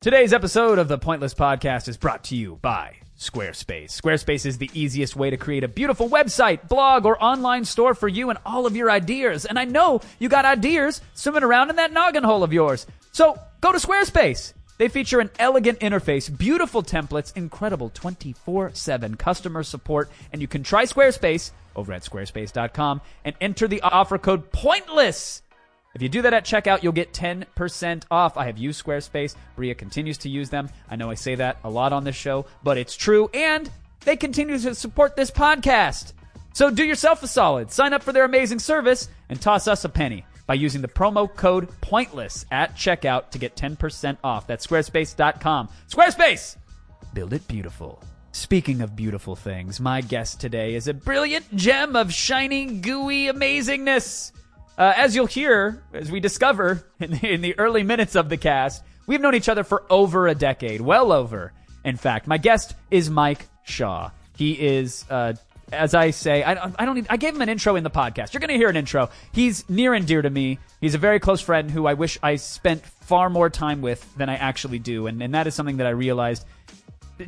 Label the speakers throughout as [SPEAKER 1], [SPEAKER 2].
[SPEAKER 1] Today's episode of the Pointless Podcast is brought to you by Squarespace. Squarespace is the easiest way to create a beautiful website, blog, or online store for you and all of your ideas. And I know you got ideas swimming around in that noggin hole of yours. So go to Squarespace. They feature an elegant interface, beautiful templates, incredible 24 7 customer support, and you can try Squarespace over at squarespace.com and enter the offer code POINTLESS if you do that at checkout, you'll get 10% off. I have used Squarespace. Bria continues to use them. I know I say that a lot on this show, but it's true. And they continue to support this podcast. So do yourself a solid. Sign up for their amazing service and toss us a penny by using the promo code POINTLESS at checkout to get 10% off. That's squarespace.com. Squarespace! Build it beautiful. Speaking of beautiful things, my guest today is a brilliant gem of shiny, gooey amazingness. Uh, as you'll hear, as we discover in the, in the early minutes of the cast, we've known each other for over a decade, well over, in fact. My guest is Mike Shaw. He is, uh, as I say, I, I don't need, I gave him an intro in the podcast. You're going to hear an intro. He's near and dear to me. He's a very close friend who I wish I spent far more time with than I actually do. And, and that is something that I realized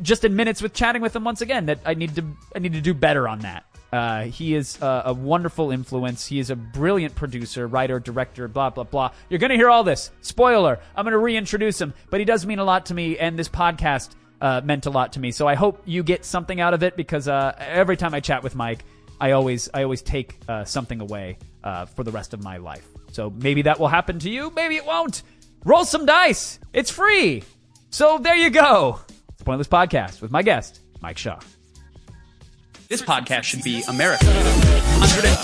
[SPEAKER 1] just in minutes with chatting with him once again that I need to I need to do better on that. Uh, he is uh, a wonderful influence. He is a brilliant producer, writer, director, blah blah blah. You're gonna hear all this. Spoiler: I'm gonna reintroduce him, but he does mean a lot to me, and this podcast uh, meant a lot to me. So I hope you get something out of it because uh, every time I chat with Mike, I always I always take uh, something away uh, for the rest of my life. So maybe that will happen to you. Maybe it won't. Roll some dice. It's free. So there you go. It's the Pointless Podcast with my guest, Mike Shaw.
[SPEAKER 2] This podcast should be American. 110%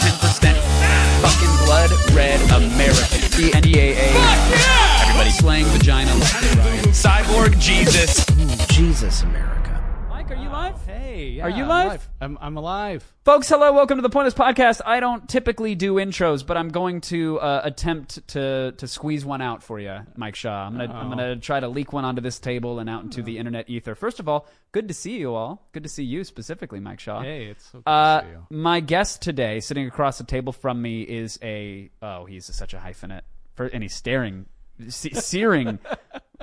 [SPEAKER 2] fucking blood red American. The NDAA. E Everybody slang vagina left and right. Cyborg Jesus.
[SPEAKER 3] Jesus, America.
[SPEAKER 1] Mike, are you live?
[SPEAKER 3] Hey,
[SPEAKER 1] Are you
[SPEAKER 3] I'm
[SPEAKER 1] live?
[SPEAKER 3] I'm, I'm alive.
[SPEAKER 1] Folks, hello, welcome to the Pointless Podcast. I don't typically do intros, but I'm going to uh, attempt to to squeeze one out for you, Mike Shaw. I'm gonna I'm gonna try to leak one onto this table and out into the internet ether. First of all, good to see you all. Good to see you specifically, Mike Shaw.
[SPEAKER 3] Hey, it's so good
[SPEAKER 1] Uh,
[SPEAKER 3] to see you.
[SPEAKER 1] my guest today, sitting across the table from me, is a oh, he's such a hyphenate, for, and he's staring, se- searing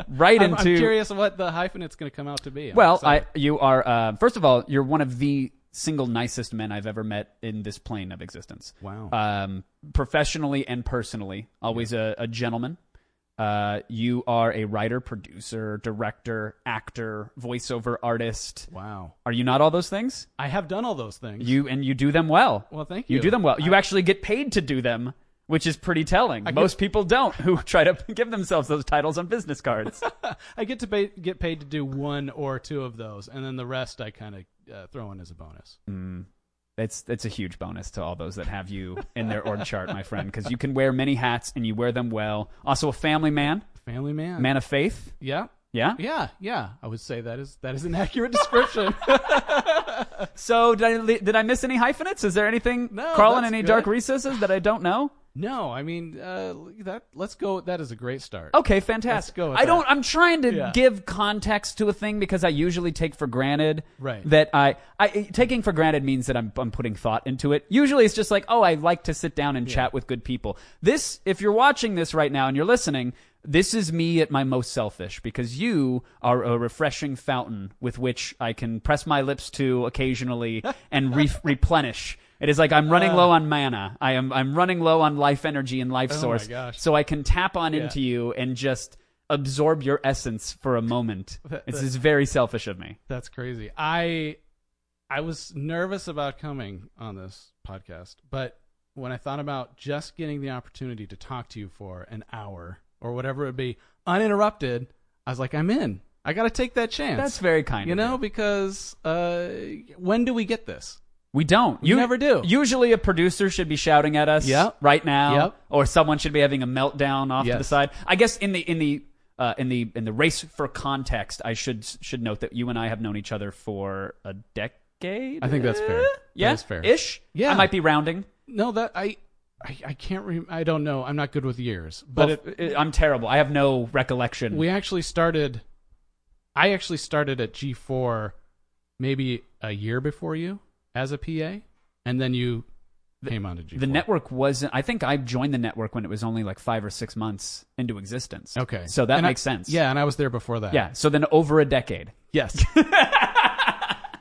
[SPEAKER 1] right
[SPEAKER 3] I'm,
[SPEAKER 1] into.
[SPEAKER 3] I'm curious what the hyphenate's going to come out to be. I'm
[SPEAKER 1] Well, I
[SPEAKER 3] excited.
[SPEAKER 1] you are uh, first of all, you're one of the single nicest men I've ever met in this plane of existence.
[SPEAKER 3] Wow.
[SPEAKER 1] Um, professionally and personally, always a, a gentleman. Uh, you are a writer, producer, director, actor, voiceover artist.
[SPEAKER 3] wow.
[SPEAKER 1] Are you not all those things?
[SPEAKER 3] I have done all those things.
[SPEAKER 1] You and you do them well.
[SPEAKER 3] Well, thank
[SPEAKER 1] You
[SPEAKER 3] you.
[SPEAKER 1] do them well. You actually get paid to do them, which is pretty telling. Most people don't who try to give themselves those titles on business cards.
[SPEAKER 3] I get to pay, get paid to do one or two of those, and then the rest I kind of uh, throw in as a bonus.
[SPEAKER 1] That's that's a huge bonus to all those that have you in their org chart, my friend, because you can wear many hats and you wear them well. Also, a family man,
[SPEAKER 3] Family man.
[SPEAKER 1] man of faith.
[SPEAKER 3] Yeah.
[SPEAKER 1] Yeah.
[SPEAKER 3] Yeah, yeah. I would say that is that is an accurate description.
[SPEAKER 1] So did I li- did I miss any hyphenates? Is there anything
[SPEAKER 3] No,
[SPEAKER 1] crawling
[SPEAKER 3] that's
[SPEAKER 1] any
[SPEAKER 3] good.
[SPEAKER 1] dark recesses that I don't know?
[SPEAKER 3] no, I mean uh, that. Let's go. That is a great start.
[SPEAKER 1] Okay, fantastic.
[SPEAKER 3] Let's go with
[SPEAKER 1] I don't.
[SPEAKER 3] that.
[SPEAKER 1] I'm trying to
[SPEAKER 3] Yeah.
[SPEAKER 1] give context to a thing because I usually take for granted
[SPEAKER 3] Right.
[SPEAKER 1] that I, I taking for granted means that I'm I'm putting thought into it. Usually, it's just like, oh, I like to sit down and chat with good people. This, if you're watching this right now and you're listening. This is me at my most selfish because you are a refreshing fountain with which I can press my lips to occasionally and re- replenish. It is like I'm running
[SPEAKER 3] Ah.
[SPEAKER 1] low on mana. I am I'm running low on life energy and life source.
[SPEAKER 3] Oh gosh.
[SPEAKER 1] So I can tap on into you and just absorb your essence for a moment. This is very selfish of me.
[SPEAKER 3] That's crazy. I I was nervous about coming on this podcast, but when I thought about just getting the opportunity to talk to you for an hour or whatever it would be, uninterrupted, I was like, I'm in. I got to take that chance.
[SPEAKER 1] That's very kind.
[SPEAKER 3] you
[SPEAKER 1] of
[SPEAKER 3] know, because uh, when do we get this?
[SPEAKER 1] we don't. You
[SPEAKER 3] never do.
[SPEAKER 1] Usually, a producer should be shouting at us
[SPEAKER 3] Yep.
[SPEAKER 1] right now,
[SPEAKER 3] Yep.
[SPEAKER 1] or someone should be having a meltdown off to the
[SPEAKER 3] Yes.
[SPEAKER 1] side. I guess in the in the uh, in the in the race for context, I should should note that you and I have known each other for a decade.
[SPEAKER 3] I think that's fair.
[SPEAKER 1] yeah,
[SPEAKER 3] that is fair.
[SPEAKER 1] Ish.
[SPEAKER 3] Yeah.
[SPEAKER 1] I might be rounding.
[SPEAKER 3] No, that I I, I can't. Re- I don't know. I'm not good with years, but
[SPEAKER 1] Well,
[SPEAKER 3] it,
[SPEAKER 1] it- I'm terrible. I have no recollection.
[SPEAKER 3] we actually started i actually started at g4 maybe a year before you as a pa and then you came onto G4.
[SPEAKER 1] The network wasn't. I think I joined the network when it was only like five or six months into existence.
[SPEAKER 3] Okay.
[SPEAKER 1] so that
[SPEAKER 3] And I-
[SPEAKER 1] makes sense.
[SPEAKER 3] Yeah, and I was there before that.
[SPEAKER 1] yeah. So then over a decade.
[SPEAKER 3] Yes.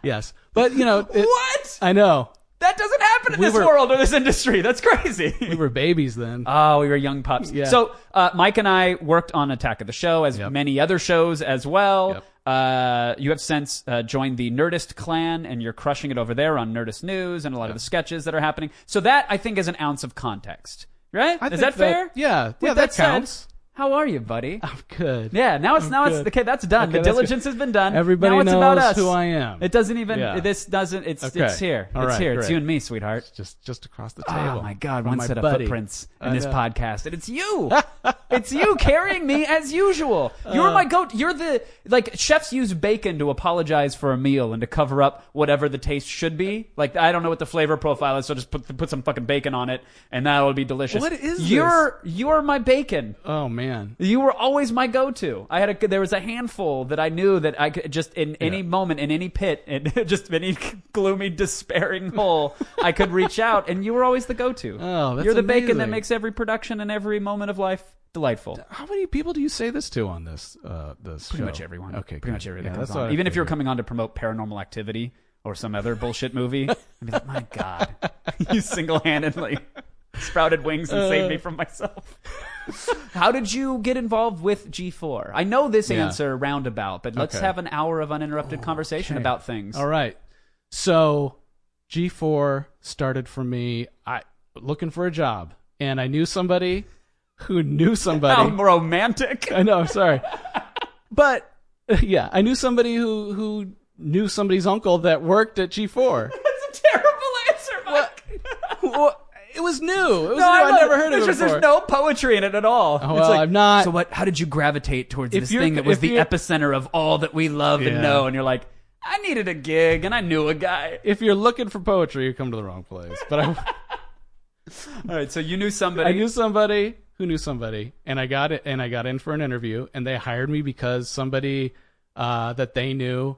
[SPEAKER 3] yes. But, you know, it-
[SPEAKER 1] What?
[SPEAKER 3] I know.
[SPEAKER 1] That doesn't happen in
[SPEAKER 3] We
[SPEAKER 1] this
[SPEAKER 3] were-
[SPEAKER 1] world or this industry. That's crazy.
[SPEAKER 3] We were babies then.
[SPEAKER 1] Oh, we were young pups.
[SPEAKER 3] Yeah.
[SPEAKER 1] So uh, Mike and I worked on Attack of the Show, as
[SPEAKER 3] Yep.
[SPEAKER 1] many other shows as well.
[SPEAKER 3] Yep.
[SPEAKER 1] Uh, you have since uh, joined the Nerdist clan, and you're crushing it over there on Nerdist News and a lot of the sketches that are happening. So that I think is an ounce of context, right?
[SPEAKER 3] I
[SPEAKER 1] is
[SPEAKER 3] think
[SPEAKER 1] that fair?
[SPEAKER 3] Yeah.
[SPEAKER 1] With
[SPEAKER 3] yeah, that,
[SPEAKER 1] said,
[SPEAKER 3] counts.
[SPEAKER 1] how are you, buddy?
[SPEAKER 3] I'm good.
[SPEAKER 1] Yeah, now it's now
[SPEAKER 3] good.
[SPEAKER 1] it's okay. That's done. the
[SPEAKER 3] Okay, that's good.
[SPEAKER 1] diligence has been done.
[SPEAKER 3] Everybody
[SPEAKER 1] now it's about
[SPEAKER 3] knows
[SPEAKER 1] us.
[SPEAKER 3] who I am.
[SPEAKER 1] It doesn't even.
[SPEAKER 3] Yeah.
[SPEAKER 1] This doesn't. It's
[SPEAKER 3] Okay.
[SPEAKER 1] it's here.
[SPEAKER 3] All
[SPEAKER 1] it's
[SPEAKER 3] right,
[SPEAKER 1] here. It's
[SPEAKER 3] great.
[SPEAKER 1] you and me, sweetheart.
[SPEAKER 3] Just, just across the
[SPEAKER 1] Oh
[SPEAKER 3] table.
[SPEAKER 1] my God!
[SPEAKER 3] from
[SPEAKER 1] One
[SPEAKER 3] my
[SPEAKER 1] set of
[SPEAKER 3] buddy.
[SPEAKER 1] footprints in
[SPEAKER 3] I
[SPEAKER 1] this
[SPEAKER 3] know.
[SPEAKER 1] podcast, and it's you. it's you carrying me as usual. You're
[SPEAKER 3] Uh.
[SPEAKER 1] my goat. You're the like chefs use bacon to apologize for a meal and to cover up whatever the taste should be. Like I don't know what the flavor profile is, so just put put some fucking bacon on it, and that'll be delicious.
[SPEAKER 3] What is this?
[SPEAKER 1] you're you're my bacon.
[SPEAKER 3] Oh, man.
[SPEAKER 1] You were always my go-to. I had a there was a handful that I knew that I could just in any moment in any pit in just any gloomy despairing hole I could reach out and you were always the go-to.
[SPEAKER 3] Oh, that's
[SPEAKER 1] You're the bacon that
[SPEAKER 3] amazing.
[SPEAKER 1] makes every production and every moment of life delightful.
[SPEAKER 3] How many people do you say this to on this uh this
[SPEAKER 1] Pretty much everyone. pretty
[SPEAKER 3] Okay. good.
[SPEAKER 1] much everyone.
[SPEAKER 3] Yeah,
[SPEAKER 1] that
[SPEAKER 3] that's
[SPEAKER 1] comes
[SPEAKER 3] what
[SPEAKER 1] on.
[SPEAKER 3] I
[SPEAKER 1] Even if you're
[SPEAKER 3] figured.
[SPEAKER 1] coming on to promote Paranormal Activity or some other bullshit movie, I'd be like, my god, you single-handedly sprouted wings and saved
[SPEAKER 3] Uh.
[SPEAKER 1] me from myself. How did you get involved with G4? I know this
[SPEAKER 3] Yeah.
[SPEAKER 1] answer roundabout, but let's
[SPEAKER 3] Okay. Oh,
[SPEAKER 1] have an hour of uninterrupted conversation
[SPEAKER 3] okay.
[SPEAKER 1] about things.
[SPEAKER 3] All right. So G4 started for me I looking for a job and I knew somebody who knew somebody.
[SPEAKER 1] How romantic.
[SPEAKER 3] I know, I'm sorry. But yeah, I knew somebody who who knew somebody's uncle that worked at G4.
[SPEAKER 1] That's a terrible answer, Mike.
[SPEAKER 3] well, it was new. It was
[SPEAKER 1] No,
[SPEAKER 3] new.
[SPEAKER 1] I
[SPEAKER 3] I'd
[SPEAKER 1] love
[SPEAKER 3] never
[SPEAKER 1] it.
[SPEAKER 3] heard of
[SPEAKER 1] It's
[SPEAKER 3] it
[SPEAKER 1] just
[SPEAKER 3] before.
[SPEAKER 1] There's no poetry in it at all.
[SPEAKER 3] Oh,
[SPEAKER 1] It's
[SPEAKER 3] well,
[SPEAKER 1] like,
[SPEAKER 3] I'm not-
[SPEAKER 1] So what? How did you gravitate towards
[SPEAKER 3] If
[SPEAKER 1] this
[SPEAKER 3] you're-
[SPEAKER 1] thing that was
[SPEAKER 3] if
[SPEAKER 1] the
[SPEAKER 3] you're-
[SPEAKER 1] epicenter of all that we love
[SPEAKER 3] Yeah.
[SPEAKER 1] and know? And you're like, I needed a gig, and I knew a guy.
[SPEAKER 3] if you're looking for poetry, you come to the wrong place. But I
[SPEAKER 1] All right, so you knew
[SPEAKER 3] I
[SPEAKER 1] somebody.
[SPEAKER 3] knew somebody who knew somebody, and I got it, and I got in for an interview, and they hired me because somebody uh, that they knew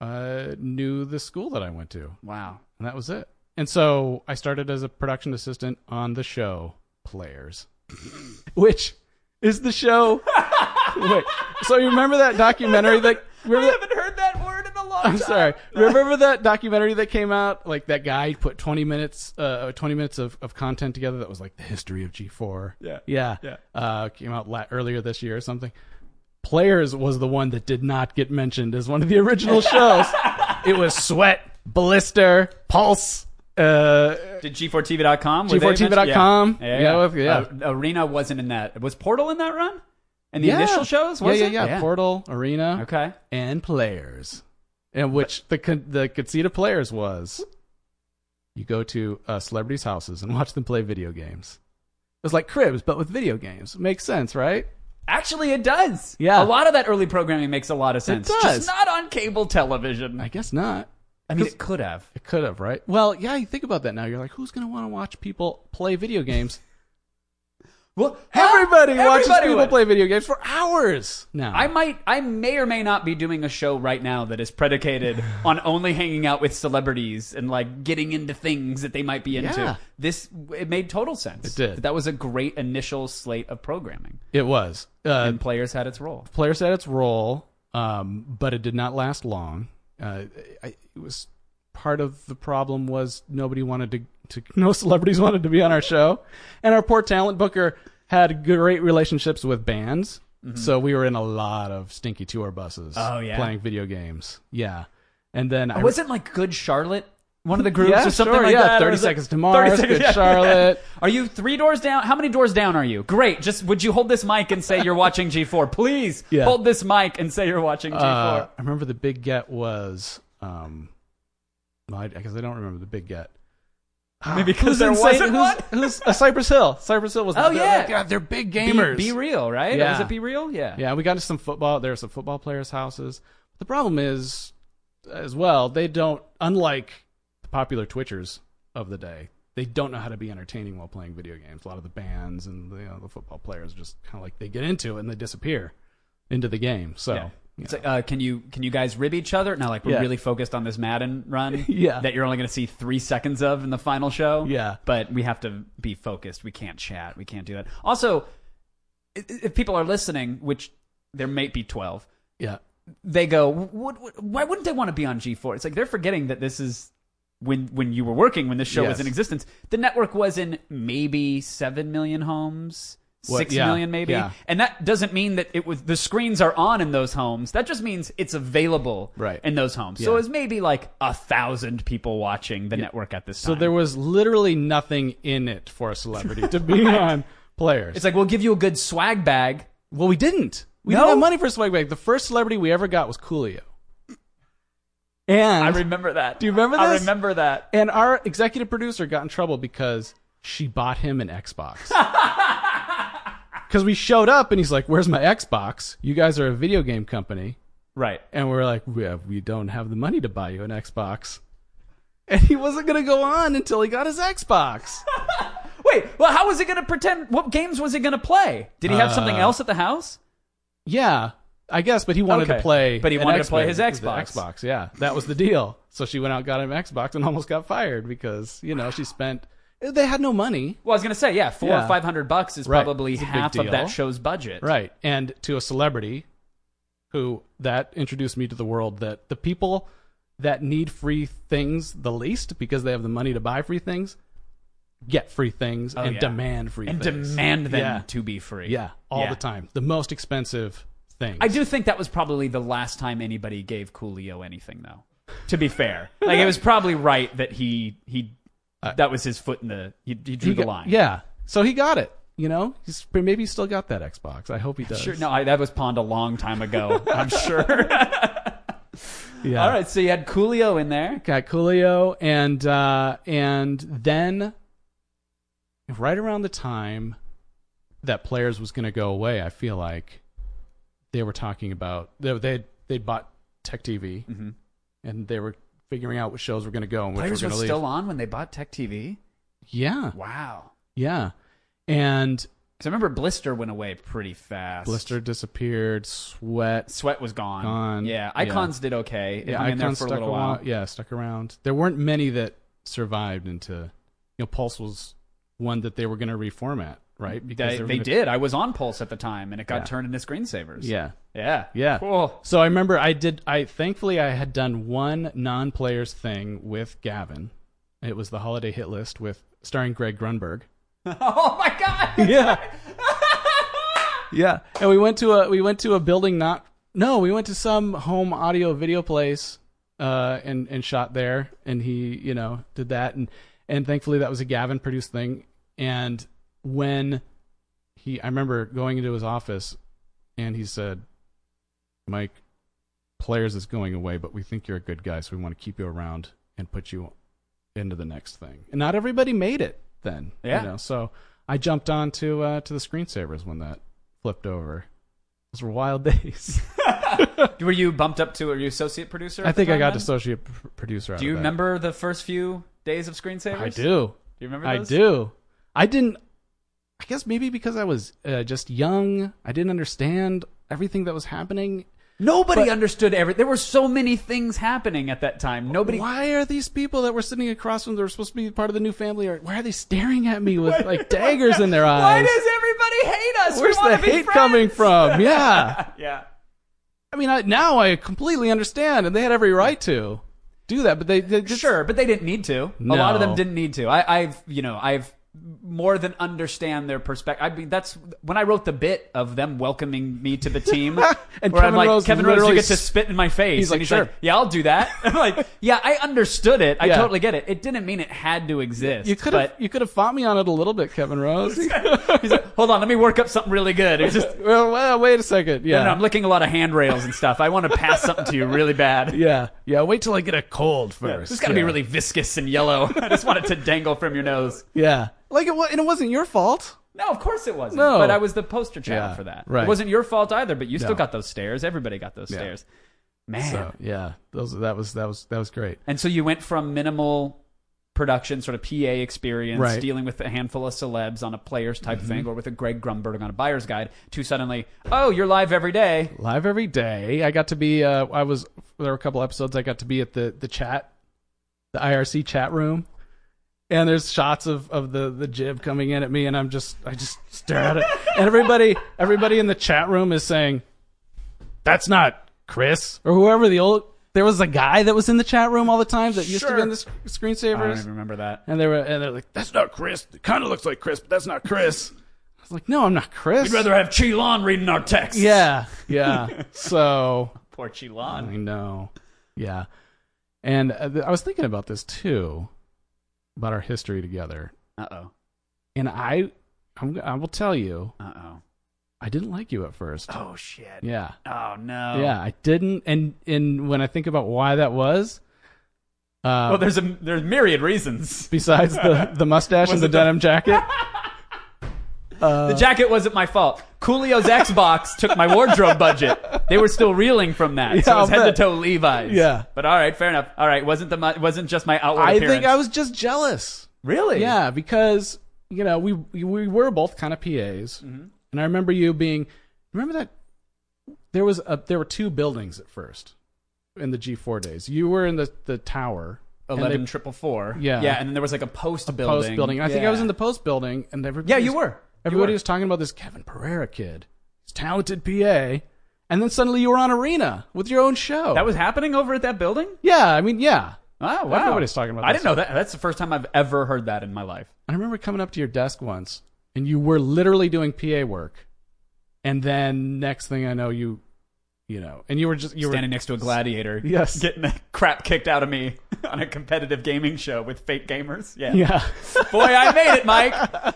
[SPEAKER 3] uh, knew the school that I went to,
[SPEAKER 1] wow.
[SPEAKER 3] and that was it. And so I started as a production assistant on the show Players, which is the show. Wait, so you remember that documentary that?
[SPEAKER 1] I
[SPEAKER 3] Remember that,
[SPEAKER 1] haven't heard that word in a long time.
[SPEAKER 3] I'm sorry. Remember that documentary that came out? Like that guy put 20 minutes, uh, 20 minutes of, of content together that was like the history of G4.
[SPEAKER 1] Yeah.
[SPEAKER 3] Yeah.
[SPEAKER 1] Yeah.
[SPEAKER 3] Uh, came out la- earlier this year or something. Players was the one that did not get mentioned as one of the original shows. it was Sweat, Blister, Pulse, uh,
[SPEAKER 1] Did G4TV.com? were they
[SPEAKER 3] G4TV.com?
[SPEAKER 1] mentioned? Yeah.
[SPEAKER 3] Yeah, with- yeah.
[SPEAKER 1] Uh, Arena wasn't in that. Was Portal in that run? And the
[SPEAKER 3] yeah.
[SPEAKER 1] initial shows? Was
[SPEAKER 3] yeah,
[SPEAKER 1] it?
[SPEAKER 3] yeah, yeah, Portal, Arena,
[SPEAKER 1] Okay.
[SPEAKER 3] and Players. And which the con- the conceit of Players was you go to uh, celebrities' houses and watch them play video games. It was like Cribs, but with video games. Makes sense, right?
[SPEAKER 1] Actually, it does.
[SPEAKER 3] Yeah.
[SPEAKER 1] A lot of that early programming makes a lot of sense. Just
[SPEAKER 3] does.
[SPEAKER 1] not on cable television.
[SPEAKER 3] I guess not.
[SPEAKER 1] I mean, it could have.
[SPEAKER 3] It could have, right? Well, yeah, you think about that now. You're like, who's going to want to watch people play video games?
[SPEAKER 1] Well,
[SPEAKER 3] Everybody watches people
[SPEAKER 1] Oh, would.
[SPEAKER 3] play video games for hours now.
[SPEAKER 1] I might, I may or may not be doing a show right now that is predicated on only hanging out with celebrities and like getting into things that they might be into.
[SPEAKER 3] Yeah.
[SPEAKER 1] This it made total sense.
[SPEAKER 3] It did.
[SPEAKER 1] That was a great initial slate of programming,
[SPEAKER 3] it was. Uh,
[SPEAKER 1] and players had its role.
[SPEAKER 3] Players had its role, um, but it did not last long. Uh, I, it was part of the problem was nobody wanted to, to, no celebrities wanted to be on our show, and our poor talent booker had great relationships with bands, so we were in a lot of stinky tour buses.
[SPEAKER 1] Mm-hmm. Oh, yeah.
[SPEAKER 3] playing video games. Yeah, and then I
[SPEAKER 1] Wasn't like Good Charlotte one of the groups
[SPEAKER 3] Yeah,
[SPEAKER 1] or something
[SPEAKER 3] sure,
[SPEAKER 1] like
[SPEAKER 3] yeah,
[SPEAKER 1] that?
[SPEAKER 3] 30
[SPEAKER 1] Or was it-
[SPEAKER 3] Seconds to Mars, Good
[SPEAKER 1] yeah.
[SPEAKER 3] Charlotte.
[SPEAKER 1] Are you three doors down? How many doors down are you? Great. Just would you hold this mic and say you're watching G4? Please
[SPEAKER 3] Yeah.
[SPEAKER 1] hold this mic and say you're watching G4.
[SPEAKER 3] Uh, I remember the big get was. Um, well, I, I guess I don't remember the big get. Ah,
[SPEAKER 1] Maybe 'cause
[SPEAKER 3] who's
[SPEAKER 1] there
[SPEAKER 3] insane-
[SPEAKER 1] wasn't
[SPEAKER 3] who's,
[SPEAKER 1] one?
[SPEAKER 3] Who's uh, Cypress Hill? Cypress Hill was.
[SPEAKER 1] Oh,
[SPEAKER 3] they're-
[SPEAKER 1] yeah.
[SPEAKER 3] God, they're big
[SPEAKER 1] Be-
[SPEAKER 3] gamers.
[SPEAKER 1] Be, real, right?
[SPEAKER 3] Yeah.
[SPEAKER 1] Was it be real? Yeah.
[SPEAKER 3] yeah, we got into some football. There were some football players' houses. The problem is, as well, they don't. Unlike the popular Twitchers of the day, they don't know how to be entertaining while playing video games. A lot of the bands and you know, the football players just kind of like they get into it and they disappear into the game. So
[SPEAKER 1] Yeah. It's like, uh, can you can you guys rib each other? Now, like we're
[SPEAKER 3] Yeah.
[SPEAKER 1] really focused on this Madden run,
[SPEAKER 3] Yeah.
[SPEAKER 1] that you're only going to see three seconds of in the final show,
[SPEAKER 3] Yeah.
[SPEAKER 1] But we have to be focused. We can't chat. We can't do that. Also, i- i- if people are listening, which there might be twelve,
[SPEAKER 3] Yeah.
[SPEAKER 1] they go, what, what, why wouldn't they want to be on G4? It's like they're forgetting that this is when when you were working when this show was
[SPEAKER 3] Yes.
[SPEAKER 1] in existence. The network was in maybe seven million homes. six
[SPEAKER 3] What-
[SPEAKER 1] million
[SPEAKER 3] yeah,
[SPEAKER 1] maybe
[SPEAKER 3] yeah.
[SPEAKER 1] and that doesn't mean that it was the screens are on in those homes that just means it's available
[SPEAKER 3] Right.
[SPEAKER 1] in those homes so
[SPEAKER 3] Yeah.
[SPEAKER 1] it was maybe like a thousand people watching the network at this time
[SPEAKER 3] So there was literally nothing in it for a celebrity to be on players.
[SPEAKER 1] it's like we'll give you a good swag bag
[SPEAKER 3] well, we didn't. We
[SPEAKER 1] No?
[SPEAKER 3] didn't have money for a swag bag. The first celebrity we ever got was Coolio. And
[SPEAKER 1] i remember that
[SPEAKER 3] Do you remember
[SPEAKER 1] i
[SPEAKER 3] this?
[SPEAKER 1] remember that
[SPEAKER 3] and our executive producer got in trouble because she bought him an Xbox. Because we showed up and he's like, "Where's my Xbox? You guys are a video game company."
[SPEAKER 1] right
[SPEAKER 3] And we're like, we, we don't have the money to buy you an Xbox. And he wasn't going to go on until he got his Xbox.
[SPEAKER 1] wait well how was he gonna pretend what games was he gonna play did he
[SPEAKER 3] Uh,
[SPEAKER 1] have something else at the house
[SPEAKER 3] yeah, I guess, but he wanted
[SPEAKER 1] Okay.
[SPEAKER 3] to play.
[SPEAKER 1] But he
[SPEAKER 3] an
[SPEAKER 1] wanted to play his
[SPEAKER 3] the
[SPEAKER 1] Xbox.
[SPEAKER 3] Xbox, yeah. That was the deal. So she went out, got him an Xbox, and almost got fired because, you know, she spent. They had no money.
[SPEAKER 1] Well, I was gonna say, yeah, four
[SPEAKER 3] Yeah.
[SPEAKER 1] or five hundred bucks is
[SPEAKER 3] Right.
[SPEAKER 1] probably
[SPEAKER 3] It's a big
[SPEAKER 1] half of
[SPEAKER 3] deal.
[SPEAKER 1] that show's budget.
[SPEAKER 3] Right. And to a celebrity who that introduced me to the world that the people that need free things the least because they have the money to buy free things get free things and
[SPEAKER 1] Oh, yeah.
[SPEAKER 3] demand free
[SPEAKER 1] And
[SPEAKER 3] things.
[SPEAKER 1] demand them
[SPEAKER 3] Yeah.
[SPEAKER 1] to be free.
[SPEAKER 3] Yeah, all
[SPEAKER 1] Yeah.
[SPEAKER 3] the time. The most expensive things.
[SPEAKER 1] I do think that was probably the last time anybody gave Coolio anything, though. To be fair, like it was probably right that he he that was his foot in the he, he drew
[SPEAKER 3] Uh, He
[SPEAKER 1] the
[SPEAKER 3] got-
[SPEAKER 1] line.
[SPEAKER 3] Yeah. So he got it. You know, he's maybe he's still got that Xbox. I hope he does.
[SPEAKER 1] sure. No, I, that was pawned a long time ago. I'm sure.
[SPEAKER 3] Uh, Yeah.
[SPEAKER 1] All right, so you had Coolio in there.
[SPEAKER 3] got Coolio, and uh, and then right around the time that Players was going to go away, I feel like they were talking about they they they bought Tech TV, and they were figuring out what shows were going to go and which
[SPEAKER 1] Mm-hmm. Players
[SPEAKER 3] were
[SPEAKER 1] were
[SPEAKER 3] going to leave.
[SPEAKER 1] still on when they bought Tech TV.
[SPEAKER 3] yeah,
[SPEAKER 1] Wow.
[SPEAKER 3] yeah, and
[SPEAKER 1] Because I remember Blister went away pretty fast.
[SPEAKER 3] Blister disappeared. Sweat.
[SPEAKER 1] Sweat was gone.
[SPEAKER 3] Gone.
[SPEAKER 1] Yeah,
[SPEAKER 3] Yeah.
[SPEAKER 1] Icons did okay. It
[SPEAKER 3] Yeah,
[SPEAKER 1] hung in there
[SPEAKER 3] Icon
[SPEAKER 1] for
[SPEAKER 3] stuck
[SPEAKER 1] a little
[SPEAKER 3] around.
[SPEAKER 1] while.
[SPEAKER 3] Yeah, stuck around. There weren't many that survived into, you know, Pulse was one that they were going to reformat, right?
[SPEAKER 1] They,
[SPEAKER 3] were
[SPEAKER 1] they
[SPEAKER 3] gonna-
[SPEAKER 1] did. I was on Pulse at the time, and it got
[SPEAKER 3] Yeah.
[SPEAKER 1] turned into screensavers.
[SPEAKER 3] Yeah.
[SPEAKER 1] yeah,
[SPEAKER 3] Yeah.
[SPEAKER 1] Cool.
[SPEAKER 3] So I remember I did. I thankfully I had done one non-players thing with Gavin. It was the holiday hit list with starring Greg Grunberg.
[SPEAKER 1] Oh my god.
[SPEAKER 3] Yeah. yeah. And we went to a we went to a building not no, we went to some home audio video place uh and and shot there and he, you know, did that and and thankfully that was a Gavin produced thing and when he I remember going into his office and he said Mike players is going away but we think you're a good guy so we want to keep you around and put you into the next thing. And not everybody made it then.
[SPEAKER 1] Yeah.
[SPEAKER 3] You know, so I jumped on to uh, to the screensavers when that flipped over. Those were wild days.
[SPEAKER 1] Were you bumped up to? Were you associate producer?
[SPEAKER 3] I
[SPEAKER 1] at the
[SPEAKER 3] think I
[SPEAKER 1] time
[SPEAKER 3] got
[SPEAKER 1] then?
[SPEAKER 3] associate p- producer. out
[SPEAKER 1] Do you
[SPEAKER 3] of that.
[SPEAKER 1] remember the first few days of screensavers?
[SPEAKER 3] I
[SPEAKER 1] Do
[SPEAKER 3] do.
[SPEAKER 1] you remember?
[SPEAKER 3] I
[SPEAKER 1] those?
[SPEAKER 3] do. I didn't. I guess maybe because I was uh, just young, I didn't understand everything that was happening.
[SPEAKER 1] Nobody
[SPEAKER 3] But-
[SPEAKER 1] understood every. There were so many things happening at that time. Nobody.
[SPEAKER 3] why are these people that were sitting across from that were supposed to be part of the new family? Or why are they staring at me with like daggers in their
[SPEAKER 1] Why
[SPEAKER 3] eyes?
[SPEAKER 1] does everybody hate us? We
[SPEAKER 3] Where's
[SPEAKER 1] wanna be
[SPEAKER 3] the hate
[SPEAKER 1] friends.
[SPEAKER 3] coming from? Yeah.
[SPEAKER 1] Yeah.
[SPEAKER 3] I mean, I, now I completely understand, and they had every right to do that, but they, they just,
[SPEAKER 1] sure, but they didn't need to. A
[SPEAKER 3] No.
[SPEAKER 1] lot of them didn't need to. I, I've, you know, I've more than understand their perspective. I mean, that's when I wrote the bit of them welcoming me to the team,
[SPEAKER 3] And
[SPEAKER 1] where I'm
[SPEAKER 3] Kevin
[SPEAKER 1] like,
[SPEAKER 3] Rose
[SPEAKER 1] Kevin Rose, you
[SPEAKER 3] literally
[SPEAKER 1] get to
[SPEAKER 3] s-
[SPEAKER 1] spit in my face.
[SPEAKER 3] He's
[SPEAKER 1] and
[SPEAKER 3] like,
[SPEAKER 1] he's
[SPEAKER 3] "Sure."
[SPEAKER 1] like, yeah, I'll do that. I'm like, yeah, I understood it. I
[SPEAKER 3] Yeah.
[SPEAKER 1] totally get it. It didn't mean it had to exist.
[SPEAKER 3] You could have
[SPEAKER 1] but
[SPEAKER 3] you could have fought me on it a little bit, Kevin Rose.
[SPEAKER 1] he's like, hold on, let me work up something really good. It's just.
[SPEAKER 3] well, well, wait a second. Yeah,
[SPEAKER 1] No, no, I'm licking a lot of handrails and stuff. I want to pass something to you really bad.
[SPEAKER 3] yeah, yeah. Wait till I get a cold first.
[SPEAKER 1] This has got to
[SPEAKER 3] yeah.
[SPEAKER 1] be really viscous and yellow. I just want it to dangle from your nose.
[SPEAKER 3] Yeah, like it. wa- And it wasn't your fault.
[SPEAKER 1] No, of course it wasn't.
[SPEAKER 3] No.
[SPEAKER 1] But I was the poster child
[SPEAKER 3] Yeah,
[SPEAKER 1] for that. It
[SPEAKER 3] right.
[SPEAKER 1] wasn't your fault either, but you still
[SPEAKER 3] No.
[SPEAKER 1] got those stairs. Everybody got those stairs. Man.
[SPEAKER 3] So yeah, those that was that was that was great.
[SPEAKER 1] And so you went from minimal production sort of PA experience,
[SPEAKER 3] Right. Mm-hmm.
[SPEAKER 1] dealing with a handful of celebs on a players type thing, or with a Greg Grumberg on a buyer's guide, to suddenly, oh, you're live every day.
[SPEAKER 3] live every day. I got to be. Uh, I was there were a couple episodes I got to be at the the chat, the IRC chat room, and there's shots of of the the jib coming in at me, and I'm just I just stare at it, and everybody everybody in the chat room is saying, "That's not Chris or whoever the old." There was a guy that was in the chat room all the time that used to
[SPEAKER 1] Sure.
[SPEAKER 3] be in the sc-
[SPEAKER 1] I don't even
[SPEAKER 3] screensavers,
[SPEAKER 1] remember that.
[SPEAKER 3] and they were and they're like, "That's not Chris. It kind of looks like Chris, but that's not Chris." I was like, "No, I'm not Chris."
[SPEAKER 1] have Chilon reading our text.
[SPEAKER 3] yeah, yeah. so
[SPEAKER 1] Poor Chilon.
[SPEAKER 3] I know. Yeah. And uh, th- I was thinking about this too, about our history together.
[SPEAKER 1] Uh oh.
[SPEAKER 3] And I, I'm, I will tell you,
[SPEAKER 1] Uh oh.
[SPEAKER 3] I didn't like you at first.
[SPEAKER 1] Oh, shit.
[SPEAKER 3] Yeah.
[SPEAKER 1] Oh, no.
[SPEAKER 3] Yeah, I didn't. And and when I think about why that was, uh,
[SPEAKER 1] Well, Oh, there's a there's myriad reasons.
[SPEAKER 3] besides the the mustache and
[SPEAKER 1] Was
[SPEAKER 3] the
[SPEAKER 1] it the-
[SPEAKER 3] denim jacket,
[SPEAKER 1] the jacket wasn't my fault. Coolio's Xbox took my wardrobe budget. They were still reeling from that, so it
[SPEAKER 3] Yeah,
[SPEAKER 1] was
[SPEAKER 3] I'll
[SPEAKER 1] head to
[SPEAKER 3] bet.
[SPEAKER 1] toe Levi's.
[SPEAKER 3] Yeah.
[SPEAKER 1] but all right, fair enough. All right, wasn't the mu- wasn't just my outward
[SPEAKER 3] I
[SPEAKER 1] appearance.
[SPEAKER 3] think I was just jealous.
[SPEAKER 1] really
[SPEAKER 3] Yeah, because you know we we were both kind of PAs,
[SPEAKER 1] Mm-hmm.
[SPEAKER 3] and I remember you being. Remember that there was a there were two buildings at first in the G four days. You were in the the tower. and
[SPEAKER 1] eleven
[SPEAKER 3] they-
[SPEAKER 1] triple four.
[SPEAKER 3] Yeah.
[SPEAKER 1] yeah, and then there was like a post building.
[SPEAKER 3] post building. And I think I was in the post building, and everybody.
[SPEAKER 1] Yeah, you
[SPEAKER 3] was-
[SPEAKER 1] were. You
[SPEAKER 3] Everybody
[SPEAKER 1] were.
[SPEAKER 3] was talking about this Kevin Pereira kid. He's talented PA, and then suddenly you were on Arena with your own show.
[SPEAKER 1] That was happening over at that building.
[SPEAKER 3] yeah. I mean, yeah.
[SPEAKER 1] Oh wow,
[SPEAKER 3] Everybody's talking about
[SPEAKER 1] I
[SPEAKER 3] this.
[SPEAKER 1] didn't know that. That's the first time I've ever heard that in my life.
[SPEAKER 3] I remember coming up to your desk once and you were literally doing PA work. And then next thing I know, you, you know, and you were just, you were
[SPEAKER 1] Standing next to a gladiator.
[SPEAKER 3] Yes.
[SPEAKER 1] getting the crap kicked out of me on a competitive gaming show with fake gamers.
[SPEAKER 3] Yeah.
[SPEAKER 1] Boy, I made it, Mike.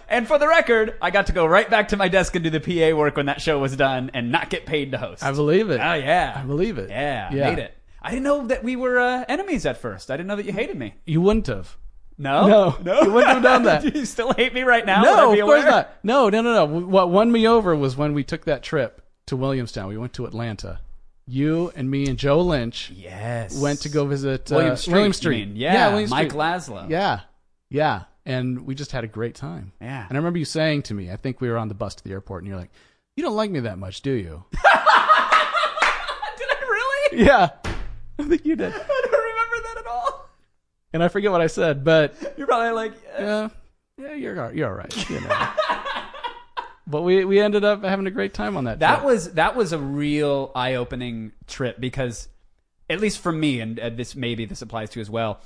[SPEAKER 1] And for the record, I got to go right back to my desk and do the PA work when that show was done and not get paid to host.
[SPEAKER 3] I believe it.
[SPEAKER 1] oh, yeah.
[SPEAKER 3] I believe it.
[SPEAKER 1] Yeah,
[SPEAKER 3] Yeah.
[SPEAKER 1] I hate it. I didn't know that we were uh, enemies at first. I didn't know that you hated me.
[SPEAKER 3] You wouldn't have.
[SPEAKER 1] No?
[SPEAKER 3] No. You wouldn't have done that.
[SPEAKER 1] Do you still hate me right now? Would I
[SPEAKER 3] No,
[SPEAKER 1] be
[SPEAKER 3] of course
[SPEAKER 1] aware?
[SPEAKER 3] not. No, no, no, no. What won me over was when we took that trip to Williamstown. We went to Atlanta. You and me and Joe Lynch
[SPEAKER 1] Yes.
[SPEAKER 3] went to go visit uh,
[SPEAKER 1] William Street.
[SPEAKER 3] William
[SPEAKER 1] you
[SPEAKER 3] Street.
[SPEAKER 1] mean. Yeah,
[SPEAKER 3] William
[SPEAKER 1] Mike
[SPEAKER 3] Street.
[SPEAKER 1] Laszlo.
[SPEAKER 3] Yeah. Yeah. And we just had a great time.
[SPEAKER 1] Yeah.
[SPEAKER 3] And I remember you saying to me, I think we were on the bus to the airport, and you're like, You don't like me that much, do you?
[SPEAKER 1] Did I really?
[SPEAKER 3] yeah. I think you did.
[SPEAKER 1] I don't remember that at all.
[SPEAKER 3] And I forget what I said, but
[SPEAKER 1] You're probably like, uh,
[SPEAKER 3] uh, yeah, you're, all- you're all right. You know. but we, we ended up having a great time on that
[SPEAKER 1] That
[SPEAKER 3] trip.
[SPEAKER 1] was that was a real eye opening trip because, at least for me, and uh, this maybe this applies to as well,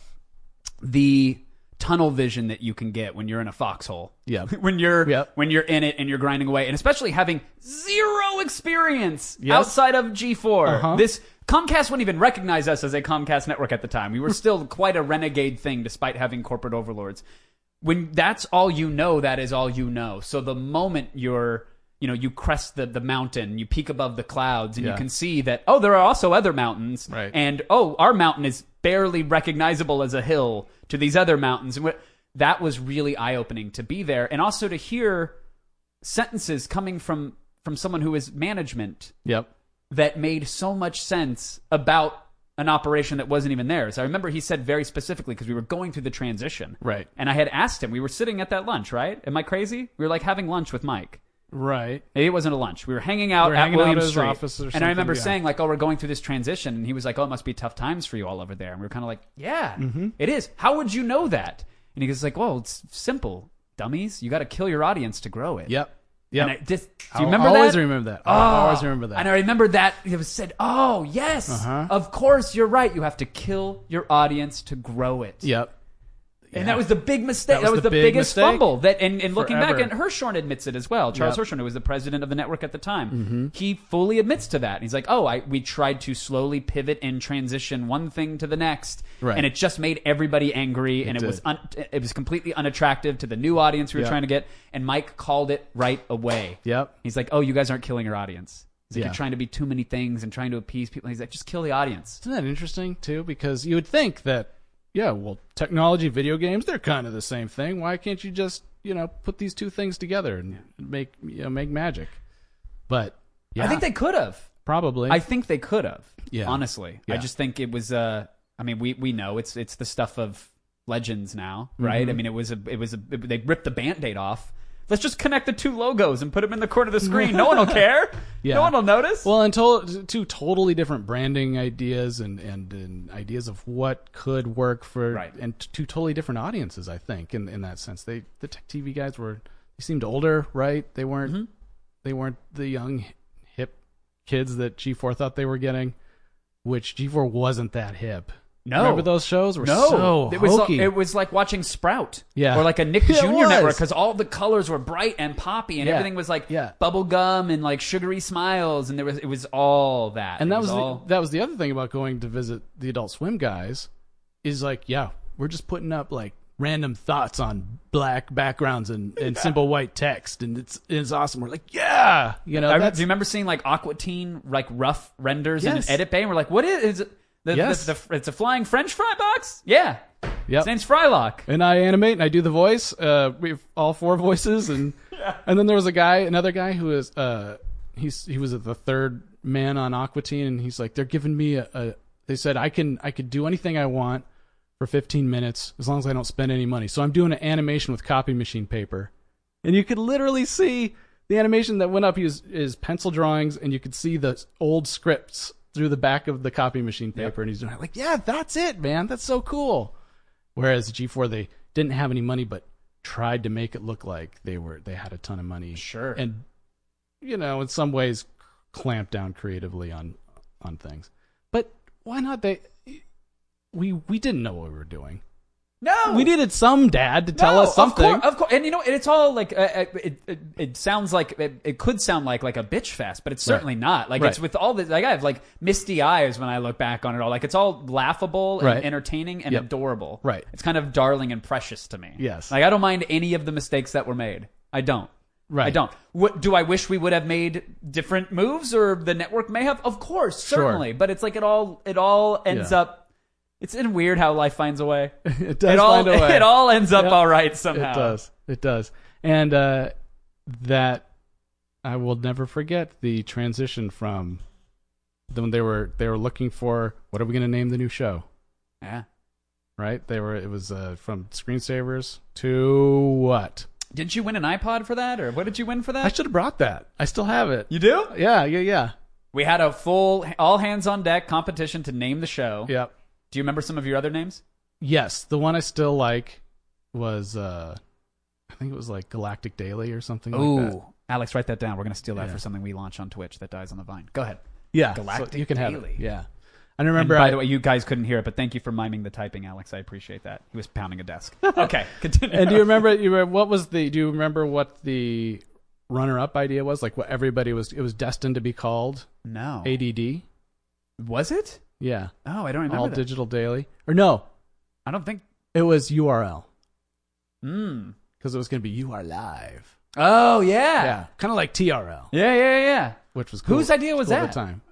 [SPEAKER 1] the tunnel vision that you can get when you're in a foxhole.
[SPEAKER 3] Yep.
[SPEAKER 1] when you're
[SPEAKER 3] Yep.
[SPEAKER 1] when you're in it and you're grinding away, and especially having zero experience
[SPEAKER 3] Yes.
[SPEAKER 1] outside of G4.
[SPEAKER 3] Uh-huh.
[SPEAKER 1] This Comcast wouldn't even recognize us as a Comcast network at the time. We were still quite a renegade thing, despite having corporate overlords when that's all you know that is all you know so the moment you're you know you crest the, the mountain you peek above the clouds and you
[SPEAKER 3] Yeah.
[SPEAKER 1] can see that oh there are also other mountains
[SPEAKER 3] Right.
[SPEAKER 1] and oh our mountain is barely recognizable as a hill to these other mountains and what that was really eye-opening to be there and also to hear sentences coming from from someone who is management
[SPEAKER 3] Yep.
[SPEAKER 1] that made so much sense about an operation that wasn't even theirs. I remember he said very specifically because we were going through the transition.
[SPEAKER 3] Right.
[SPEAKER 1] And I had asked him, we were sitting at that lunch, right? Am I crazy? We were like having lunch with Mike.
[SPEAKER 3] Right.
[SPEAKER 1] Maybe it wasn't a lunch. We were hanging out
[SPEAKER 3] were
[SPEAKER 1] at
[SPEAKER 3] hanging out
[SPEAKER 1] William
[SPEAKER 3] at his
[SPEAKER 1] Street.
[SPEAKER 3] office or
[SPEAKER 1] and I
[SPEAKER 3] something,
[SPEAKER 1] remember
[SPEAKER 3] yeah.
[SPEAKER 1] saying, like, oh, we're going through this transition. And he was like, oh, it must be tough times for you all over there. And we were kind of like, yeah,
[SPEAKER 3] Mm-hmm.
[SPEAKER 1] it is. How would you know that? And he was like, well, it's simple, dummies. You got to kill your audience to grow it.
[SPEAKER 3] Yep. Yep.
[SPEAKER 1] And I just, do
[SPEAKER 3] I'll
[SPEAKER 1] you remember that? Ah.
[SPEAKER 3] always remember that. I always remember that.
[SPEAKER 1] And I remember that it was said, "Oh yes,
[SPEAKER 3] Uh-huh.
[SPEAKER 1] of course you're right. You have to kill your audience to grow it."
[SPEAKER 3] Yep.
[SPEAKER 1] And that was the big mistake. That was, the,
[SPEAKER 3] big
[SPEAKER 1] biggest
[SPEAKER 3] mistake.
[SPEAKER 1] fumble. That and, and looking
[SPEAKER 3] Forever.
[SPEAKER 1] back, and Hirshhorn admits it as well. Charles
[SPEAKER 3] Yep.
[SPEAKER 1] Hirshhorn, who was the president of the network at the time,
[SPEAKER 3] Mm-hmm.
[SPEAKER 1] he fully admits to that. He's like, "Oh, I we tried to slowly pivot and transition one thing to the next,
[SPEAKER 3] Right.
[SPEAKER 1] and it just made everybody angry, and it
[SPEAKER 3] did.
[SPEAKER 1] was un, it was completely unattractive to the new audience we were
[SPEAKER 3] Yep.
[SPEAKER 1] trying to get." And Mike called it right away.
[SPEAKER 3] Yep.
[SPEAKER 1] He's like, "Oh, you guys aren't killing your audience. He's like,
[SPEAKER 3] Yeah.
[SPEAKER 1] You're trying to be too many things and trying to appease people." He's like, "Just kill the audience."
[SPEAKER 3] Isn't that interesting too? Because you would think that, yeah, well, technology, video games—they're kind of the same thing. Why can't you just, you know, put these two things together and make you know, make magic? But yeah,
[SPEAKER 1] I think they could have.
[SPEAKER 3] probably.
[SPEAKER 1] I think they could have.
[SPEAKER 3] Yeah.
[SPEAKER 1] Honestly, I
[SPEAKER 3] Yeah.
[SPEAKER 1] just think it was. Uh, I mean, we we know it's it's the stuff of legends now, right?
[SPEAKER 3] Mm-hmm.
[SPEAKER 1] I mean, it was a, it was a, it- they ripped the band-aid off. Let's just connect the two logos and put them in the corner of the screen. No one will care.
[SPEAKER 3] Yeah.
[SPEAKER 1] No one will notice.
[SPEAKER 3] Well, and to- two totally different branding ideas and, and, and ideas of what could work for
[SPEAKER 1] Right.
[SPEAKER 3] and t- two totally different audiences. I think in in that sense, they the tech TV guys were they seemed older, right? They weren't
[SPEAKER 1] Mm-hmm.
[SPEAKER 3] they weren't the young hip kids that G4 thought they were getting, which G4 wasn't that hip.
[SPEAKER 1] No.
[SPEAKER 3] remember those shows were
[SPEAKER 1] No,
[SPEAKER 3] so
[SPEAKER 1] it was
[SPEAKER 3] hokey.
[SPEAKER 1] it was like watching Sprout,
[SPEAKER 3] Yeah.
[SPEAKER 1] or like a Nick
[SPEAKER 3] Yeah, it
[SPEAKER 1] Jr. network
[SPEAKER 3] was.
[SPEAKER 1] because all the colors were bright and poppy, and
[SPEAKER 3] Yeah.
[SPEAKER 1] everything was like
[SPEAKER 3] Yeah.
[SPEAKER 1] bubble gum and like sugary smiles, and there was it was all that, It
[SPEAKER 3] and that was,
[SPEAKER 1] all,
[SPEAKER 3] the, that was the other thing about going to visit the Adult Swim guys, is like, yeah, we're just putting up like random thoughts on black backgrounds and, and simple white text, and it's it's awesome. We're like, yeah, you know,
[SPEAKER 1] I remember,
[SPEAKER 3] that's,
[SPEAKER 1] do you remember seeing like Aqua Teen like rough renders
[SPEAKER 3] Yes.
[SPEAKER 1] in an edit bay? And we're like, what is, is it? The,
[SPEAKER 3] Yes.
[SPEAKER 1] the, the, it's a flying French fry box? Yeah.
[SPEAKER 3] Yep.
[SPEAKER 1] His name's Frylock.
[SPEAKER 3] and I animate and I do the voice, uh, we have all four voices, and and then there was a guy, another guy who was, uh, he's he was the third man on Aquatine, and he's like, they're giving me a, a, they said I can I could do anything I want for 15 minutes as long as I don't spend any money, so I'm doing an animation with copy machine paper, and you could literally see the animation that went up is is pencil drawings, and you could see the old scripts through the back of the copy machine paper, and he's doing it like, yeah, that's it, man, that's so cool. Whereas G4, they didn't have any money, but tried to make it look like they were they had a ton of money.
[SPEAKER 1] Sure.
[SPEAKER 3] And you know, in some ways, clamp down creatively on on things. But why not? They we we didn't know what we were doing.
[SPEAKER 1] No.
[SPEAKER 3] We needed some dad to tell
[SPEAKER 1] No,
[SPEAKER 3] us something.
[SPEAKER 1] Of course, of cour- and you know, and it's all like uh, uh, it, it. It sounds like it, it could sound like like a bitch fest, but it's certainly not. Like it's
[SPEAKER 3] Right.
[SPEAKER 1] with all the like I have like misty eyes when I look back on it all. Like it's all laughable and
[SPEAKER 3] Right.
[SPEAKER 1] entertaining and
[SPEAKER 3] Yep.
[SPEAKER 1] adorable.
[SPEAKER 3] Right.
[SPEAKER 1] It's kind of darling and precious to me.
[SPEAKER 3] Yes.
[SPEAKER 1] Like I don't mind any of the mistakes that were made. I don't.
[SPEAKER 3] Right.
[SPEAKER 1] I don't. What, do I wish we would have made different moves, or the network may have? Of course, certainly. But it's like it all. It all ends
[SPEAKER 3] Yeah.
[SPEAKER 1] up. It's in weird how life finds a way.
[SPEAKER 3] it does
[SPEAKER 1] it all
[SPEAKER 3] find a way.
[SPEAKER 1] it all ends up
[SPEAKER 3] Yep.
[SPEAKER 1] all right somehow.
[SPEAKER 3] It does. It does. And uh, that I will never forget the transition from when they were they were looking for what are we going to name the new show,
[SPEAKER 1] Yeah.
[SPEAKER 3] right? They were it was uh, from screensavers to what?
[SPEAKER 1] Didn't you win an iPod for that, or what did you win for
[SPEAKER 3] I
[SPEAKER 1] that?
[SPEAKER 3] should have brought that. I still have it.
[SPEAKER 1] you do?
[SPEAKER 3] yeah, yeah, yeah.
[SPEAKER 1] We had a full all hands on deck competition to name the show.
[SPEAKER 3] Yep.
[SPEAKER 1] Do you remember some of your other names?
[SPEAKER 3] Yes, the one I still like was uh I think it was like Galactic Daily or something like that.
[SPEAKER 1] Ooh, Alex, write that down. We're gonna steal that for something we launch on Twitch that dies on the vine. Go ahead.
[SPEAKER 3] Yeah, so
[SPEAKER 1] Galactic
[SPEAKER 3] you can have
[SPEAKER 1] Daily.
[SPEAKER 3] it. Yeah, I remember.
[SPEAKER 1] By
[SPEAKER 3] I-
[SPEAKER 1] the way, you guys couldn't hear it, but thank you for miming the typing, Alex. I appreciate that. He was pounding a desk. Okay, continue.
[SPEAKER 3] and do you remember you remember, what was the do you remember what the runner up idea was like what everybody was it was destined to be called
[SPEAKER 1] no.
[SPEAKER 3] ADD
[SPEAKER 1] Was it?
[SPEAKER 3] yeah
[SPEAKER 1] Oh, I don't remember.
[SPEAKER 3] all
[SPEAKER 1] that.
[SPEAKER 3] digital daily or no
[SPEAKER 1] I don't think.
[SPEAKER 3] it was URL
[SPEAKER 1] Mm.
[SPEAKER 3] because it was going to be you are live
[SPEAKER 1] Oh yeah.
[SPEAKER 3] yeah kind of like TRL
[SPEAKER 1] Yeah. Yeah. Yeah.
[SPEAKER 3] which was cool.
[SPEAKER 1] Whose idea was
[SPEAKER 3] Cool at
[SPEAKER 1] that?
[SPEAKER 3] the time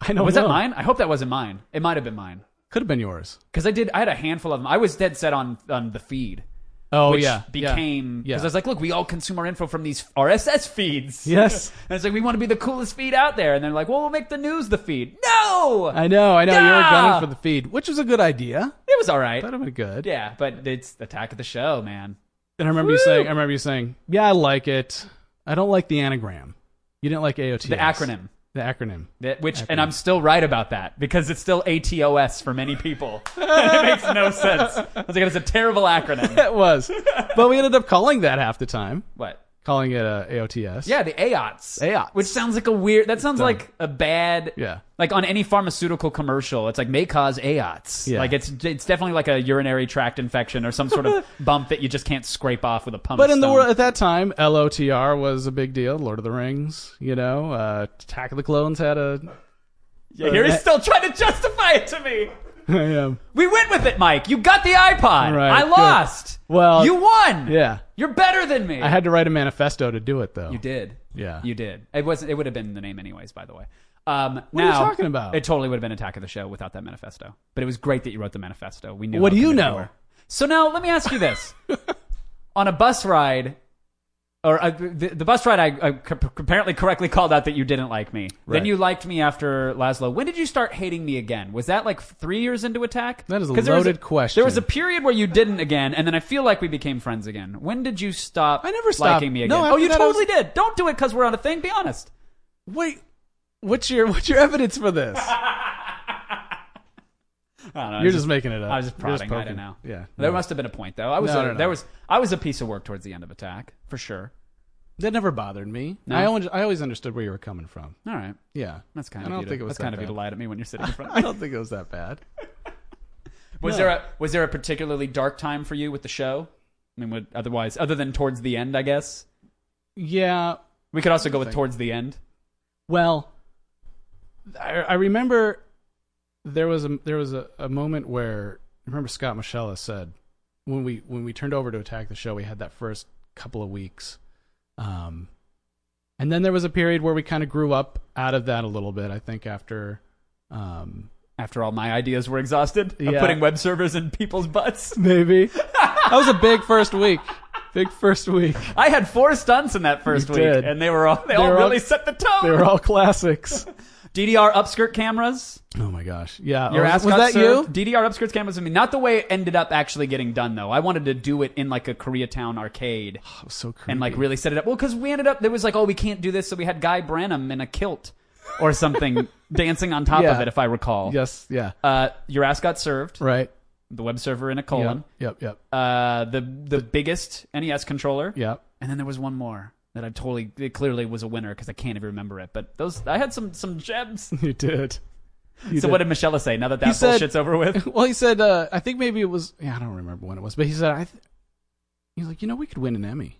[SPEAKER 3] I know
[SPEAKER 1] was
[SPEAKER 3] no.
[SPEAKER 1] that mine? I hope that wasn't mine. It might have been mine.
[SPEAKER 3] could have been yours
[SPEAKER 1] because I did. I had a handful of them. I was dead set on on the feed.
[SPEAKER 3] oh
[SPEAKER 1] which
[SPEAKER 3] yeah yeah.
[SPEAKER 1] became because
[SPEAKER 3] Yeah.
[SPEAKER 1] I was like, look, we all consume our info from these RSS feeds.
[SPEAKER 3] Yes.
[SPEAKER 1] and it's like we want to be the coolest feed out there, and they're like, well, we'll make the news the feed. No,
[SPEAKER 3] I know I know you were
[SPEAKER 1] Yeah!
[SPEAKER 3] gunning for the feed which was a good idea
[SPEAKER 1] it was all right.
[SPEAKER 3] that would have been good
[SPEAKER 1] yeah, but it's attack of the show, man.
[SPEAKER 3] And I remember you saying, I remember you saying, yeah, I like it. I don't like the anagram. You didn't like AOT.
[SPEAKER 1] The acronym.
[SPEAKER 3] The acronym.
[SPEAKER 1] That- Which and I'm still right about that because it's still ATOS for many people. it makes no sense. I was like, it's a terrible acronym.
[SPEAKER 3] It was. but we ended up calling that half the time,
[SPEAKER 1] What?
[SPEAKER 3] calling it uh, AOTS.
[SPEAKER 1] Yeah, the AOTS.
[SPEAKER 3] AOTS.
[SPEAKER 1] Which sounds like a weird. That sounds like a bad.
[SPEAKER 3] Yeah.
[SPEAKER 1] Like on any pharmaceutical commercial, it's like may cause AOTS.
[SPEAKER 3] Yeah.
[SPEAKER 1] Like it's it's definitely like a urinary tract infection or some sort of bump that you just can't scrape off with a pump.
[SPEAKER 3] But in the
[SPEAKER 1] stone.
[SPEAKER 3] world at that time, LOTR was a big deal. Lord of the Rings, you know, uh, Attack of the Clones had a.
[SPEAKER 1] yeah, here
[SPEAKER 3] uh,
[SPEAKER 1] he's still trying to justify it to me.
[SPEAKER 3] I am.
[SPEAKER 1] We went with it, Mike. You got the iPod.
[SPEAKER 3] Right,
[SPEAKER 1] I
[SPEAKER 3] good.
[SPEAKER 1] lost.
[SPEAKER 3] Well,
[SPEAKER 1] you won.
[SPEAKER 3] Yeah.
[SPEAKER 1] you're better than me.
[SPEAKER 3] I had to write a manifesto to do it, though.
[SPEAKER 1] You did.
[SPEAKER 3] Yeah.
[SPEAKER 1] You did. It wasn't. It would have been the name anyways. By the way. Um,
[SPEAKER 3] are you
[SPEAKER 1] now-
[SPEAKER 3] talking about?
[SPEAKER 1] It totally would have been Attack of the Show without that manifesto. But it was great that you wrote the manifesto. We knew.
[SPEAKER 3] What
[SPEAKER 1] how
[SPEAKER 3] do you
[SPEAKER 1] committed
[SPEAKER 3] know?
[SPEAKER 1] were. So now let me ask you this: on a bus ride or uh, the, the bus ride, I, I c- apparently correctly called out that you didn't like me. Then
[SPEAKER 4] Right.
[SPEAKER 1] you liked me after Laszlo. When did you start hating me again? Was that like three years into attack?
[SPEAKER 3] That is a
[SPEAKER 1] 'Cause there was
[SPEAKER 3] loaded question.
[SPEAKER 1] There was a period where you didn't again, and then I feel like we became friends again. When did you stop?
[SPEAKER 3] I never stopped.
[SPEAKER 1] liking me again.
[SPEAKER 3] No,
[SPEAKER 1] oh,
[SPEAKER 3] after
[SPEAKER 1] you
[SPEAKER 3] that I was-
[SPEAKER 1] totally did. Don't do it because we're on a thing. Be honest.
[SPEAKER 3] Wait, what's your what's your evidence for this?
[SPEAKER 1] I don't know, I
[SPEAKER 3] You're
[SPEAKER 1] was
[SPEAKER 3] just making it up.
[SPEAKER 1] I was just
[SPEAKER 3] You're
[SPEAKER 1] prodding. I don't
[SPEAKER 3] poking.
[SPEAKER 1] know.
[SPEAKER 3] Yeah.
[SPEAKER 1] There
[SPEAKER 3] no.
[SPEAKER 1] must have been a point though. I was
[SPEAKER 3] No,
[SPEAKER 1] a,
[SPEAKER 3] no, no.
[SPEAKER 1] there was I was a piece of work towards the end of attack for sure.
[SPEAKER 3] That never bothered me. I always I always understood where you were coming from.
[SPEAKER 1] All right,
[SPEAKER 3] Yeah.
[SPEAKER 1] that's kind
[SPEAKER 3] I
[SPEAKER 1] of
[SPEAKER 3] don't
[SPEAKER 1] you
[SPEAKER 3] think
[SPEAKER 1] to,
[SPEAKER 3] it was
[SPEAKER 1] that's kind
[SPEAKER 3] that
[SPEAKER 1] of you to
[SPEAKER 3] bad.
[SPEAKER 1] lie to me when you're sitting in front. of
[SPEAKER 3] I don't think it was that bad.
[SPEAKER 1] Was
[SPEAKER 3] No.
[SPEAKER 1] there a was there a particularly dark time for you with the show? I mean, would, otherwise, other than towards the end, I guess
[SPEAKER 3] Yeah.
[SPEAKER 1] we could also go with towards the end.
[SPEAKER 3] Well, I, I remember there was a there was a, a moment where I remember Scott Michella said when we when we turned over to attack the show, we had that first couple of weeks, um, and then there was a period where we kind of grew up out of that a little bit. I think after. Um,
[SPEAKER 1] After all, my ideas were exhausted. of
[SPEAKER 3] Yeah.
[SPEAKER 1] putting web servers in people's butts.
[SPEAKER 3] maybe. that was a big first week. Big first week.
[SPEAKER 1] I had four stunts in that first
[SPEAKER 3] You
[SPEAKER 1] week,
[SPEAKER 3] did.
[SPEAKER 1] and they were all they, all
[SPEAKER 3] were all-
[SPEAKER 1] really set the tone.
[SPEAKER 3] They were all classics.
[SPEAKER 1] DDR upskirt cameras.
[SPEAKER 3] Oh my gosh. Yeah.
[SPEAKER 1] Your
[SPEAKER 3] was,
[SPEAKER 1] ass
[SPEAKER 3] was
[SPEAKER 1] got
[SPEAKER 3] that
[SPEAKER 1] served.
[SPEAKER 3] you?
[SPEAKER 1] DDR upskirts cameras. I mean, not the way it ended up actually getting done though. I wanted to do it in like a Koreatown arcade.
[SPEAKER 3] That was so creepy.
[SPEAKER 1] and like really set it up. Well, because we ended up there was like, oh, we can't do this, so we had Guy Branum in a kilt or something dancing on top of
[SPEAKER 3] Yeah.
[SPEAKER 1] it, if I recall.
[SPEAKER 3] Yes. Yeah.
[SPEAKER 1] Uh, your ass got served.
[SPEAKER 3] right.
[SPEAKER 1] The web server in a
[SPEAKER 3] Yep,
[SPEAKER 1] colon.
[SPEAKER 3] Yep. Yep.
[SPEAKER 1] Uh, the, the biggest NES controller.
[SPEAKER 3] Yep.
[SPEAKER 1] And then there was one more that I totally it clearly was a winner because I can't even remember it. But those I had some some gems.
[SPEAKER 3] You did.
[SPEAKER 1] so what did Michelle say? Now that that
[SPEAKER 3] said-
[SPEAKER 1] bullshit's over with.
[SPEAKER 3] Well, he said. Uh, I think maybe it was. Yeah, I don't remember when it was, but he said. I. Th- he's like, you know, we could win an Emmy.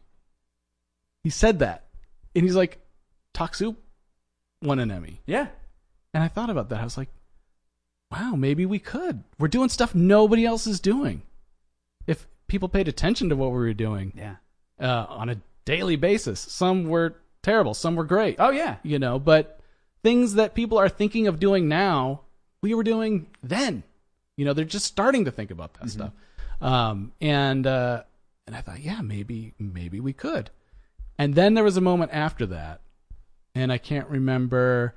[SPEAKER 3] He said that, and he's like, Taksu won an Emmy,
[SPEAKER 1] Yeah.
[SPEAKER 3] and I thought about that. I was like, wow, maybe we could. We're doing stuff nobody else is doing. If people paid attention to what we were doing,
[SPEAKER 1] Yeah.
[SPEAKER 3] uh, on a daily basis. Some were terrible, some were great.
[SPEAKER 1] Oh yeah.
[SPEAKER 3] You know, but things that people are thinking of doing now, we were doing then. You know, they're just starting to think about that stuff. Um, and uh, and I thought, yeah, maybe maybe we could. And then there was a moment after that, and I can't remember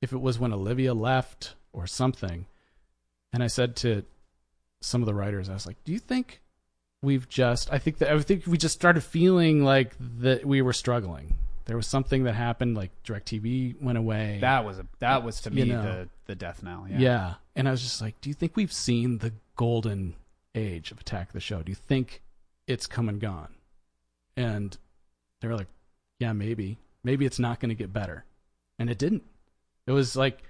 [SPEAKER 3] if it was when Olivia left or something. And I said to some of the writers, I was like, "Do you think we've just i think that i think we just started feeling like that we were struggling there was something that happened like directv went away
[SPEAKER 1] That was a that was to me
[SPEAKER 3] You know.
[SPEAKER 1] the the death knell.
[SPEAKER 3] yeah. and i was just like do you think we've seen the golden age of attack the show do you think it's come and gone and they were like yeah maybe maybe it's not going to get better and it didn't it was like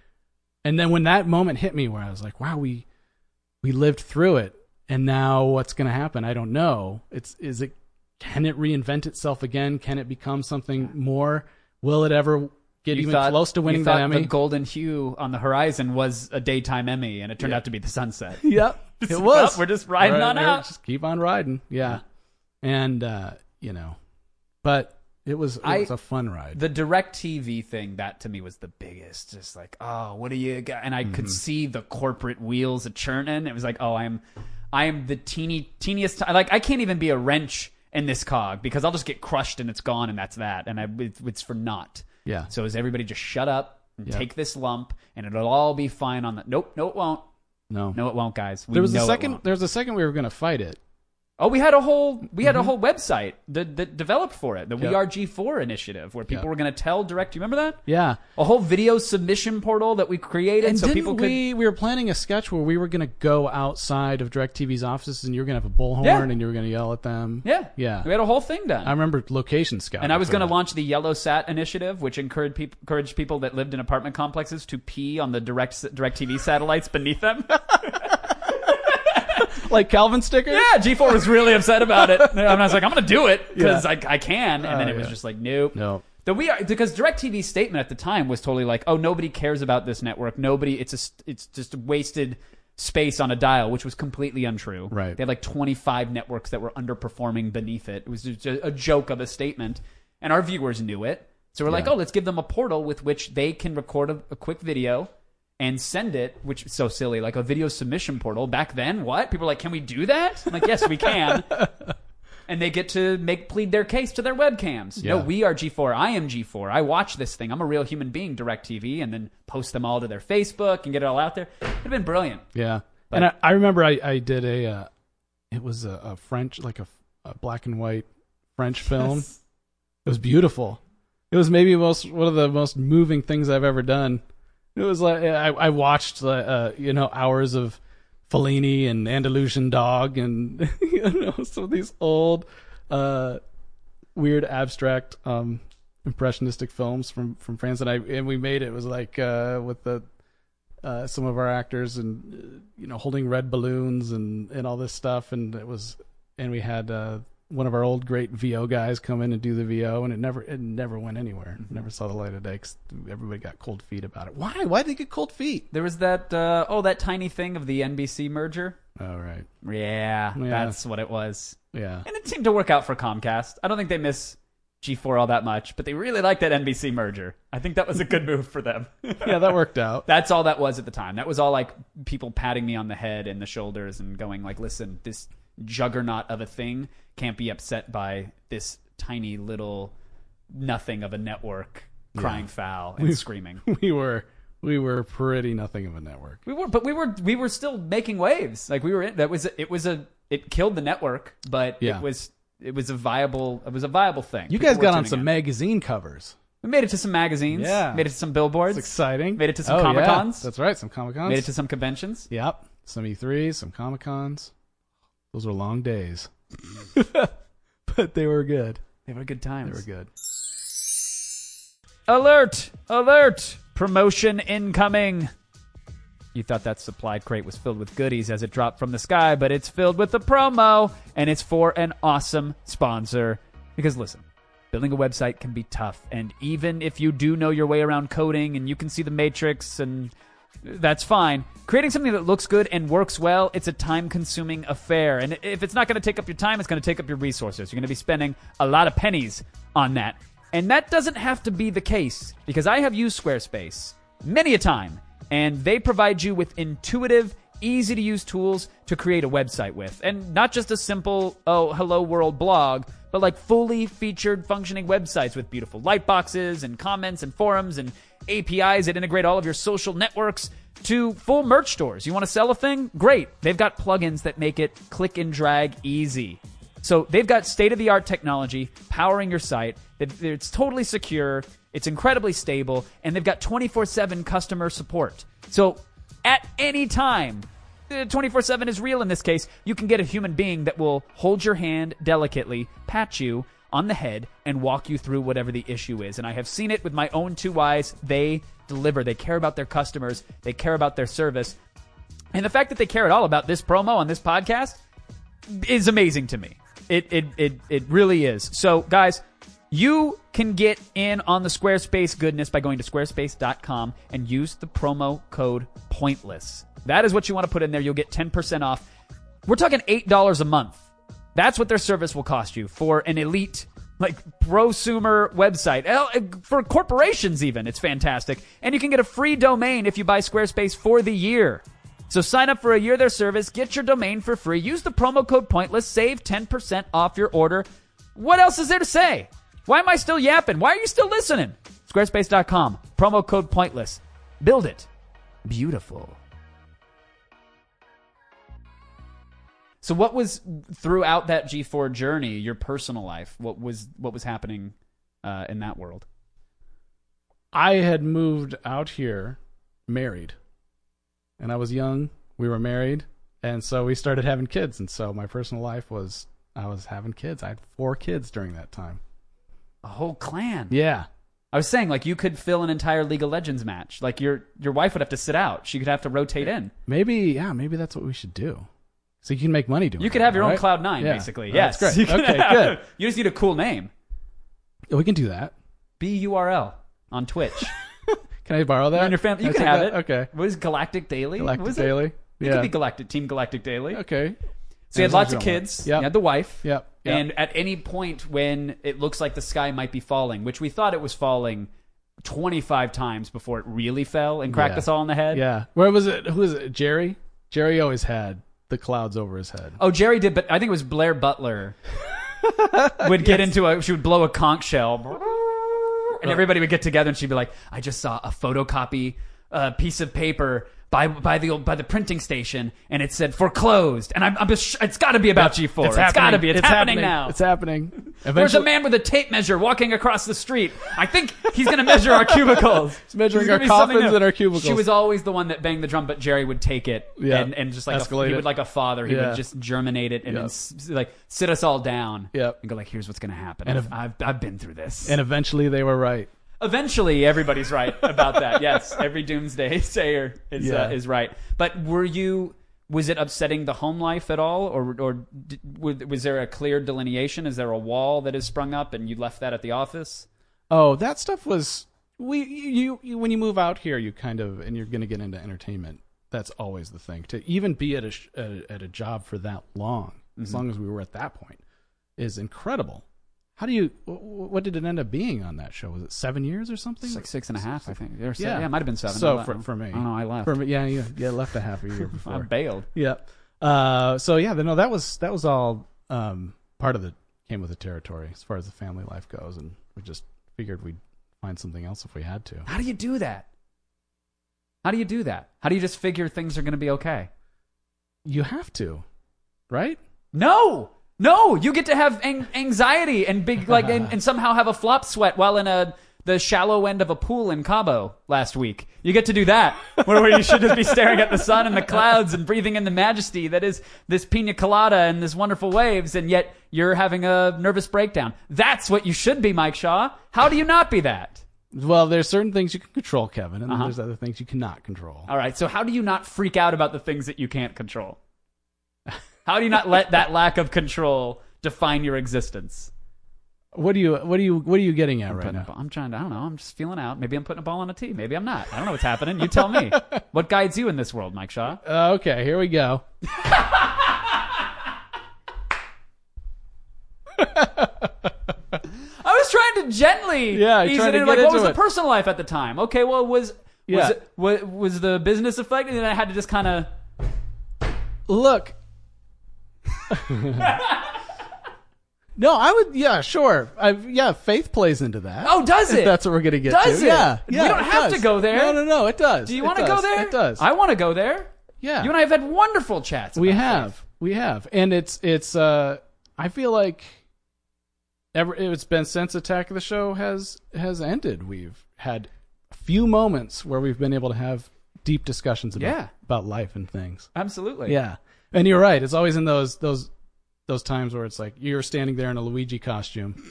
[SPEAKER 3] and then when that moment hit me where i was like wow we we lived through it and now what's going to happen i don't know it's is it can it reinvent itself again can it become something more will it ever get
[SPEAKER 1] You
[SPEAKER 3] even
[SPEAKER 1] thought-
[SPEAKER 3] close to
[SPEAKER 1] you
[SPEAKER 3] winning that
[SPEAKER 1] thought
[SPEAKER 3] emmy
[SPEAKER 1] The golden hue on the horizon was a daytime Emmy, and it turned out to be the sunset.
[SPEAKER 3] yep it
[SPEAKER 1] Well,
[SPEAKER 3] was
[SPEAKER 1] we're just riding
[SPEAKER 3] Right,
[SPEAKER 1] on
[SPEAKER 3] we're
[SPEAKER 1] out.
[SPEAKER 3] just keep on riding yeah and uh you know but it was it
[SPEAKER 1] I-
[SPEAKER 3] was a fun ride
[SPEAKER 1] The direct TV thing, that to me was the biggest. Just like, oh, what do you got? And I
[SPEAKER 3] Mm-hmm.
[SPEAKER 1] could see the corporate wheels a churning. It was like, oh, I'm, I am the teeny, teeniest. ti- Like, I can't even be a wrench in this cog because I'll just get crushed and it's gone and that's that. And I, it, it's for naught.
[SPEAKER 3] yeah
[SPEAKER 1] So is everybody just shut up and
[SPEAKER 3] Yeah.
[SPEAKER 1] take this lump and it'll all be fine on the. Nope, no, it won't.
[SPEAKER 3] no
[SPEAKER 1] No, it won't, guys. We
[SPEAKER 3] there was
[SPEAKER 1] know
[SPEAKER 3] a
[SPEAKER 1] it
[SPEAKER 3] second
[SPEAKER 1] won't.
[SPEAKER 3] there was a second we were going to fight it
[SPEAKER 1] Oh, we had a whole we had a whole website that, that developed for it, the
[SPEAKER 3] Mm-hmm. Yeah.
[SPEAKER 1] WeRG4 initiative, where people
[SPEAKER 3] Yeah.
[SPEAKER 1] were going to tell direct. You remember that?
[SPEAKER 3] yeah
[SPEAKER 1] A whole video submission portal that we created
[SPEAKER 3] And
[SPEAKER 1] so
[SPEAKER 3] didn't
[SPEAKER 1] people could.
[SPEAKER 3] we we were planning a sketch where we were going to go outside of DirecTV's offices and you were going to have a bullhorn
[SPEAKER 1] Yeah.
[SPEAKER 3] and you were going to yell at them.
[SPEAKER 1] yeah,
[SPEAKER 3] yeah.
[SPEAKER 1] We had a whole thing done.
[SPEAKER 3] I remember location scout.
[SPEAKER 1] and I was going to
[SPEAKER 3] to
[SPEAKER 1] launch the Yellow Sat initiative, which encouraged peop encouraged people that lived in apartment complexes to pee on the direct direct TV satellites beneath them.
[SPEAKER 3] like Calvin stickers.
[SPEAKER 1] yeah, G4 was really upset about it. And I was like, I'm going to do it because I, I can. And then
[SPEAKER 3] Oh,
[SPEAKER 1] it was
[SPEAKER 3] yeah.
[SPEAKER 1] just like, nope.
[SPEAKER 3] No.
[SPEAKER 1] The we are because Directv's statement at the time was totally like, "Oh, nobody cares about this network. Nobody. It's a. st- It's just wasted space on a dial," which was completely untrue.
[SPEAKER 3] Right.
[SPEAKER 1] They had like 25 networks that were underperforming beneath it. It was just a a joke of a statement, and our viewers knew it. So we're like,
[SPEAKER 3] Yeah.
[SPEAKER 1] "Oh, let's give them a portal with which they can record a, a quick video." And send it, which is so silly, like a video submission portal. Back then, what? People were like, can we do that? I'm like, yes, we can. and they get to make plead their case to their webcams. No,
[SPEAKER 3] Yeah.
[SPEAKER 1] we are G4. I am G4. I watch this thing. I'm a real human being. Direct TV, and then post them all to their Facebook and get it all out there. It'd have been brilliant.
[SPEAKER 3] Yeah, and I, I remember I, I did a, uh, it was a, a French like a, a black and white French film. It was beautiful. It was maybe most one of the most moving things I've ever done. It was like I, I watched uh, uh, you know hours of Fellini and Andalusian Dog and you know some of these old uh, weird abstract um, impressionistic films from from France and I and we made it, it was like uh, with the uh, some of our actors and uh, you know holding red balloons and and all this stuff and it was and we had uh, one of our old great VO guys come in and do the VO and it never it never went anywhere
[SPEAKER 1] Mm-hmm.
[SPEAKER 3] never saw the light of day 'cause everybody got cold feet about it why why did they get cold feet
[SPEAKER 1] There was that uh, oh that tiny thing of the NBC merger.
[SPEAKER 3] all right
[SPEAKER 1] Yeah, that's what it was.
[SPEAKER 3] yeah
[SPEAKER 1] And it seemed to work out for Comcast. I don't think they miss G4 all that much, but they really liked that NBC merger. I think that was a good move for them.
[SPEAKER 3] yeah that worked out
[SPEAKER 1] That's all that was at the time. That was all like people patting me on the head and the shoulders and going like, "Listen, this juggernaut of a thing can't be upset by this tiny little nothing of a network crying foul and screaming."
[SPEAKER 3] we were we were pretty nothing of a network
[SPEAKER 1] We were, but we were, we were still making waves. Like we were, in, that was, it was a, it killed the network, but
[SPEAKER 3] Yeah.
[SPEAKER 1] it was, it was a viable, it was a viable thing.
[SPEAKER 3] you
[SPEAKER 1] People
[SPEAKER 3] guys
[SPEAKER 1] were
[SPEAKER 3] got on
[SPEAKER 1] tuning
[SPEAKER 3] some
[SPEAKER 1] in.
[SPEAKER 3] magazine covers
[SPEAKER 1] we made it to some magazines.
[SPEAKER 3] Yeah.
[SPEAKER 1] Made it to some billboards.
[SPEAKER 3] it's exciting
[SPEAKER 1] Made it to some
[SPEAKER 3] Oh, yeah.
[SPEAKER 1] Comic-Cons.
[SPEAKER 3] that's right some comic cons
[SPEAKER 1] Made it to some conventions.
[SPEAKER 3] Yep. Some E3s, some Comic Cons. Those were long days. but they were good.
[SPEAKER 1] They were good times.
[SPEAKER 3] They were good.
[SPEAKER 1] Alert! Alert! Promotion incoming! You thought that supply crate was filled with goodies as it dropped from the sky, but it's filled with a promo, and it's for an awesome sponsor. Because listen, building a website can be tough, and even if you do know your way around coding and you can see the matrix and that's fine. Creating something that looks good and works well, it's a time consuming affair. And if it's not going to take up your time, it's going to take up your resources. You're going to be spending a lot of pennies on that. And that doesn't have to be the case because I have used Squarespace many a time, and they provide you with intuitive, easy to use tools to create a website with. And not just a simple, oh, hello world blog, but like fully featured functioning websites with beautiful light boxes and comments and forums and APIs that integrate all of your social networks to full merch stores. You want to sell a thing? Great. They've got plugins that make it click and drag easy. So they've got state of the art technology powering your site. They've- It's totally secure, it's incredibly stable, and they've got 24 7 customer support. So at any time, 24 7 is real in this case. You can get a human being that will hold your hand delicately, pat you on the head, and walk you through whatever the issue is. And I have seen it with my own two eyes. They deliver, they care about their customers, they care about their service. And the fact that they care at all about this promo on this podcast is amazing to me. It it it it really is. So guys, you can get in on the Squarespace goodness by going to squarespace.com and use the promo code pointless. That is what you want to put in there. You'll get 10% off. We're talking $8 a month. That's what their service will cost you for an elite, like prosumer website. Hell, eh, For corporations, even. It's fantastic. And you can get a free domain if you buy Squarespace for the year. So sign up for a year of their service, get your domain for free, use the promo code pointless, save 10% off your order. What else is there to say? Why am I still yapping? Why are you still listening? Squarespace.com, promo code pointless. Build it. Beautiful. So what was throughout that G4 journey, your personal life? What was what was happening uh, in that world?
[SPEAKER 3] I had moved out here married. And I was young. We were married. And so we started having kids. And so my personal life was I was having kids. I had four kids during that time.
[SPEAKER 1] A whole clan.
[SPEAKER 3] Yeah.
[SPEAKER 1] I was saying like you could fill an entire League of Legends match. Like your your wife would have to sit out. She could have to rotate in.
[SPEAKER 3] Maybe yeah, maybe that's what we should do. So you can make money doing
[SPEAKER 1] You could
[SPEAKER 3] it,
[SPEAKER 1] have your own
[SPEAKER 3] right?
[SPEAKER 1] Cloud Nine
[SPEAKER 3] Yeah.
[SPEAKER 1] basically.
[SPEAKER 3] Oh,
[SPEAKER 1] Yes.
[SPEAKER 3] That's
[SPEAKER 1] You
[SPEAKER 3] great.
[SPEAKER 1] can
[SPEAKER 3] Okay,
[SPEAKER 1] have-
[SPEAKER 3] good.
[SPEAKER 1] You just need a cool name.
[SPEAKER 3] We can do that.
[SPEAKER 1] B U R L on Twitch.
[SPEAKER 3] Can I borrow that?
[SPEAKER 1] and your family, you
[SPEAKER 3] I
[SPEAKER 1] can
[SPEAKER 3] take
[SPEAKER 1] have
[SPEAKER 3] that?
[SPEAKER 1] it.
[SPEAKER 3] Okay.
[SPEAKER 1] What is Galactic Daily? What
[SPEAKER 3] Galactic
[SPEAKER 1] was it?
[SPEAKER 3] Daily.
[SPEAKER 1] It could be Galactic Team Galactic Daily.
[SPEAKER 3] Okay.
[SPEAKER 1] So you had
[SPEAKER 3] As long as
[SPEAKER 1] lots of
[SPEAKER 3] you don't
[SPEAKER 1] kids.
[SPEAKER 3] want-
[SPEAKER 1] You
[SPEAKER 3] Yep.
[SPEAKER 1] had the wife.
[SPEAKER 3] Yep. Yep.
[SPEAKER 1] And at any point when it looks like the sky might be falling, which we thought it was falling 25 times before it really fell and cracked
[SPEAKER 3] Yeah.
[SPEAKER 1] us all in the head.
[SPEAKER 3] Yeah. Where was it? Who was it? Jerry? Jerry always had the clouds over his head.
[SPEAKER 1] Oh, Jerry did, but I think it was Blair Butler would get into a she would blow a conch shell and everybody would get together and she'd be like i just saw a photocopy uh, piece of paper by by the old, by the printing station and it said foreclosed and i'm, I'm just, it's got to be about g4 it's got to be it's, happening, now
[SPEAKER 3] It's happening.
[SPEAKER 1] there's a
[SPEAKER 3] Eventually,
[SPEAKER 1] man with a tape measure walking across the street. I think he's going to measure our cubicles. He's
[SPEAKER 3] measuring
[SPEAKER 1] gonna
[SPEAKER 3] our
[SPEAKER 1] be something
[SPEAKER 3] coffins
[SPEAKER 1] new.
[SPEAKER 3] and our cubicles.
[SPEAKER 1] She was always the one that banged the drum, but Jerry would take it
[SPEAKER 3] Yeah.
[SPEAKER 1] and, and just like a,
[SPEAKER 3] Escalate
[SPEAKER 1] he
[SPEAKER 3] it.
[SPEAKER 1] would like a father. He
[SPEAKER 3] Yeah.
[SPEAKER 1] would just germinate it and
[SPEAKER 3] Yep.
[SPEAKER 1] then s- like sit us all down
[SPEAKER 3] Yep.
[SPEAKER 1] and go like, "Here's what's going to happen." And I've, I've I've been through this.
[SPEAKER 3] and eventually they were right.
[SPEAKER 1] Eventually, everybody's right about that. Yes, every doomsday sayer is uh,
[SPEAKER 3] Yeah.
[SPEAKER 1] is right. But were you? Was it upsetting the home life at all, or or did, was, was there a clear delineation? Is there a wall that has sprung up, and you left that at the office?
[SPEAKER 3] Oh, that stuff was we you, you when you move out here, you kind of and you're going to get into entertainment. That's always the thing to even be at a sh- at a, at a job for that long,
[SPEAKER 1] Mm-hmm.
[SPEAKER 3] as long as we were at that point, is incredible. How do you? wh- wh- What did it end up being on that show? Was it seven years or something?
[SPEAKER 1] It's like six and a half, I think. Or seven. Yeah. it might have been seven. I
[SPEAKER 3] So
[SPEAKER 1] left.
[SPEAKER 3] for, for me,
[SPEAKER 1] oh no, I left.
[SPEAKER 3] For me, yeah, yeah, yeah, left a half a year
[SPEAKER 1] I
[SPEAKER 3] before.
[SPEAKER 1] bailed.
[SPEAKER 3] Yeah. Uh, so yeah, but no, that was that was all um, part of the came with the territory as far as the family life goes, and we just figured we'd find something else if we had to.
[SPEAKER 1] How do you do that? How do you do that? How do you just figure things are going to be okay?
[SPEAKER 3] You have to, right?
[SPEAKER 1] No, no, you get to have an- anxiety and big like and, and somehow have a flop sweat while in a the shallow end of a pool in Cabo last week. You get to do that, where, where you should just be staring at the sun and the clouds and breathing in the majesty that is this pina colada and this wonderful waves, and yet you're having a nervous breakdown. That's what you should be, Mike Shaw. How do you not be that?
[SPEAKER 3] Well, there's certain things you can control, Kevin,
[SPEAKER 1] Uh-huh.
[SPEAKER 3] and then there's other things you cannot control. Uh,
[SPEAKER 1] All right. So how do you not freak out about the things that you can't control? How do you not let that lack of control define your existence?
[SPEAKER 3] What do you? What do you? What are you getting at right
[SPEAKER 1] Putting a
[SPEAKER 3] now?
[SPEAKER 1] ball- I'm trying to. I don't know. I'm just feeling out. Maybe I'm putting a ball on a tee. Maybe I'm not. I don't know what's happening. You tell me. What guides you in this world, Mike Shaw?
[SPEAKER 3] Uh, okay, here we go.
[SPEAKER 1] I was trying to gently
[SPEAKER 3] Yeah,
[SPEAKER 1] ease
[SPEAKER 3] trying
[SPEAKER 1] it
[SPEAKER 3] to
[SPEAKER 1] in. Like,
[SPEAKER 3] get
[SPEAKER 1] what
[SPEAKER 3] into
[SPEAKER 1] was the
[SPEAKER 3] it.
[SPEAKER 1] personal life at the time? Okay, well, was was
[SPEAKER 3] Yeah.
[SPEAKER 1] it, was, was the business affected? And then I had to just kind of.
[SPEAKER 3] Look. no, I would. Yeah, sure. I yeah, faith plays into that.
[SPEAKER 1] Oh, does
[SPEAKER 3] If
[SPEAKER 1] it?
[SPEAKER 3] that's what we're gonna get
[SPEAKER 1] Does
[SPEAKER 3] to.
[SPEAKER 1] it?
[SPEAKER 3] Yeah,
[SPEAKER 1] We
[SPEAKER 3] yeah.
[SPEAKER 1] don't
[SPEAKER 3] it
[SPEAKER 1] have to
[SPEAKER 3] does.
[SPEAKER 1] go there.
[SPEAKER 3] No, no, no. It does.
[SPEAKER 1] Do you
[SPEAKER 3] It
[SPEAKER 1] want to go
[SPEAKER 3] does.
[SPEAKER 1] there?
[SPEAKER 3] It does.
[SPEAKER 1] I want to go there.
[SPEAKER 3] yeah.
[SPEAKER 1] You and I have had wonderful chats.
[SPEAKER 3] we
[SPEAKER 1] about
[SPEAKER 3] have.
[SPEAKER 1] faith.
[SPEAKER 3] We have. And it's it's. uh I feel like. Ever, it's been since Attack of the Show has has ended. We've had a few moments where we've been able to have deep discussions about
[SPEAKER 1] Yeah.
[SPEAKER 3] about life and things.
[SPEAKER 1] absolutely.
[SPEAKER 3] Yeah, and you're right. It's always in those those those times where it's like you're standing there in a Luigi costume.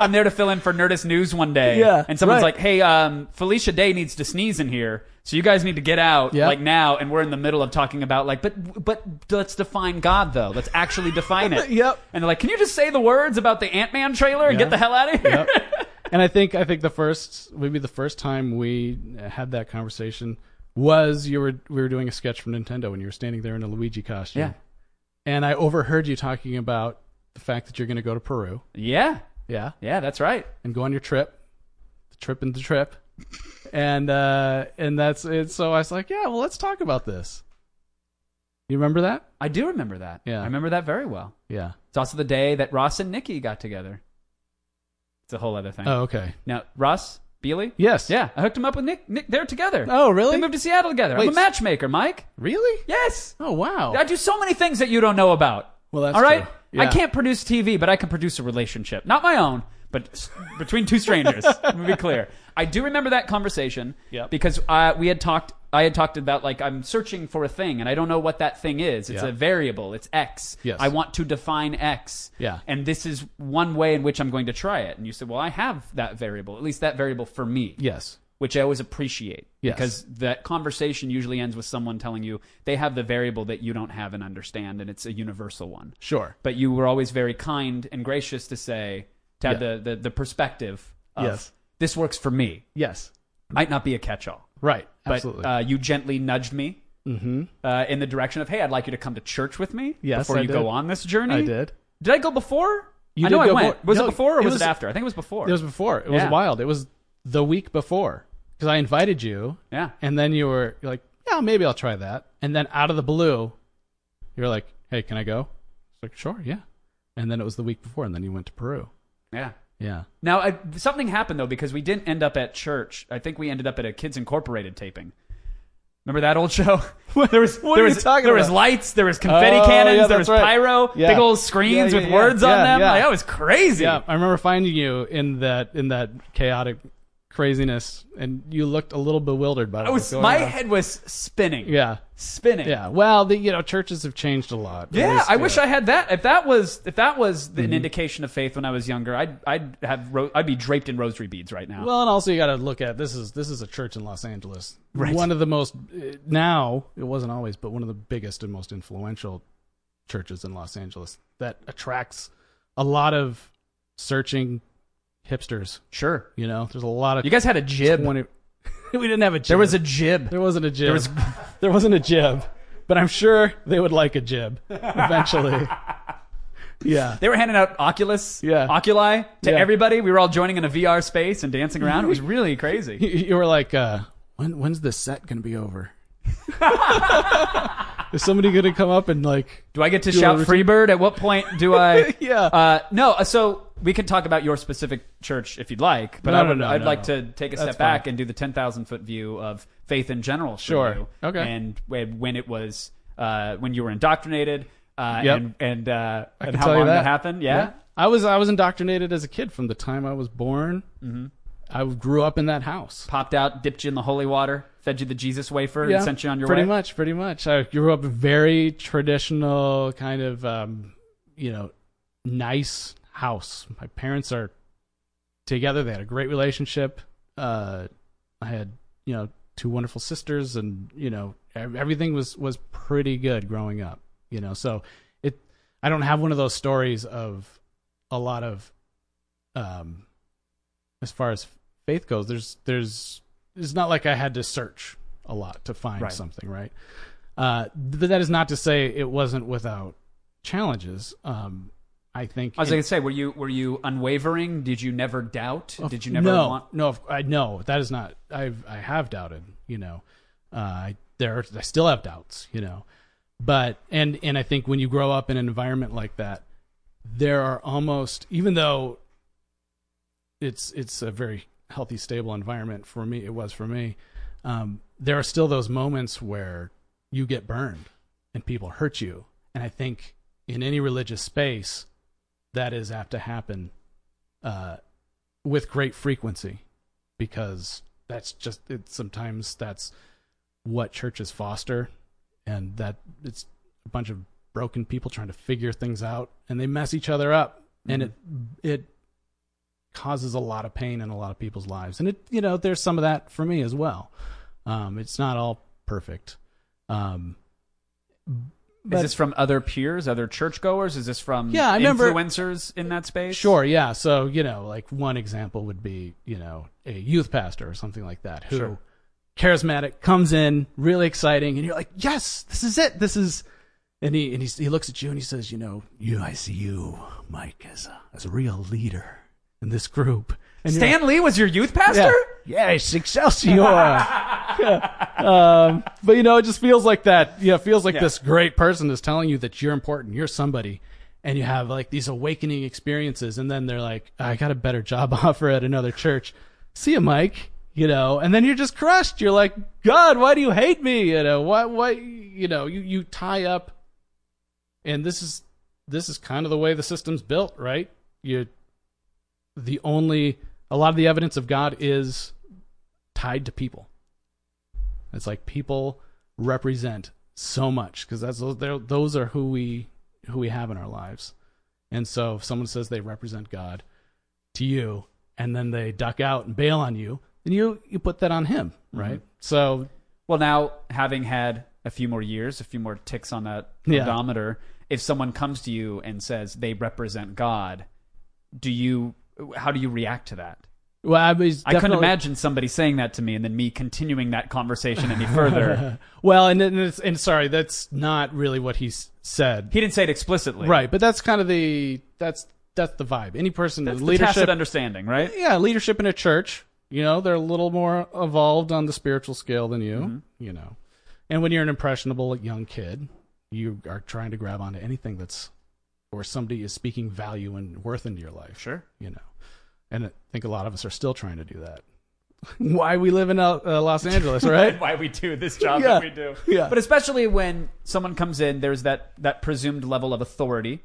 [SPEAKER 1] I'm there to fill in for Nerdist News one day.
[SPEAKER 3] Yeah,
[SPEAKER 1] And someone's
[SPEAKER 3] right.
[SPEAKER 1] like, hey, um, Felicia Day needs to sneeze in here. So you guys need to get out
[SPEAKER 3] Yeah.
[SPEAKER 1] like now. And we're in the middle of talking about like, but, but let's define God though. Let's actually define it.
[SPEAKER 3] Yep.
[SPEAKER 1] And they're like, can you just say the words about the Ant-Man trailer and get
[SPEAKER 3] Yeah.
[SPEAKER 1] the hell out of here?
[SPEAKER 3] Yep. and I think I think the first maybe the first time we had that conversation was you were we were doing a sketch from Nintendo and you were standing there in a Luigi costume.
[SPEAKER 1] Yeah.
[SPEAKER 3] And I overheard you talking about the fact that you're going to go to Peru.
[SPEAKER 1] Yeah.
[SPEAKER 3] Yeah.
[SPEAKER 1] Yeah, that's right.
[SPEAKER 3] And go on your trip, the trip and the trip. And uh and that's it. So I was like, yeah, well, let's talk about this. You remember that?
[SPEAKER 1] I do remember that.
[SPEAKER 3] Yeah.
[SPEAKER 1] I remember that very well.
[SPEAKER 3] Yeah.
[SPEAKER 1] It's also the day that Ross and Nikki got together. It's a whole other thing.
[SPEAKER 3] Oh, okay.
[SPEAKER 1] Now, Ross, Bealey?
[SPEAKER 3] Yes.
[SPEAKER 1] Yeah, I hooked him up with Nick. Nick they're together.
[SPEAKER 3] Oh, really?
[SPEAKER 1] They moved to Seattle together.
[SPEAKER 3] Wait,
[SPEAKER 1] I'm a matchmaker, Mike.
[SPEAKER 3] Really?
[SPEAKER 1] Yes.
[SPEAKER 3] Oh wow.
[SPEAKER 1] I do so many things that you don't know about.
[SPEAKER 3] Well, that's
[SPEAKER 1] all right.
[SPEAKER 3] true.
[SPEAKER 1] I
[SPEAKER 3] Yeah.
[SPEAKER 1] can't produce TV, but I can produce a relationship, not my own, but s- between two strangers. Let me be clear. I do remember that conversation
[SPEAKER 3] Yep.
[SPEAKER 1] because uh, we had talked. I had talked about like I'm searching for a thing and I don't know what that thing is. It's
[SPEAKER 3] Yeah.
[SPEAKER 1] a variable. It's X.
[SPEAKER 3] Yes.
[SPEAKER 1] I want to define X.
[SPEAKER 3] Yeah.
[SPEAKER 1] And this is one way in which I'm going to try it. And you said, well, I have that variable, at least that variable for me
[SPEAKER 3] yes.
[SPEAKER 1] which I always appreciate
[SPEAKER 3] Yes.
[SPEAKER 1] because that conversation usually ends with someone telling you they have the variable that you don't have and understand, and it's a universal one.
[SPEAKER 3] Sure.
[SPEAKER 1] But you were always very kind and gracious to say to have
[SPEAKER 3] Yeah.
[SPEAKER 1] the, the the perspective of
[SPEAKER 3] Yes.
[SPEAKER 1] this works for me.
[SPEAKER 3] Yes.
[SPEAKER 1] Might not be a catch-all,
[SPEAKER 3] Right. mm-hmm.
[SPEAKER 1] but
[SPEAKER 3] Absolutely.
[SPEAKER 1] uh, you gently nudged me uh, in the direction of, "Hey, I'd like you to come to church with me
[SPEAKER 3] Yes,
[SPEAKER 1] before
[SPEAKER 3] I
[SPEAKER 1] you
[SPEAKER 3] did.
[SPEAKER 1] go on this journey."
[SPEAKER 3] I did.
[SPEAKER 1] Did I go before?
[SPEAKER 3] You
[SPEAKER 1] I know
[SPEAKER 3] did
[SPEAKER 1] I
[SPEAKER 3] go
[SPEAKER 1] went.
[SPEAKER 3] before-
[SPEAKER 1] Was it
[SPEAKER 3] No,
[SPEAKER 1] before or
[SPEAKER 3] it
[SPEAKER 1] was,
[SPEAKER 3] was-
[SPEAKER 1] it after? I think it was before.
[SPEAKER 3] It was before. It was
[SPEAKER 1] Yeah.
[SPEAKER 3] wild. It was the week before because I invited you,
[SPEAKER 1] yeah.
[SPEAKER 3] and then you were you're like, "Yeah, maybe I'll try that." And then out of the blue, you're like, "Hey, can I go?" It's like, "Sure, yeah." and then it was the week before, and then you went to Peru.
[SPEAKER 1] Yeah.
[SPEAKER 3] Yeah.
[SPEAKER 1] Now, I, something happened though because we didn't end up at church. I think we ended up at a Kids Incorporated taping. Remember that old show? there was
[SPEAKER 3] What
[SPEAKER 1] there
[SPEAKER 3] are you
[SPEAKER 1] was
[SPEAKER 3] talking
[SPEAKER 1] there
[SPEAKER 3] about?
[SPEAKER 1] was lights, there was confetti
[SPEAKER 3] Oh,
[SPEAKER 1] cannons,
[SPEAKER 3] yeah,
[SPEAKER 1] there was
[SPEAKER 3] that's right.
[SPEAKER 1] pyro,
[SPEAKER 3] Yeah.
[SPEAKER 1] big old screens
[SPEAKER 3] Yeah,
[SPEAKER 1] with
[SPEAKER 3] yeah, yeah.
[SPEAKER 1] words on
[SPEAKER 3] Yeah,
[SPEAKER 1] them.
[SPEAKER 3] yeah.
[SPEAKER 1] Like, that was crazy.
[SPEAKER 3] Yeah, Uh, I remember finding you in that in that chaotic craziness, and you looked a little bewildered by
[SPEAKER 1] I
[SPEAKER 3] what was,
[SPEAKER 1] was
[SPEAKER 3] going
[SPEAKER 1] my
[SPEAKER 3] on.
[SPEAKER 1] head was spinning.
[SPEAKER 3] Yeah,
[SPEAKER 1] Spinning.
[SPEAKER 3] yeah. Well, the, you know, churches have changed a lot. At
[SPEAKER 1] Yeah,
[SPEAKER 3] least,
[SPEAKER 1] I
[SPEAKER 3] uh,
[SPEAKER 1] wish I had that. If that was if that was
[SPEAKER 3] Mm-hmm.
[SPEAKER 1] an indication of faith when I was younger, I'd I'd have ro- I'd be draped in rosary beads right now.
[SPEAKER 3] Well, and also you got to look at this is this is a church in Los Angeles,
[SPEAKER 1] Right.
[SPEAKER 3] one of the most uh, now it wasn't always, but one of the biggest and most influential churches in Los Angeles that attracts a lot of searching hipsters.
[SPEAKER 1] sure.
[SPEAKER 3] You know, there's a lot of
[SPEAKER 1] You guys had a jib.
[SPEAKER 3] When it- we didn't have a. Jib.
[SPEAKER 1] There was a jib.
[SPEAKER 3] There wasn't a jib. There,
[SPEAKER 1] was-
[SPEAKER 3] was, not a jib, but I'm sure they would like a jib eventually. yeah.
[SPEAKER 1] They were handing out Oculus,
[SPEAKER 3] Yeah.
[SPEAKER 1] Oculi to
[SPEAKER 3] Yeah.
[SPEAKER 1] everybody. We were all joining in a VR space and dancing around. It was really crazy.
[SPEAKER 3] You, you were like, uh, when, when's the set going to be over? Is somebody going to come up and like,
[SPEAKER 1] Do I get to
[SPEAKER 3] you
[SPEAKER 1] shout
[SPEAKER 3] wanna
[SPEAKER 1] Freebird? At what point do I?
[SPEAKER 3] Yeah.
[SPEAKER 1] Uh, no. uh, So we can talk about your specific church if you'd like, but
[SPEAKER 3] No,
[SPEAKER 1] I
[SPEAKER 3] no,
[SPEAKER 1] would,
[SPEAKER 3] no,
[SPEAKER 1] I'd
[SPEAKER 3] no,
[SPEAKER 1] like to
[SPEAKER 3] no.
[SPEAKER 1] take a
[SPEAKER 3] That's
[SPEAKER 1] step back
[SPEAKER 3] fine.
[SPEAKER 1] and do the ten thousand foot view of faith in general. for
[SPEAKER 3] Sure.
[SPEAKER 1] you.
[SPEAKER 3] Okay.
[SPEAKER 1] And when when it was uh, when you were indoctrinated. Uh,
[SPEAKER 3] Yep.
[SPEAKER 1] And and, uh, and
[SPEAKER 3] can
[SPEAKER 1] how
[SPEAKER 3] tell you
[SPEAKER 1] long that.
[SPEAKER 3] that.
[SPEAKER 1] happened? Yeah.
[SPEAKER 3] I was, I was indoctrinated as a kid from the time I was born.
[SPEAKER 1] Mm-hmm.
[SPEAKER 3] I grew up in that house.
[SPEAKER 1] Popped out, dipped you in the holy water, fed you the Jesus wafer, and sent you on your
[SPEAKER 3] pretty
[SPEAKER 1] way.
[SPEAKER 3] much, pretty much. I grew up very traditional, kind of, um, you know, nice house. My parents are together. They had a great relationship. Uh, I had, you know, two wonderful sisters, and you know, ev- everything was was pretty good growing up. You know, so it. I don't have one of those stories of a lot of, um, as far as faith goes. There's there's it's not like I had to search a lot to find
[SPEAKER 1] Right.
[SPEAKER 3] something, right? Uh, but that is not to say it wasn't without challenges. Um, I think
[SPEAKER 1] I was
[SPEAKER 3] in-
[SPEAKER 1] gonna say, were you were you unwavering? Did you never doubt? Did you never
[SPEAKER 3] no,
[SPEAKER 1] want?
[SPEAKER 3] No, of- I no, that is not. I've I have doubted. You know, uh, I there are, I still have doubts. You know, but and and I think when you grow up in an environment like that, there are almost even though it's it's a very healthy, stable environment for me. It was for me. Um, there are still those moments where you get burned and people hurt you, and I think in any religious space that is apt to happen. Uh, with great frequency because that's just it sometimes that's what churches foster and that it's a bunch of broken people trying to figure things out and they mess each other up and it it causes a lot of pain in a lot of people's lives and it you know there's some of that for me as well um it's not all perfect um
[SPEAKER 1] Is
[SPEAKER 3] but-
[SPEAKER 1] this from other peers, other churchgoers? Is this from
[SPEAKER 3] Yeah, I remember-
[SPEAKER 1] influencers in that space?
[SPEAKER 3] Sure, yeah. So, you know, like one example would be, you know, a youth pastor or something like that who
[SPEAKER 1] Sure.
[SPEAKER 3] charismatic comes in, really exciting, and you're like, "Yes, this is it. This is and he and he, he looks at you and he says, "You know, you I see you, Mike, as a, as a real leader in this group." And you're like,
[SPEAKER 1] Stan Lee was your youth pastor?
[SPEAKER 3] yeah, yes, Excelsior. Yeah. um, but you know, it just feels like that. Yeah, it feels like this great person is telling you that you're important, you're somebody, and you have like these awakening experiences, and then they're like, "I got a better job offer at another church. See you, Mike." You know, and then you're just crushed. You're like, God, why do you hate me? You know, why, why, you know, you you tie up and this is this is kind of the way the system's built, right? You the only a lot of the evidence of God is tied to people. It's like people represent so much because that's they're- those are who we who we have in our lives. And so if someone says they represent God to you and then they duck out and bail on you, then you you put that on him,
[SPEAKER 1] Mm-hmm.
[SPEAKER 3] right? So
[SPEAKER 1] Well, now having had a few more years, a few more ticks on that
[SPEAKER 3] Yeah.
[SPEAKER 1] odometer, if someone comes to you and says they represent God, do you how do you react to that?
[SPEAKER 3] well, I, was
[SPEAKER 1] I couldn't
[SPEAKER 3] definitely-
[SPEAKER 1] imagine somebody saying that to me and then me continuing that conversation any further.
[SPEAKER 3] Well, and and, it's, and sorry, that's not really what he s- said.
[SPEAKER 1] he didn't say it explicitly.
[SPEAKER 3] Right, but that's kind of the that's that's the vibe. Any person
[SPEAKER 1] That's
[SPEAKER 3] in
[SPEAKER 1] the tacit
[SPEAKER 3] leadership,
[SPEAKER 1] understanding, right?
[SPEAKER 3] yeah, leadership in a church, you know, they're a little more evolved on the spiritual scale than you,
[SPEAKER 1] Mm-hmm.
[SPEAKER 3] you know. And when you're an impressionable young kid, you are trying to grab onto anything that's or somebody is speaking value and worth into your life.
[SPEAKER 1] Sure.
[SPEAKER 3] You know, and I think a lot of us are still trying to do that. Why we live in uh, Los Angeles, right?
[SPEAKER 1] why we do this job
[SPEAKER 3] Yeah.
[SPEAKER 1] that we do.
[SPEAKER 3] Yeah.
[SPEAKER 1] But especially when someone comes in, there's that that presumed level of authority,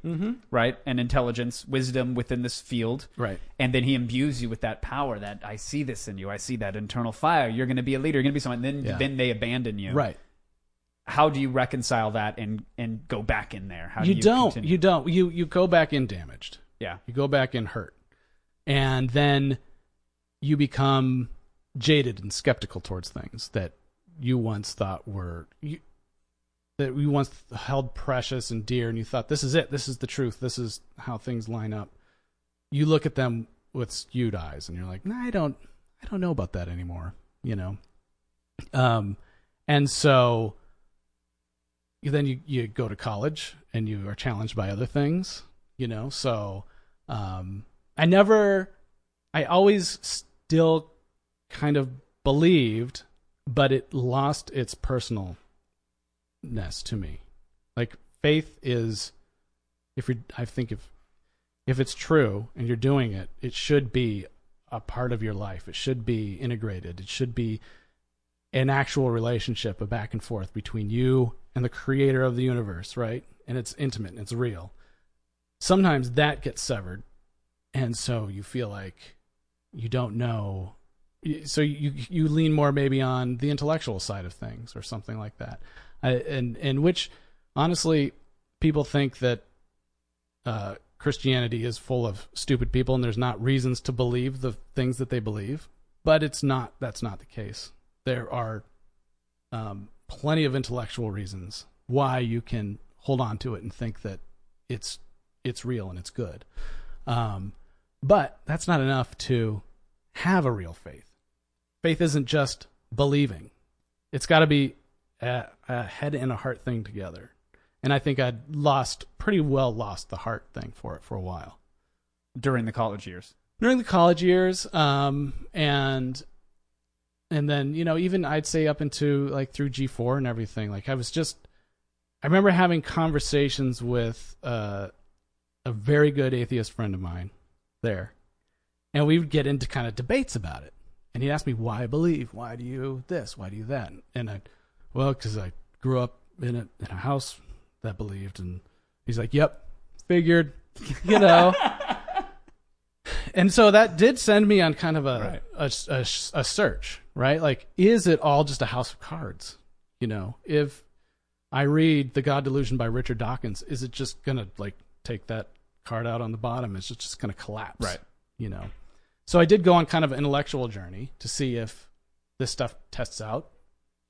[SPEAKER 1] right, and intelligence, wisdom within this field,
[SPEAKER 3] Right.
[SPEAKER 1] And then he imbues you with that power. That I see this in you. I see that internal fire. You're going to be a leader. You're going to be someone. Then
[SPEAKER 3] Yeah.
[SPEAKER 1] then they abandon you.
[SPEAKER 3] right.
[SPEAKER 1] How do you reconcile that and and go back in there? How do
[SPEAKER 3] You,
[SPEAKER 1] you
[SPEAKER 3] don't.
[SPEAKER 1] continue?
[SPEAKER 3] You don't. You you go back in damaged.
[SPEAKER 1] yeah.
[SPEAKER 3] You go back in hurt, and then you become jaded and skeptical towards things that you once thought were you that you once held precious and dear, and you thought this is it. This is the truth. This is how things line up. You look at them with skewed eyes, and you're like, nah, I don't. I don't know about that anymore. You know. Um, and so you- then you, you go to college and you are challenged by other things, you know? So, um, I never, I always still kind of believed, but it lost its personalness to me. Like faith is, if you're, I think if, if it's true and you're doing it, it should be a part of your life. It should be integrated. It should be an actual relationship, a back and forth between you and the creator of the universe, right? And it's intimate and it's real. Sometimes that gets severed. And so you feel like you don't know. y- So you, you lean more maybe on the intellectual side of things or something like that. I, and, and which, honestly, people think that uh, Christianity is full of stupid people and there's not reasons to believe the things that they believe. But it's not, that's not the case. There are um, plenty of intellectual reasons why you can hold on to it and think that it's it's real and it's good. Um, but that's not enough to have a real faith. Faith isn't just believing; it's got to be a, a head and a heart thing together. And I think I'd lost pretty well lost the heart thing for it for a while
[SPEAKER 1] During the college years.
[SPEAKER 3] during the college years um and and then you know even i'd say up into like through g4 and everything like i was just i remember having conversations with uh a very good atheist friend of mine there and we would get into kind of debates about it and he'd ask me why i believe why do you this why do you that and i well because i grew up in a in a house that believed and he's like yep figured you know and so that did send me on kind of a, a, a, a search, right? Like, is it all just a house of cards? You know, if I read The God Delusion by Richard Dawkins, is it just going to like take that card out on the bottom? Is it just going to collapse?
[SPEAKER 1] Right.
[SPEAKER 3] You know, so I did go on kind of an intellectual journey to see if this stuff tests out.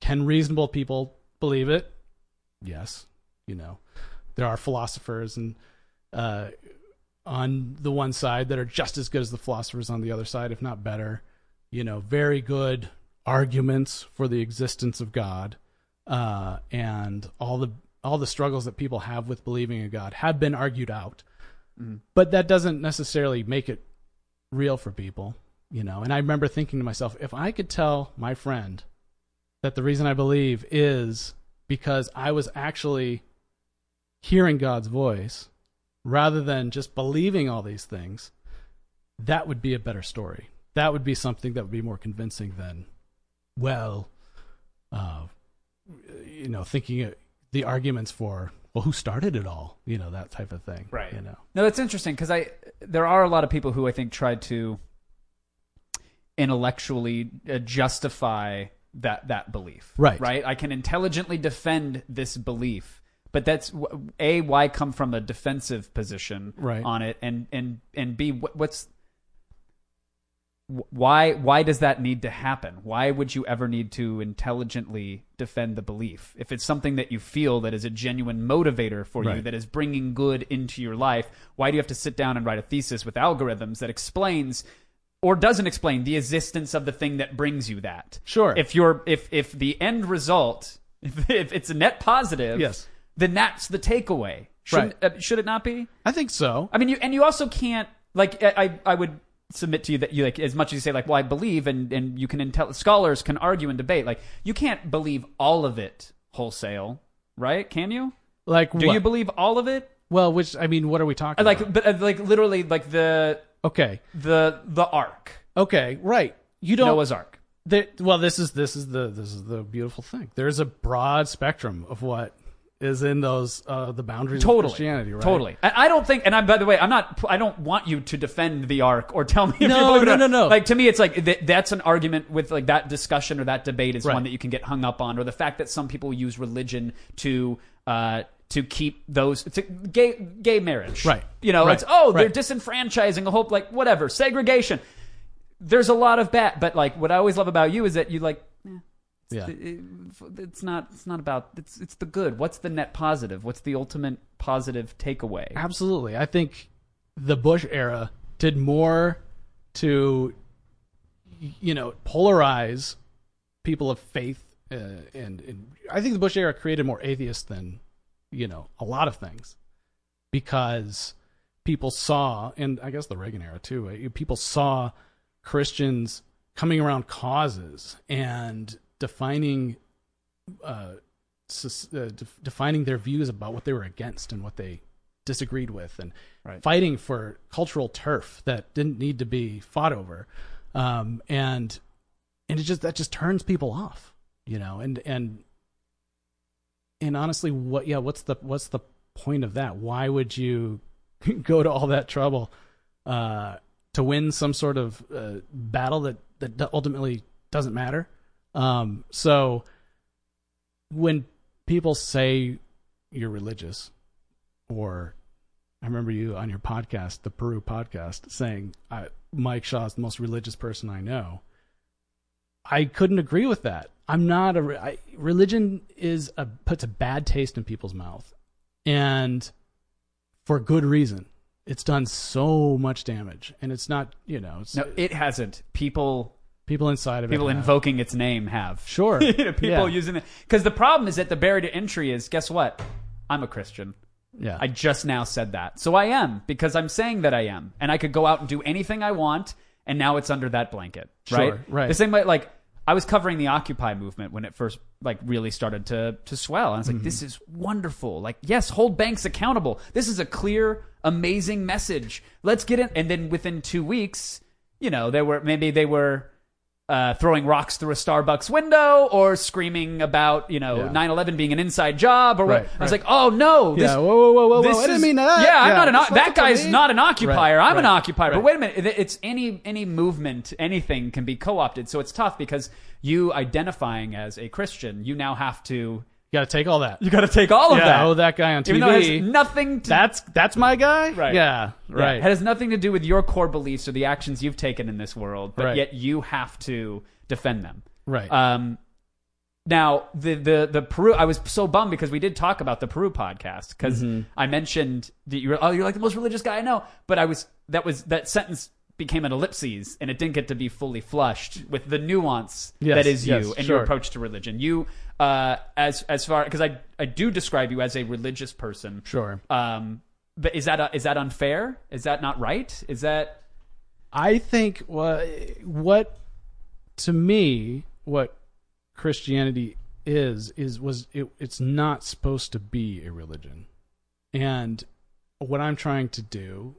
[SPEAKER 3] Can reasonable people believe it? Yes. You know, there are philosophers and, uh, on the one side that are just as good as the philosophers on the other side, if not better. You know, very good arguments for the existence of God, uh, and all the all the struggles that people have with believing in God have been argued out. But that doesn't necessarily make it real for people, you know. And I remember thinking to myself, if I could tell my friend that the reason I believe is because I was actually hearing God's voice rather than just believing all these things, that would be a better story. That would be something that would be more convincing than, well, uh, you know, thinking it, the arguments for, well, who started it all? You know, that type of thing.
[SPEAKER 1] Right.
[SPEAKER 3] You know,
[SPEAKER 1] No, that's interesting because I there are a lot of people who I think tried to intellectually uh, justify that that belief.
[SPEAKER 3] Right.
[SPEAKER 1] Right. I can intelligently defend this belief, but that's w- a why come from a defensive position
[SPEAKER 3] Right.
[SPEAKER 1] on it, and and and b what, what's wh- why why does that need to happen? Why would you ever need to intelligently defend the belief if it's something that you feel that is a genuine motivator for you
[SPEAKER 3] Right.
[SPEAKER 1] that is bringing good into your life? Why do you have to sit down and write a thesis with algorithms that explains or doesn't explain the existence of the thing that brings you that?
[SPEAKER 3] Sure.
[SPEAKER 1] If you're if if the end result if, if it's a net positive,
[SPEAKER 3] Yes.
[SPEAKER 1] then that's the takeaway. Shouldn't, uh, should it not be?
[SPEAKER 3] I think so.
[SPEAKER 1] I mean, you and you also can't like I I- I would submit to you that you like as much as you say like well I believe and and you can intel scholars can argue and debate like you can't believe all of it wholesale right can you
[SPEAKER 3] Like,
[SPEAKER 1] do
[SPEAKER 3] what?
[SPEAKER 1] you believe all of it
[SPEAKER 3] Well, which I mean, what are we talking
[SPEAKER 1] Like,
[SPEAKER 3] about?
[SPEAKER 1] but uh, like literally, like the
[SPEAKER 3] Okay,
[SPEAKER 1] the the ark,
[SPEAKER 3] okay, right. You don't.
[SPEAKER 1] Noah's Ark.
[SPEAKER 3] there, well, this is this is the this is the beautiful thing. There's a broad spectrum of what is in those uh, the boundaries
[SPEAKER 1] Totally,
[SPEAKER 3] of Christianity, right?
[SPEAKER 1] totally. And I don't think, and I, by the way, I'm not. I don't want you to defend the ark or tell me. If
[SPEAKER 3] No,
[SPEAKER 1] you believe it
[SPEAKER 3] no,
[SPEAKER 1] or not.
[SPEAKER 3] no, no.
[SPEAKER 1] Like to me, it's like th- that's an argument with like that discussion or that debate is
[SPEAKER 3] Right.
[SPEAKER 1] one that you can get hung up on, or the fact that some people use religion to uh, to keep those to gay gay marriage,
[SPEAKER 3] Right.
[SPEAKER 1] You know,
[SPEAKER 3] Right.
[SPEAKER 1] it's oh
[SPEAKER 3] Right.
[SPEAKER 1] they're disenfranchising a whole like whatever segregation. There's a lot of that, but like what I always love about you is that you like
[SPEAKER 3] Yeah.
[SPEAKER 1] it- it's not it's not about it's it's the good what's the net positive what's the ultimate positive takeaway
[SPEAKER 3] Absolutely. I think the Bush era did more to, you know, polarize people of faith. Uh, and, and I think the Bush era created more atheists than, you know, a lot of things because people saw, and I guess the Reagan era too, uh, people saw Christians coming around causes and defining uh, sus- uh, def- defining their views about what they were against and what they disagreed with, and
[SPEAKER 1] Right.
[SPEAKER 3] fighting for cultural turf that didn't need to be fought over, um, and and it just that just turns people off, you know, and and and honestly, what yeah, what's the what's the point of that? Why would you go to all that trouble uh, to win some sort of uh, battle that that ultimately doesn't matter? Um, so when people say you're religious, or I remember you on your podcast, the Peru podcast, saying I, Mike Shaw is the most religious person I know. I couldn't agree with that. I'm not a re- I, religion is a puts a bad taste in people's mouth, and for good reason. It's done so much damage, and it's not you know it's
[SPEAKER 1] no it hasn't people
[SPEAKER 3] people inside of
[SPEAKER 1] people
[SPEAKER 3] it. have-
[SPEAKER 1] invoking its name have
[SPEAKER 3] Sure.
[SPEAKER 1] You know, people
[SPEAKER 3] Yeah.
[SPEAKER 1] using it because the problem is that the barrier to entry is guess what i'm a christian
[SPEAKER 3] yeah.
[SPEAKER 1] i just now said that so i am because i'm saying that i am and i could go out and do anything i want and now it's under that blanket right
[SPEAKER 3] Sure, right.
[SPEAKER 1] the same way like i was covering the occupy movement when it first like really started to to swell and i was like
[SPEAKER 3] Mm-hmm.
[SPEAKER 1] this is wonderful like yes hold banks accountable this is a clear amazing message let's get in and then within two weeks you know they were maybe they were uh, throwing rocks through a Starbucks window or screaming about, you know,
[SPEAKER 3] Yeah.
[SPEAKER 1] 9-11 being an inside job or what.
[SPEAKER 3] Right,
[SPEAKER 1] I was
[SPEAKER 3] right.
[SPEAKER 1] like, oh no, this,
[SPEAKER 3] Yeah, whoa, whoa, whoa, whoa,
[SPEAKER 1] this
[SPEAKER 3] whoa, I didn't
[SPEAKER 1] is-
[SPEAKER 3] mean that.
[SPEAKER 1] Yeah, I'm
[SPEAKER 3] Yeah,
[SPEAKER 1] not an
[SPEAKER 3] that's
[SPEAKER 1] o-
[SPEAKER 3] not
[SPEAKER 1] that
[SPEAKER 3] what I
[SPEAKER 1] guy's
[SPEAKER 3] mean.
[SPEAKER 1] not an occupier.
[SPEAKER 3] Right,
[SPEAKER 1] I'm an
[SPEAKER 3] right,
[SPEAKER 1] occupier. But
[SPEAKER 3] right.
[SPEAKER 1] wait a minute, it- it's any any movement, anything can be co-opted. So it's tough because you identifying as a Christian, you now have to
[SPEAKER 3] you got to take all that.
[SPEAKER 1] you got to take all of
[SPEAKER 3] yeah,
[SPEAKER 1] that.
[SPEAKER 3] Oh, that guy on TV.
[SPEAKER 1] even though it has nothing to
[SPEAKER 3] that's that's my guy.
[SPEAKER 1] Right.
[SPEAKER 3] Yeah.
[SPEAKER 1] Yeah,
[SPEAKER 3] Right.
[SPEAKER 1] It has nothing to do with your core beliefs or the actions you've taken in this world, but
[SPEAKER 3] Right.
[SPEAKER 1] yet you have to defend them.
[SPEAKER 3] Right.
[SPEAKER 1] Um, now the the the Peru. I was so bummed because we did talk about the Peru podcast because
[SPEAKER 3] Mm-hmm.
[SPEAKER 1] I mentioned that you're oh you're like the most religious guy I know, but I was that was that sentence became an ellipses and it didn't get to be fully flushed with the nuance
[SPEAKER 3] Yes,
[SPEAKER 1] that is you
[SPEAKER 3] yes,
[SPEAKER 1] and your
[SPEAKER 3] sure.
[SPEAKER 1] approach to religion. You uh as as far because I I do describe you as a religious person.
[SPEAKER 3] sure.
[SPEAKER 1] Um, but is that is that unfair? Is that not right? Is that
[SPEAKER 3] I think what what to me what Christianity is is was it, it's not supposed to be a religion, and what I'm trying to do,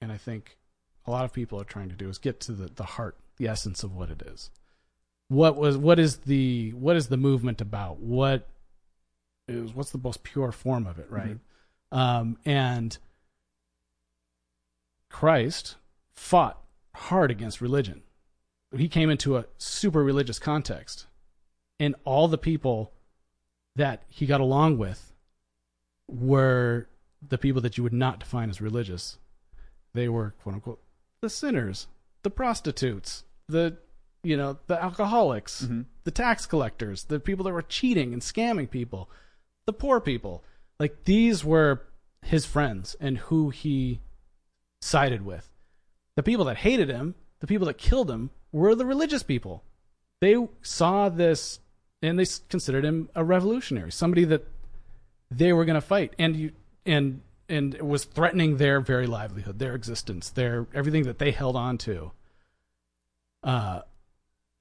[SPEAKER 3] and I think a lot of people are trying to do is get to the, the heart, the essence of what it is. What was what is the what is the movement about? What is what's the most pure form of it, right? Um, and Christ fought hard against religion. He came into a super religious context, and all the people that he got along with were the people that you would not define as religious. They were quote unquote the sinners, the prostitutes, the you know the alcoholics, the tax collectors, the people that were cheating and scamming people, the poor people. Like these were his friends and who he sided with the people that hated him, the people that killed him, were the religious people. They saw this and they s- considered him a revolutionary, somebody that they were going to fight, and you and and it was threatening their very livelihood, their existence, their everything that they held on to. Uh,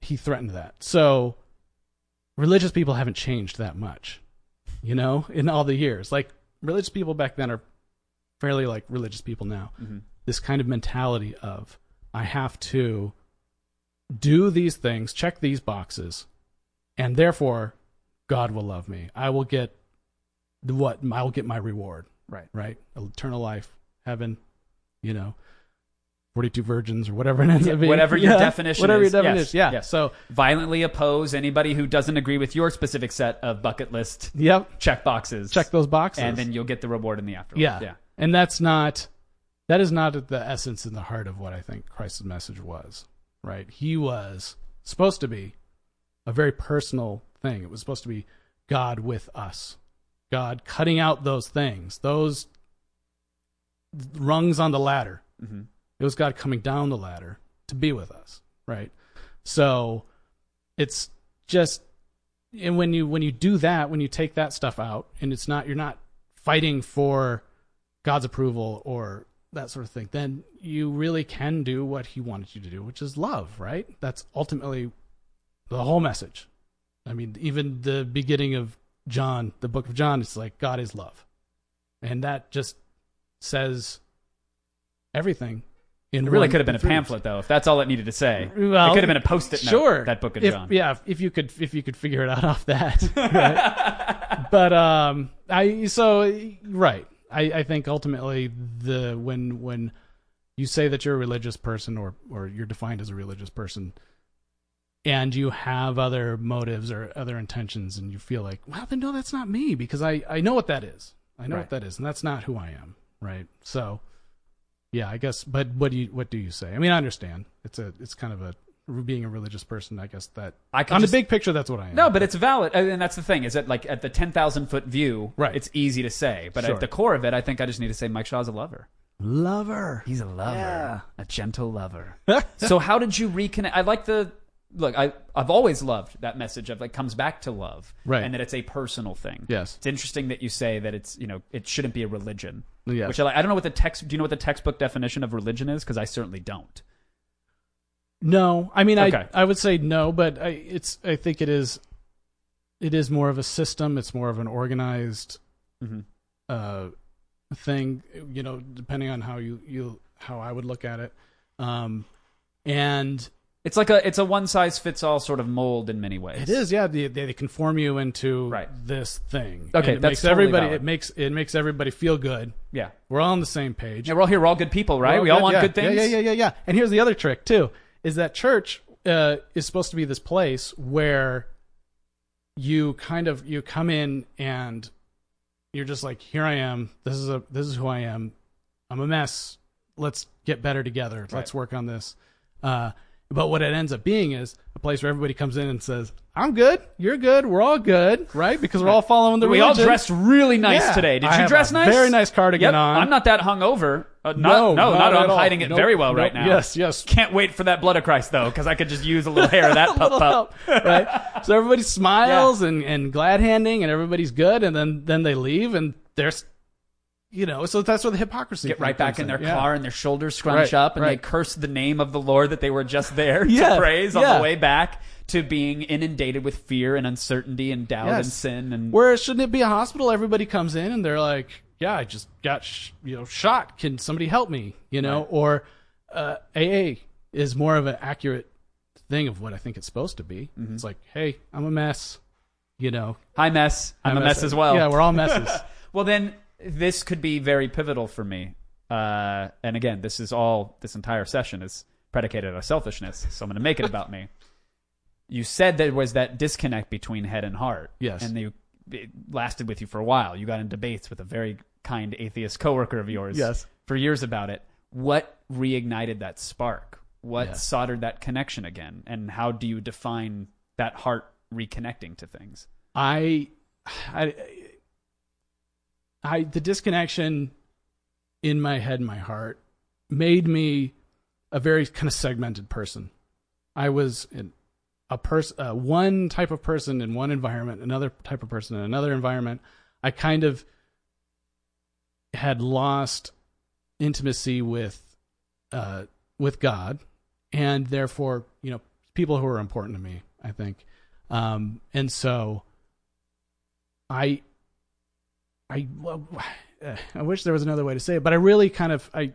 [SPEAKER 3] he threatened that. So, religious people haven't changed that much, you know, in all the years. Like religious people back then are fairly like religious people now,
[SPEAKER 1] Mm-hmm.
[SPEAKER 3] this kind of mentality of I have to do these things, check these boxes, and therefore God will love me. I will get the what I will get my reward,
[SPEAKER 1] Right.
[SPEAKER 3] right? Eternal life, heaven, you know, forty-two virgins or whatever it ends up being.
[SPEAKER 1] whatever your
[SPEAKER 3] Yeah.
[SPEAKER 1] definition
[SPEAKER 3] whatever
[SPEAKER 1] is.
[SPEAKER 3] your definition
[SPEAKER 1] Yes.
[SPEAKER 3] is. Yeah.
[SPEAKER 1] Yes.
[SPEAKER 3] So,
[SPEAKER 1] Violently oppose anybody who doesn't agree with your specific set of bucket list
[SPEAKER 3] yep,
[SPEAKER 1] check boxes.
[SPEAKER 3] check those boxes,
[SPEAKER 1] and then you'll get the reward in the afterlife.
[SPEAKER 3] yeah,
[SPEAKER 1] yeah.
[SPEAKER 3] and that's not that is not the essence and the heart of what I think Christ's message was. Right? He was supposed to be a very personal thing. It was supposed to be God with us, God cutting out those things, those rungs on the ladder.
[SPEAKER 1] Mhm.
[SPEAKER 3] It was God coming down the ladder to be with us, right? So it's just and when you when you do that, when you take that stuff out and it's not you're not fighting for God's approval or that sort of thing, then you really can do what he wanted you to do, which is love, right? That's ultimately the whole message. I mean, even the beginning of John, the book of John, it's like God is love. And that just says everything. In
[SPEAKER 1] It really
[SPEAKER 3] one-
[SPEAKER 1] could have been a
[SPEAKER 3] in three.
[SPEAKER 1] pamphlet, though, if that's all it needed to say.
[SPEAKER 3] Well,
[SPEAKER 1] it could have been a post-it note.
[SPEAKER 3] Sure,
[SPEAKER 1] That book of
[SPEAKER 3] if,
[SPEAKER 1] John.
[SPEAKER 3] Yeah, if you could, if you could figure it out off that. right? but um, I so right. I, I think ultimately the when when you say that you're a religious person or or you're defined as a religious person, and you have other motives or other intentions, and you feel like, well, then no, that's not me because I I know what that is. I know
[SPEAKER 1] Right.
[SPEAKER 3] what that is, and that's not who I am. Right. So. Yeah, I guess. But what do you what do you say? I mean, I understand. It's a it's kind of a being a religious person. I guess that
[SPEAKER 1] I could
[SPEAKER 3] on
[SPEAKER 1] just-
[SPEAKER 3] the big picture, that's what I am.
[SPEAKER 1] No, but it's valid, and that's the thing. Is that like at the ten thousand foot view,
[SPEAKER 3] Right.
[SPEAKER 1] It's easy to say, but
[SPEAKER 3] Sure.
[SPEAKER 1] at the core of it, I think I just need to say Mike Shaw's a lover.
[SPEAKER 3] lover.
[SPEAKER 1] He's a lover, a gentle lover. so how did you reconnect? I like the look. I I've always loved that message of like comes back to love,
[SPEAKER 3] Right.
[SPEAKER 1] And that it's a personal thing.
[SPEAKER 3] Yes.
[SPEAKER 1] it's interesting that you say that it's you know it shouldn't be a religion.
[SPEAKER 3] Yes.
[SPEAKER 1] Which I, like. I don't know what the text. Do you know what the textbook definition of religion is? Because I certainly don't.
[SPEAKER 3] No, I mean,
[SPEAKER 1] Okay.
[SPEAKER 3] I I would say no, but I it's I think it is, it is more of a system. It's more of an organized,
[SPEAKER 1] Mhm.
[SPEAKER 3] uh, thing. You know, depending on how you you how I would look at it, um, and
[SPEAKER 1] It's like a it's a one size fits all sort of mold in many ways.
[SPEAKER 3] It is, yeah. They, they they conform you into
[SPEAKER 1] Right.
[SPEAKER 3] this thing.
[SPEAKER 1] Okay,
[SPEAKER 3] And it
[SPEAKER 1] that's
[SPEAKER 3] makes
[SPEAKER 1] totally
[SPEAKER 3] everybody.
[SPEAKER 1] valid.
[SPEAKER 3] It makes it makes everybody feel good.
[SPEAKER 1] Yeah.
[SPEAKER 3] We're all on the same page.
[SPEAKER 1] Yeah, we're all here. We're all good people, right?
[SPEAKER 3] We're
[SPEAKER 1] we all
[SPEAKER 3] good,
[SPEAKER 1] want
[SPEAKER 3] yeah.
[SPEAKER 1] good things.
[SPEAKER 3] Yeah, yeah, yeah, yeah, yeah. And here's the other trick too: is that church uh, is supposed to be this place where you kind of you come in and you're just like, here I am. This is a this is who I am. I'm a mess. Let's get better together. Let's work on this. Uh, but what it ends up being is a place where everybody comes in and says, "I'm good. You're good. We're all good, right? Because we're all following the
[SPEAKER 1] We all
[SPEAKER 3] religion."
[SPEAKER 1] dressed really nice
[SPEAKER 3] Yeah.
[SPEAKER 1] today. Did
[SPEAKER 3] I
[SPEAKER 1] you
[SPEAKER 3] have
[SPEAKER 1] dress
[SPEAKER 3] a
[SPEAKER 1] nice?
[SPEAKER 3] very nice
[SPEAKER 1] Yep.
[SPEAKER 3] cardigan on.
[SPEAKER 1] I'm not that hungover. Uh, not,
[SPEAKER 3] No,
[SPEAKER 1] no,
[SPEAKER 3] not
[SPEAKER 1] not.
[SPEAKER 3] at
[SPEAKER 1] I'm
[SPEAKER 3] all.
[SPEAKER 1] hiding it
[SPEAKER 3] Nope,
[SPEAKER 1] very well
[SPEAKER 3] nope.
[SPEAKER 1] right now.
[SPEAKER 3] Yes, yes.
[SPEAKER 1] Can't wait for that blood of Christ though, because I could just use a little hair of that pup pup.
[SPEAKER 3] up, right? So everybody smiles and, and glad handing, and everybody's good, and then then they leave, and there's, you know, so that's where the hypocrisy
[SPEAKER 1] Get right back in their car and their shoulders scrunch
[SPEAKER 3] Right,
[SPEAKER 1] up and
[SPEAKER 3] right.
[SPEAKER 1] they curse the name of the Lord that they were just there to
[SPEAKER 3] Yeah,
[SPEAKER 1] praise on
[SPEAKER 3] yeah.
[SPEAKER 1] the way back to being inundated with fear and uncertainty and doubt and
[SPEAKER 3] Yes.
[SPEAKER 1] sin and
[SPEAKER 3] Where shouldn't it be a hospital? Everybody comes in and they're like, "Yeah, I just got sh- you know shot. Can somebody help me?" You know, or uh, AA is more of an accurate thing of what I think it's supposed to be.
[SPEAKER 1] Mm-hmm.
[SPEAKER 3] It's like, "Hey, I'm a mess," you know.
[SPEAKER 1] hi mess. I'm, a mess as well.
[SPEAKER 3] Yeah, we're all messes.
[SPEAKER 1] Well, then this could be very pivotal for me. Uh, and again, this is all this entire session is predicated on selfishness, so I'm going to make it about me. You said there was that disconnect between head and heart.
[SPEAKER 3] Yes.
[SPEAKER 1] and you it lasted with you for a while. You got in debates with a very kind atheist coworker of yours.
[SPEAKER 3] Yes.
[SPEAKER 1] for years about it. What reignited that spark? What
[SPEAKER 3] Yeah.
[SPEAKER 1] soldered that connection again? And how do you define that heart reconnecting to things?
[SPEAKER 3] I, I, I, the disconnection in my head and my heart made me a very kind of segmented person. I was in a person, uh, one type of person in one environment, another type of person in another environment. I kind of had lost intimacy with, uh, with God, and therefore, you know, people who are important to me. I think, um, and so I, I, well, eh, I wish there was another way to say it, but I really kind of I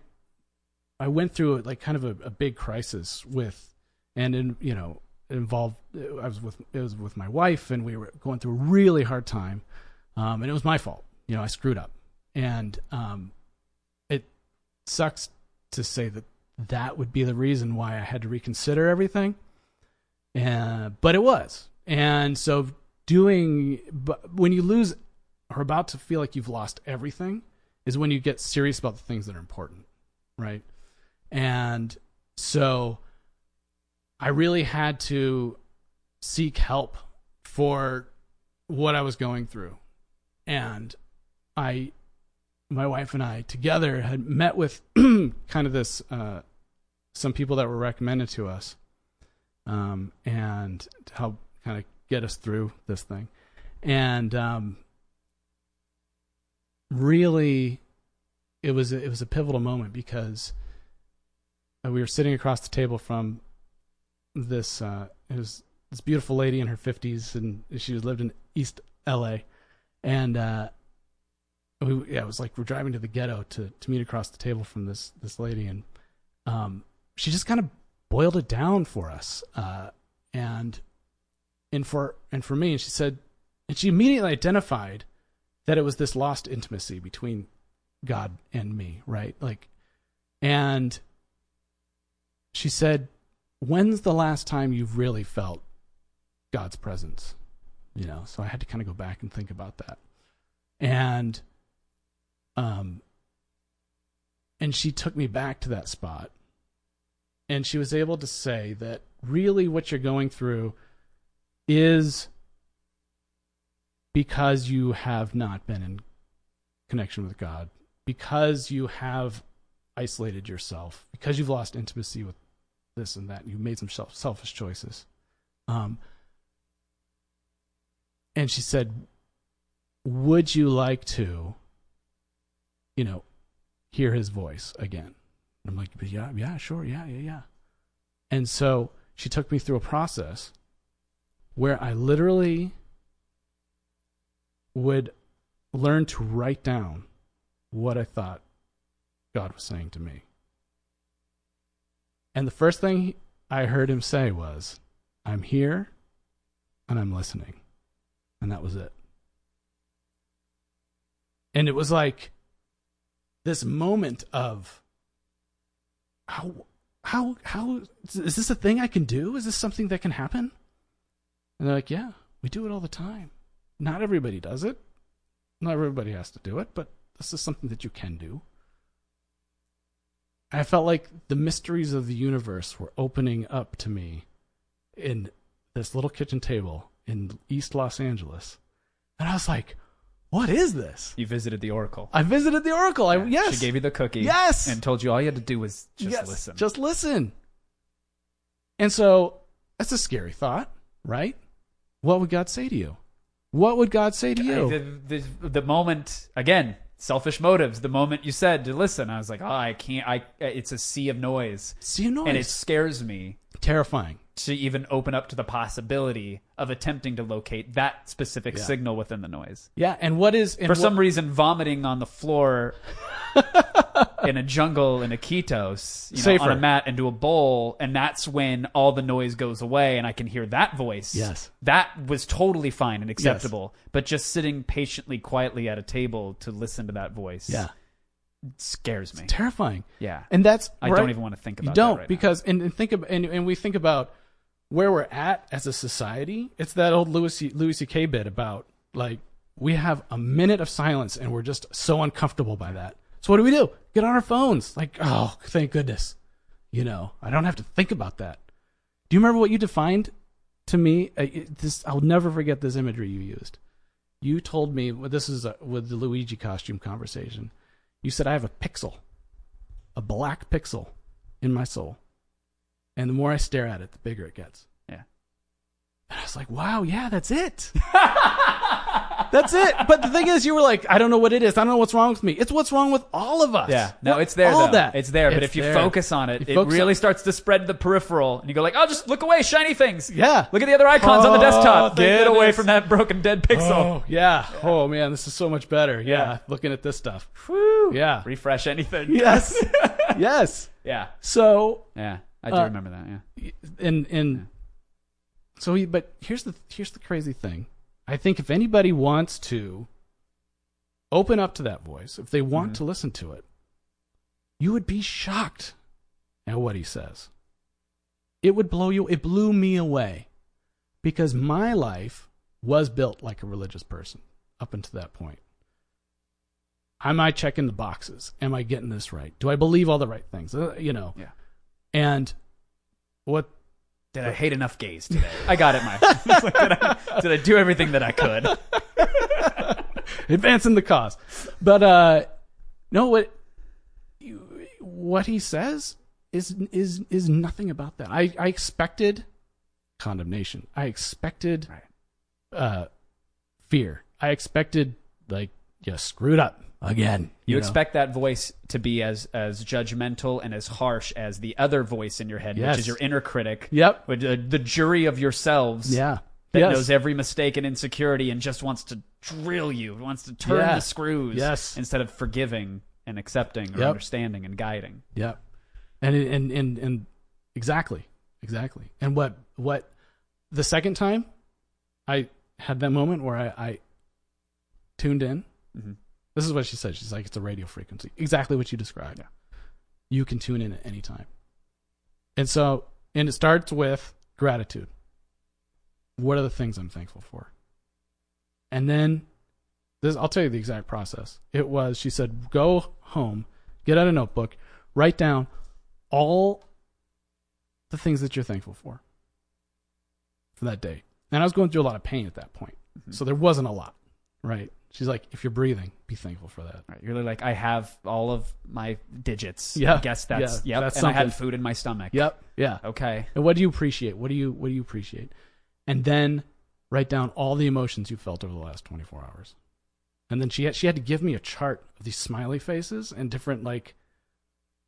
[SPEAKER 3] I went through like kind of a, a big crisis with, and in you know it involved I was with it was with my wife and we were going through a really hard time, um, and it was my fault. You know I screwed up, and um, it sucks to say that that would be the reason why I had to reconsider everything. Uh, but it was. And so doing, but when you lose or about to feel like you've lost everything is when you get serious about the things that are important. Right. And so I really had to seek help for what I was going through. And I my wife and I together had met with kind of this uh, some people that were recommended to us, um, and to help kind of get us through this thing, and um, really, it was it was a pivotal moment because uh, we were sitting across the table from this uh, it was this beautiful lady in her fifties, and she was lived in East L.A. and uh, we yeah, it was like we're driving to the ghetto to to meet across the table from this this lady, and um, she just kind of boiled it down for us, uh, and and for and for me, and she said, and she immediately identified that it was this lost intimacy between God and me, right? Like, and she said, when's the last time you've really felt God's presence? You know, so I had to kind of go back and think about that, and um and she took me back to that spot and she was able to say that really what you're going through is because you have not been in connection with God because you have isolated yourself because you've lost intimacy with this and that you've made some self- selfish choices um and she said would you like to you know, hear his voice again. And I'm like, yeah, yeah, sure, yeah, yeah, yeah. And so she took me through a process where I literally would learn to write down what I thought God was saying to me. And the first thing I heard him say was, I'm here and I'm listening. And that was it. And it was like, this moment of how how how is this a thing I can do? Is this something that can happen? And they're like, yeah, we do it all the time. Not everybody does it. Not everybody has to do it, but this is something that you can do. I felt like the mysteries of the universe were opening up to me in this little kitchen table in East Los Angeles. And I was like, what is this?
[SPEAKER 1] You visited the Oracle.
[SPEAKER 3] I visited the Oracle. I yes.
[SPEAKER 1] She gave you the cookie.
[SPEAKER 3] Yes.
[SPEAKER 1] And told you all you had to do was just
[SPEAKER 3] Yes,
[SPEAKER 1] listen.
[SPEAKER 3] Just listen. And so that's a scary thought, right? What would God say to you? What would God say to you?
[SPEAKER 1] The, the, the moment again, selfish motives. The moment you said to listen, I was like, oh, I can't. I it's a sea of noise,
[SPEAKER 3] See, noise.
[SPEAKER 1] and it scares me
[SPEAKER 3] terrifying.
[SPEAKER 1] to even open up to the possibility of attempting to locate that specific
[SPEAKER 3] Yeah.
[SPEAKER 1] signal within the noise.
[SPEAKER 3] Yeah, and what is and
[SPEAKER 1] For
[SPEAKER 3] what-
[SPEAKER 1] some reason, vomiting on the floor in a jungle in Iquitos, you know, on
[SPEAKER 3] Safer.
[SPEAKER 1] a mat into a bowl, and that's when all the noise goes away, and I can hear that voice.
[SPEAKER 3] Yes.
[SPEAKER 1] that was totally fine and acceptable. But just sitting patiently, quietly at a table to listen to that voice,
[SPEAKER 3] Yeah,
[SPEAKER 1] scares me.
[SPEAKER 3] terrifying.
[SPEAKER 1] Yeah,
[SPEAKER 3] And that's
[SPEAKER 1] I
[SPEAKER 3] right-
[SPEAKER 1] don't even want to think about.
[SPEAKER 3] you don't
[SPEAKER 1] that right now.
[SPEAKER 3] because and, and think about and, and we think about where we're at as a society it's that old louis C, louis ck bit about like we have a minute of silence and we're just so uncomfortable by that so what do we do get on our phones like oh thank goodness you know i don't have to think about that do you remember what you defined to me Uh, it- this i'll never forget this imagery you used you told me well, this is a, with the luigi costume conversation you said i have a pixel a black pixel in my soul. And the more I stare at it, the bigger it gets.
[SPEAKER 1] Yeah.
[SPEAKER 3] And I was like, wow, yeah, that's it. That's it. But the thing is, you were like, I don't know what it is. I don't know what's wrong with me. It's what's wrong with all of us.
[SPEAKER 1] Yeah, no,
[SPEAKER 3] We're
[SPEAKER 1] it's there.
[SPEAKER 3] All
[SPEAKER 1] though.
[SPEAKER 3] that.
[SPEAKER 1] it's there. But
[SPEAKER 3] It's
[SPEAKER 1] if you
[SPEAKER 3] there.
[SPEAKER 1] focus on it,
[SPEAKER 3] You
[SPEAKER 1] it
[SPEAKER 3] focus
[SPEAKER 1] really
[SPEAKER 3] on-
[SPEAKER 1] starts to spread the peripheral, and you go like, "Oh, just look away, shiny things."
[SPEAKER 3] Yeah.
[SPEAKER 1] look at the other icons on the
[SPEAKER 3] Oh,
[SPEAKER 1] desktop.
[SPEAKER 3] thank
[SPEAKER 1] Get away
[SPEAKER 3] goodness.
[SPEAKER 1] from that broken dead pixel.
[SPEAKER 3] Oh yeah. Oh man, this is so much better. Yeah, looking at this stuff.
[SPEAKER 1] Whew.
[SPEAKER 3] Yeah.
[SPEAKER 1] refresh anything.
[SPEAKER 3] Yes. yes.
[SPEAKER 1] yeah,
[SPEAKER 3] So
[SPEAKER 1] yeah. I do
[SPEAKER 3] Uh,
[SPEAKER 1] remember that. Yeah.
[SPEAKER 3] and and so he, but here's the here's the crazy thing. I think if anybody wants to open up to that voice, if they want to listen to it, you would be shocked at what he says. It would blow you it blew me away because my life was built like a religious person up until that point. Am I checking the boxes? Am I getting this right? Do I believe all the right things? Uh, you know.
[SPEAKER 1] Yeah.
[SPEAKER 3] And what
[SPEAKER 1] Did I hate enough gays today? I got it, Mike. It's like, did, I, did I do everything that I could?
[SPEAKER 3] advancing the cause. But uh no what you- what he says is is is nothing about that. I I expected condemnation. I expected
[SPEAKER 1] Right.
[SPEAKER 3] uh fear. I expected like you screwed up again.
[SPEAKER 1] You,
[SPEAKER 3] know?
[SPEAKER 1] expect that voice to be as as judgmental and as harsh as the other voice in your head, which
[SPEAKER 3] Yes.
[SPEAKER 1] is your inner critic.
[SPEAKER 3] Yep.
[SPEAKER 1] Which, uh, the jury of yourselves.
[SPEAKER 3] Yeah.
[SPEAKER 1] That
[SPEAKER 3] Yes.
[SPEAKER 1] knows every mistake and insecurity and just wants to drill you, wants to turn
[SPEAKER 3] Yeah.
[SPEAKER 1] the screws
[SPEAKER 3] Yes.
[SPEAKER 1] instead of forgiving and accepting or
[SPEAKER 3] Yep.
[SPEAKER 1] understanding and guiding.
[SPEAKER 3] Yeah, and it- and and and exactly, exactly. And what what the second time, I had that moment where I, I tuned in.
[SPEAKER 1] Mhm.
[SPEAKER 3] This is what she said. She's like, it's a radio frequency, exactly what you described. You can tune in at any time, and so and it starts with gratitude. What are the things I'm thankful for? And then this I'll tell you the exact process. It was she said, go home, get out a notebook, write down all the things that you're thankful for for that day. And I was going through a lot of pain at that point. So there wasn't a lot, right? She's like, if you're breathing, be thankful for that.
[SPEAKER 1] Right. You're like, I have all of my digits.
[SPEAKER 3] Yeah.
[SPEAKER 1] I guess that's,
[SPEAKER 3] Yeah.
[SPEAKER 1] yep.
[SPEAKER 3] That's
[SPEAKER 1] and I had
[SPEAKER 3] something.
[SPEAKER 1] food in my stomach.
[SPEAKER 3] Yep. Yeah.
[SPEAKER 1] Okay.
[SPEAKER 3] And what do you appreciate? What do you what do you appreciate? And then write down all the emotions you felt over the last 24 hours. And then she had, she had to give me a chart of these smiley faces and different like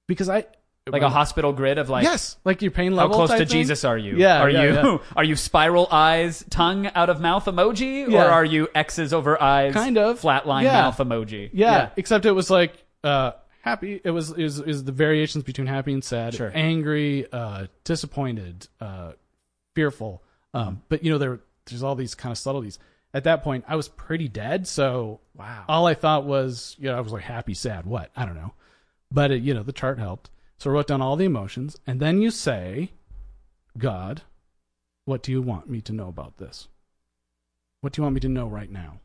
[SPEAKER 3] because I
[SPEAKER 1] Like a hospital grid of like,
[SPEAKER 3] yes, like your pain
[SPEAKER 1] how
[SPEAKER 3] level.
[SPEAKER 1] close
[SPEAKER 3] type
[SPEAKER 1] to
[SPEAKER 3] thing.
[SPEAKER 1] Jesus are you?
[SPEAKER 3] Yeah,
[SPEAKER 1] Are
[SPEAKER 3] yeah,
[SPEAKER 1] you,
[SPEAKER 3] yeah.
[SPEAKER 1] are you spiral eyes, tongue out of mouth emoji?
[SPEAKER 3] Yeah.
[SPEAKER 1] Or are you X's over eyes?
[SPEAKER 3] Kind of.
[SPEAKER 1] Flat line
[SPEAKER 3] Yeah.
[SPEAKER 1] mouth emoji.
[SPEAKER 3] Yeah, except it was like uh, happy. It was is is the variations between happy and sad,
[SPEAKER 1] Sure.
[SPEAKER 3] angry, uh, disappointed, uh, fearful. Um, but you know there there's all these kind of subtleties. At that point, I was pretty dead, so
[SPEAKER 1] Wow.
[SPEAKER 3] all I thought was you know I was like happy, sad, what I don't know. But it, you know the chart helped, so I wrote down all the emotions, and then you say, God, what do you want me to know about this? What do you want me to know right now?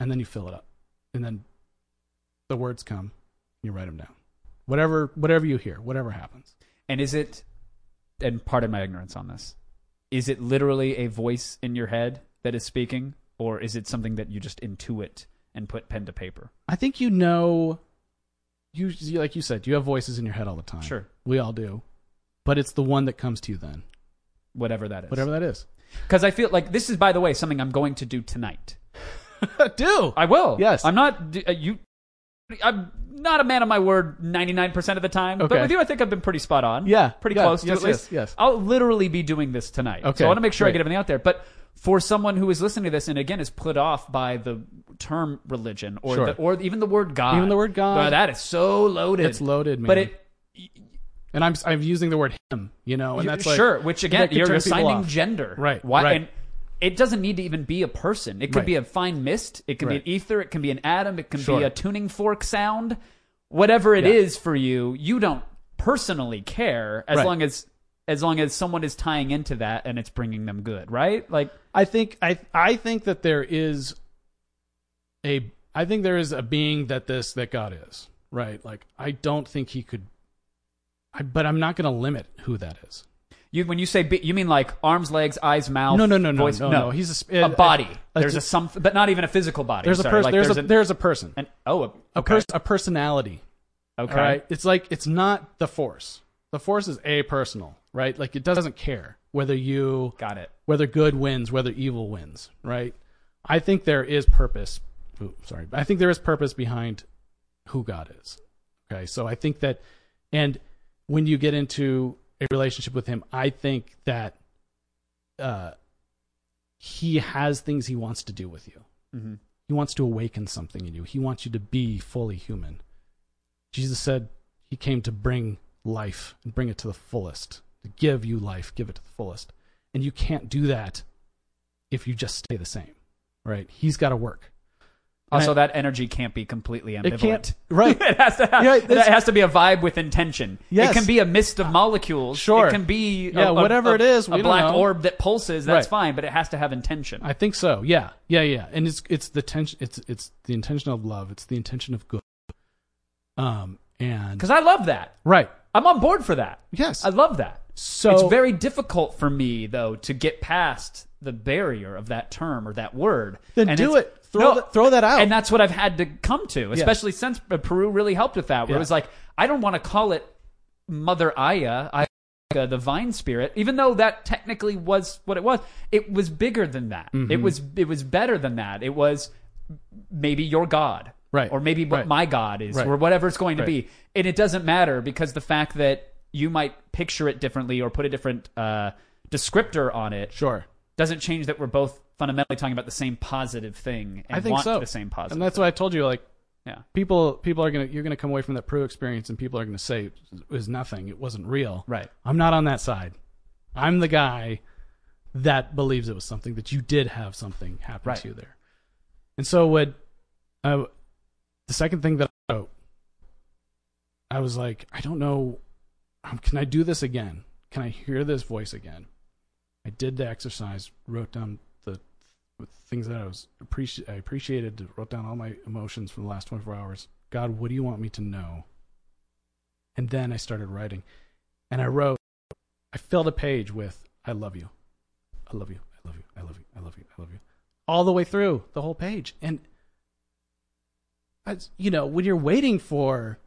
[SPEAKER 3] And then you fill it up, and then the words come, you write them down. Whatever, whatever you hear, whatever happens.
[SPEAKER 1] And is it, and pardon my ignorance on this, is it literally a voice in your head that is speaking, or is it something that you just intuit and put pen to paper?
[SPEAKER 3] I think you know, you you- like you said, you have voices in your head all the time.
[SPEAKER 1] Sure.
[SPEAKER 3] we all do, but it's the one that comes to you then,
[SPEAKER 1] Whatever that is.
[SPEAKER 3] whatever that is.
[SPEAKER 1] Because I feel like this is, by the way, something I'm going to do tonight.
[SPEAKER 3] do
[SPEAKER 1] I will.
[SPEAKER 3] Yes.
[SPEAKER 1] I'm not, d- uh, you, I'm not a man of my word 99% of the time, but
[SPEAKER 3] Okay.
[SPEAKER 1] with you, I think I've been pretty spot on.
[SPEAKER 3] Yeah.
[SPEAKER 1] Pretty
[SPEAKER 3] Yeah.
[SPEAKER 1] close to
[SPEAKER 3] Yes,
[SPEAKER 1] at least.
[SPEAKER 3] yes, yes.
[SPEAKER 1] I'll literally be doing this tonight. So
[SPEAKER 3] Okay.
[SPEAKER 1] I want to make sure I
[SPEAKER 3] Great.
[SPEAKER 1] get everything out there. But for someone who is listening to this and again is put off by the term religion or
[SPEAKER 3] Sure.
[SPEAKER 1] the, or even the word God.
[SPEAKER 3] Even the word God.
[SPEAKER 1] Wow, that is so loaded.
[SPEAKER 3] It's loaded, man.
[SPEAKER 1] But it,
[SPEAKER 3] and I'm I'm using the word him, you know, and
[SPEAKER 1] you-
[SPEAKER 3] that's like
[SPEAKER 1] sure, which again,
[SPEAKER 3] that could
[SPEAKER 1] you're
[SPEAKER 3] turn people
[SPEAKER 1] assigning
[SPEAKER 3] off.
[SPEAKER 1] gender,
[SPEAKER 3] Right,
[SPEAKER 1] Why?
[SPEAKER 3] right.
[SPEAKER 1] And it doesn't need to even be a person. It could
[SPEAKER 3] Right.
[SPEAKER 1] be a fine mist. It can
[SPEAKER 3] Right.
[SPEAKER 1] be an ether. It can be an atom. It can
[SPEAKER 3] Sure.
[SPEAKER 1] be a tuning fork sound. Whatever it is
[SPEAKER 3] Yeah.
[SPEAKER 1] for you, you don't personally care as
[SPEAKER 3] Right.
[SPEAKER 1] long as as long as someone is tying into that and it's bringing them good, right? Like,
[SPEAKER 3] I think I I think that there is a I think there is a being that this that God is right. Like I don't think he could, I, but I'm not going to limit who that is.
[SPEAKER 1] You, when you say be, you mean like arms, legs, eys, mouth?
[SPEAKER 3] No, no, no, no,
[SPEAKER 1] voice?
[SPEAKER 3] no, no. He's a sp-
[SPEAKER 1] a
[SPEAKER 3] uh,
[SPEAKER 1] body.
[SPEAKER 3] uh,
[SPEAKER 1] there's a
[SPEAKER 3] it's a-
[SPEAKER 1] something, but not even a physical body.
[SPEAKER 3] There's a
[SPEAKER 1] Sorry,
[SPEAKER 3] person.
[SPEAKER 1] like
[SPEAKER 3] there's, a
[SPEAKER 1] an,
[SPEAKER 3] there's a person.
[SPEAKER 1] an- oh, a,
[SPEAKER 3] a
[SPEAKER 1] okay.
[SPEAKER 3] person. A personality.
[SPEAKER 1] Okay,
[SPEAKER 3] All right. It's like it's not the force. The force is apersonal, right? Like it doesn't care whether you
[SPEAKER 1] got it.
[SPEAKER 3] whether good wins, whether evil wins, right? I think there is purpose. Ooh, sorry, I think there is purpose behind who God is. Okay, so I think that, and when you get into a relationship with Him, I think that uh, He has things He wants to do with you.
[SPEAKER 1] Mm-hmm.
[SPEAKER 3] He wants to awaken something in you. He wants you to be fully human. Jesus said He came to bring life and bring it to the fullest, to give you life, give it to the fullest, and you can't do that if you just stay the same, right? He's got to work.
[SPEAKER 1] Also,
[SPEAKER 3] I-
[SPEAKER 1] that energy can't be completely ambivalent.
[SPEAKER 3] It can't right.
[SPEAKER 1] it has to have,
[SPEAKER 3] Yeah,
[SPEAKER 1] it
[SPEAKER 3] it's-
[SPEAKER 1] has to be a vibe with intention.
[SPEAKER 3] Yes.
[SPEAKER 1] It can be a mist of molecules.
[SPEAKER 3] sure.
[SPEAKER 1] It can be a-
[SPEAKER 3] Yeah,
[SPEAKER 1] a-
[SPEAKER 3] whatever
[SPEAKER 1] a-
[SPEAKER 3] it is, we
[SPEAKER 1] a
[SPEAKER 3] don't
[SPEAKER 1] black
[SPEAKER 3] know.
[SPEAKER 1] orb that pulses. That's
[SPEAKER 3] Right.
[SPEAKER 1] fine, but it has to have intention.
[SPEAKER 3] I think so. Yeah, yeah, yeah. And it's it's the tension. It's it's the intention of love. It's the intention of good. Um and
[SPEAKER 1] Because I love that.
[SPEAKER 3] right.
[SPEAKER 1] I'm on board for that.
[SPEAKER 3] Yes.
[SPEAKER 1] I love that.
[SPEAKER 3] So
[SPEAKER 1] it's very difficult for me though to get past the barrier of that term or that word.
[SPEAKER 3] Then do
[SPEAKER 1] it's-
[SPEAKER 3] it. Throw th- throw that out.
[SPEAKER 1] And that's what I've had to come to, especially since uh, Peru really helped with that. Where it
[SPEAKER 3] Yeah.
[SPEAKER 1] was like, I don't want to call it Mother Aya, I, uh, the Vine Spirit, even though that technically was what it was. It was bigger than that.
[SPEAKER 3] Mm-hmm.
[SPEAKER 1] It was it was better than that. It was maybe your God,
[SPEAKER 3] Right.
[SPEAKER 1] Or maybe what
[SPEAKER 3] Right.
[SPEAKER 1] my God is,
[SPEAKER 3] Right.
[SPEAKER 1] or whatever it's going to
[SPEAKER 3] Right.
[SPEAKER 1] be. And it doesn't matter because the fact that you might picture it differently or put a different uh, descriptor on it
[SPEAKER 3] sure.
[SPEAKER 1] doesn't change that we're both fundamentally talking about the same positive thing and
[SPEAKER 3] I think
[SPEAKER 1] want
[SPEAKER 3] so.
[SPEAKER 1] the same positive.
[SPEAKER 3] And that's why I told you like
[SPEAKER 1] yeah.
[SPEAKER 3] people people are gonna you're gonna come away from that Peru experience and people are gonna say it was nothing. It wasn't real.
[SPEAKER 1] Right.
[SPEAKER 3] I'm not on that side. I'm the guy that believes it was something that you did have something happen
[SPEAKER 1] Right.
[SPEAKER 3] to you there. And so what uh, the second thing that I wrote, I was like, I don't know, um, can I do this again? Can I hear this voice again? I did the exercise, wrote down the things that I was appreci- I appreciated, wrote down all my emotions from the last 24 hours. God, what do you want me to know? And then I started writing, and I wrote. I filled a page with "I love you, I love you, I love you, I love you, I love you, I love you," all the way through the whole page. And I, you know, when you're waiting for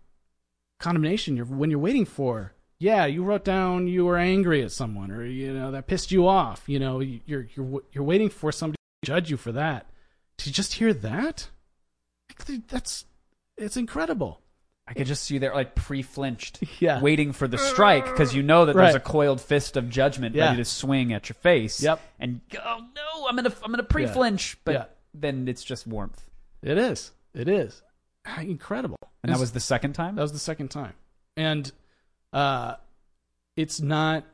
[SPEAKER 3] condemnation, you're when you're waiting for yeah, you wrote down you were angry at someone, or you know that pissed you off. You know, you're you're w- you're waiting for somebody to judge you for that. To just hear that, Like, that's it's incredible.
[SPEAKER 1] I could just see you there, like pre-flinched,
[SPEAKER 3] Yeah.
[SPEAKER 1] waiting for the strike because you know that there's
[SPEAKER 3] Right.
[SPEAKER 1] a coiled fist of judgment
[SPEAKER 3] Yeah.
[SPEAKER 1] ready to swing at your face.
[SPEAKER 3] Yep.
[SPEAKER 1] And oh no, I'm gonna I'm gonna pre-flinch, but
[SPEAKER 3] Yeah.
[SPEAKER 1] then it's just warmth.
[SPEAKER 3] It is. It is Ah, incredible.
[SPEAKER 1] And that was the second time.
[SPEAKER 3] That was the second time, and uh, it's not.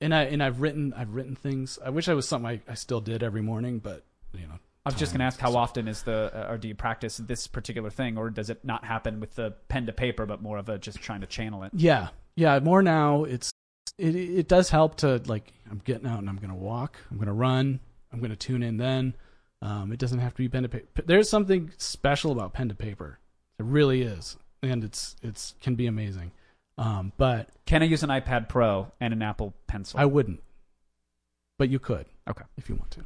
[SPEAKER 3] And I and I've written I've written things. I wish I was something I, I still did every morning, but you know.
[SPEAKER 1] I was just
[SPEAKER 3] time-
[SPEAKER 1] gonna ask how often is the uh, or do you practice this particular thing, or does it not happen with the pen to paper, but more of a just trying to channel it?
[SPEAKER 3] Yeah, yeah. More now, it's it it does help to like I'm getting out and I'm gonna walk, I'm gonna run, I'm gonna tune in. Then um, it doesn't have to be pen to paper. There's something special about pen to paper. It really is, and it's it's can be amazing. Um, but
[SPEAKER 1] Can I use an iPad Pro and an Apple Pencil?
[SPEAKER 3] I wouldn't, but you could.
[SPEAKER 1] okay,
[SPEAKER 3] if you want to.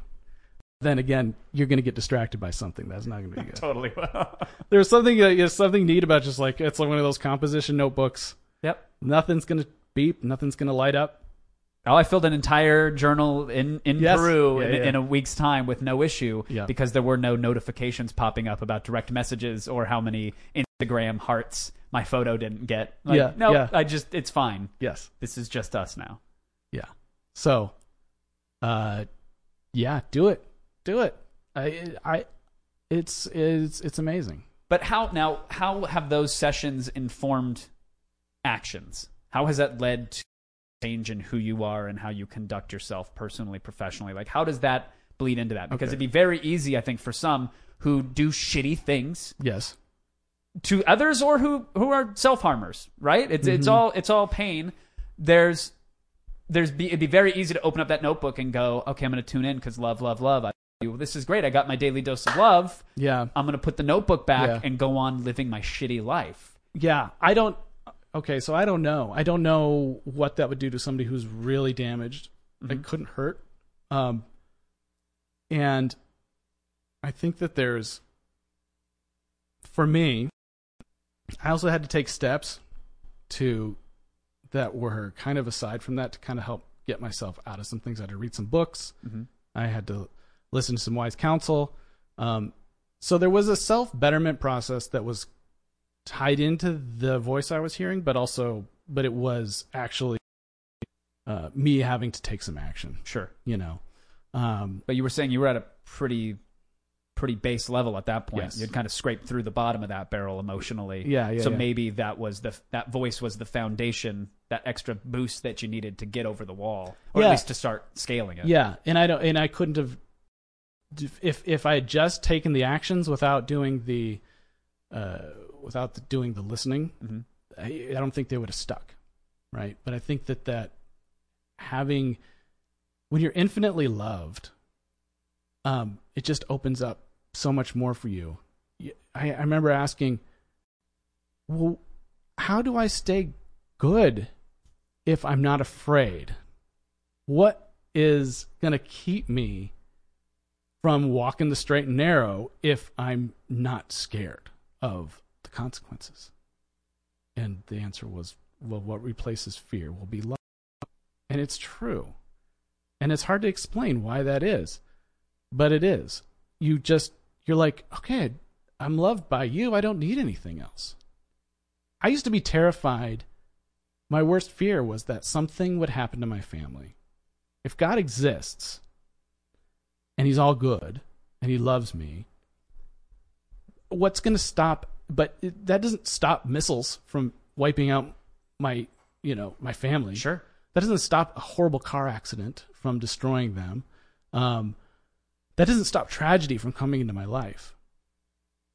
[SPEAKER 3] Then again, you're going to get distracted by something that's not going to be good.
[SPEAKER 1] totally.
[SPEAKER 3] There's something uh, there's something neat about just like it's like one of those composition notebooks.
[SPEAKER 1] yep.
[SPEAKER 3] Nothing's going to beep, nothing's going to light up.
[SPEAKER 1] Oh, I filled an entire journal in, in
[SPEAKER 3] Yes.
[SPEAKER 1] Peru
[SPEAKER 3] Yeah,
[SPEAKER 1] in,
[SPEAKER 3] yeah.
[SPEAKER 1] in a week's time with no issue
[SPEAKER 3] Yeah.
[SPEAKER 1] because there were no notifications popping up about direct messages or how many Instagram hearts my photo didn't get. Like,
[SPEAKER 3] Yeah,
[SPEAKER 1] no,
[SPEAKER 3] yeah.
[SPEAKER 1] I just it's fine.
[SPEAKER 3] Yes.
[SPEAKER 1] This is just us now.
[SPEAKER 3] Yeah. So uh yeah, do it. Do it. I I it's it's it's amazing.
[SPEAKER 1] But how now? How have those sessions informed actions? How has that led to change in who you are and how you conduct yourself personally, professionally? Like, how does that bleed into that? Because
[SPEAKER 3] Okay.
[SPEAKER 1] it'd be very easy, I think, for some who do shitty things
[SPEAKER 3] Yes.
[SPEAKER 1] to others or who who are self harmers, right? It's it's all it's all pain. There's there's be, it'd be very easy to open up that notebook and go, okay, I'm going to tune in because love, love, love. I, you. this is great. I got my daily dose of love.
[SPEAKER 3] Yeah.
[SPEAKER 1] I'm going to put the notebook back
[SPEAKER 3] Yeah.
[SPEAKER 1] and go on living my shitty life.
[SPEAKER 3] Yeah, I don't. Okay, so I don't know. I don't know what that would do to somebody who's really damaged. It couldn't hurt. Um, and I think that there's, for me, I also had to take steps to that were kind of aside from that to kind of help get myself out of some things. I had to read some books. I had to listen to some wise counsel. Um, so there was a self betterment process that was tied into the voice I was hearing, but also, but it was actually uh, me having to take some action.
[SPEAKER 1] Sure.
[SPEAKER 3] You know, um,
[SPEAKER 1] But you were saying you were at a pretty pretty base level at that point.
[SPEAKER 3] Yes.
[SPEAKER 1] You'd kind of scraped through the bottom of that barrel emotionally.
[SPEAKER 3] Yeah, yeah,
[SPEAKER 1] So
[SPEAKER 3] yeah.
[SPEAKER 1] maybe that was the that voice was the foundation, that extra boost that you needed to get over the wall. Or
[SPEAKER 3] Yeah.
[SPEAKER 1] at least to start scaling it.
[SPEAKER 3] yeah, and I don't, and I couldn't have if if I had just taken the actions without doing the uh, without the, doing the listening.
[SPEAKER 1] Mhm.
[SPEAKER 3] I, I don't think they would have stuck, right? But I think that that having when you're infinitely loved, um, it just opens up so much more for you. Y- I, I remember asking, well, how do I stay good if I'm not afraid? What is going to keep me from walking the straight and narrow if I'm not scared of the consequences? And the answer was, well, what replaces fear will be love. And it's true. And it's hard to explain why that is, but it is. You just, you're like, okay, I'm loved by you. I don't need anything else. I used to be terrified. My worst fear was that something would happen to my family. If God exists and He's all good and He loves me, what's going to stop but it, that doesn't stop missiles from wiping out my you know my family
[SPEAKER 1] Sure.
[SPEAKER 3] that doesn't stop a horrible car accident from destroying them um, that doesn't stop tragedy from coming into my life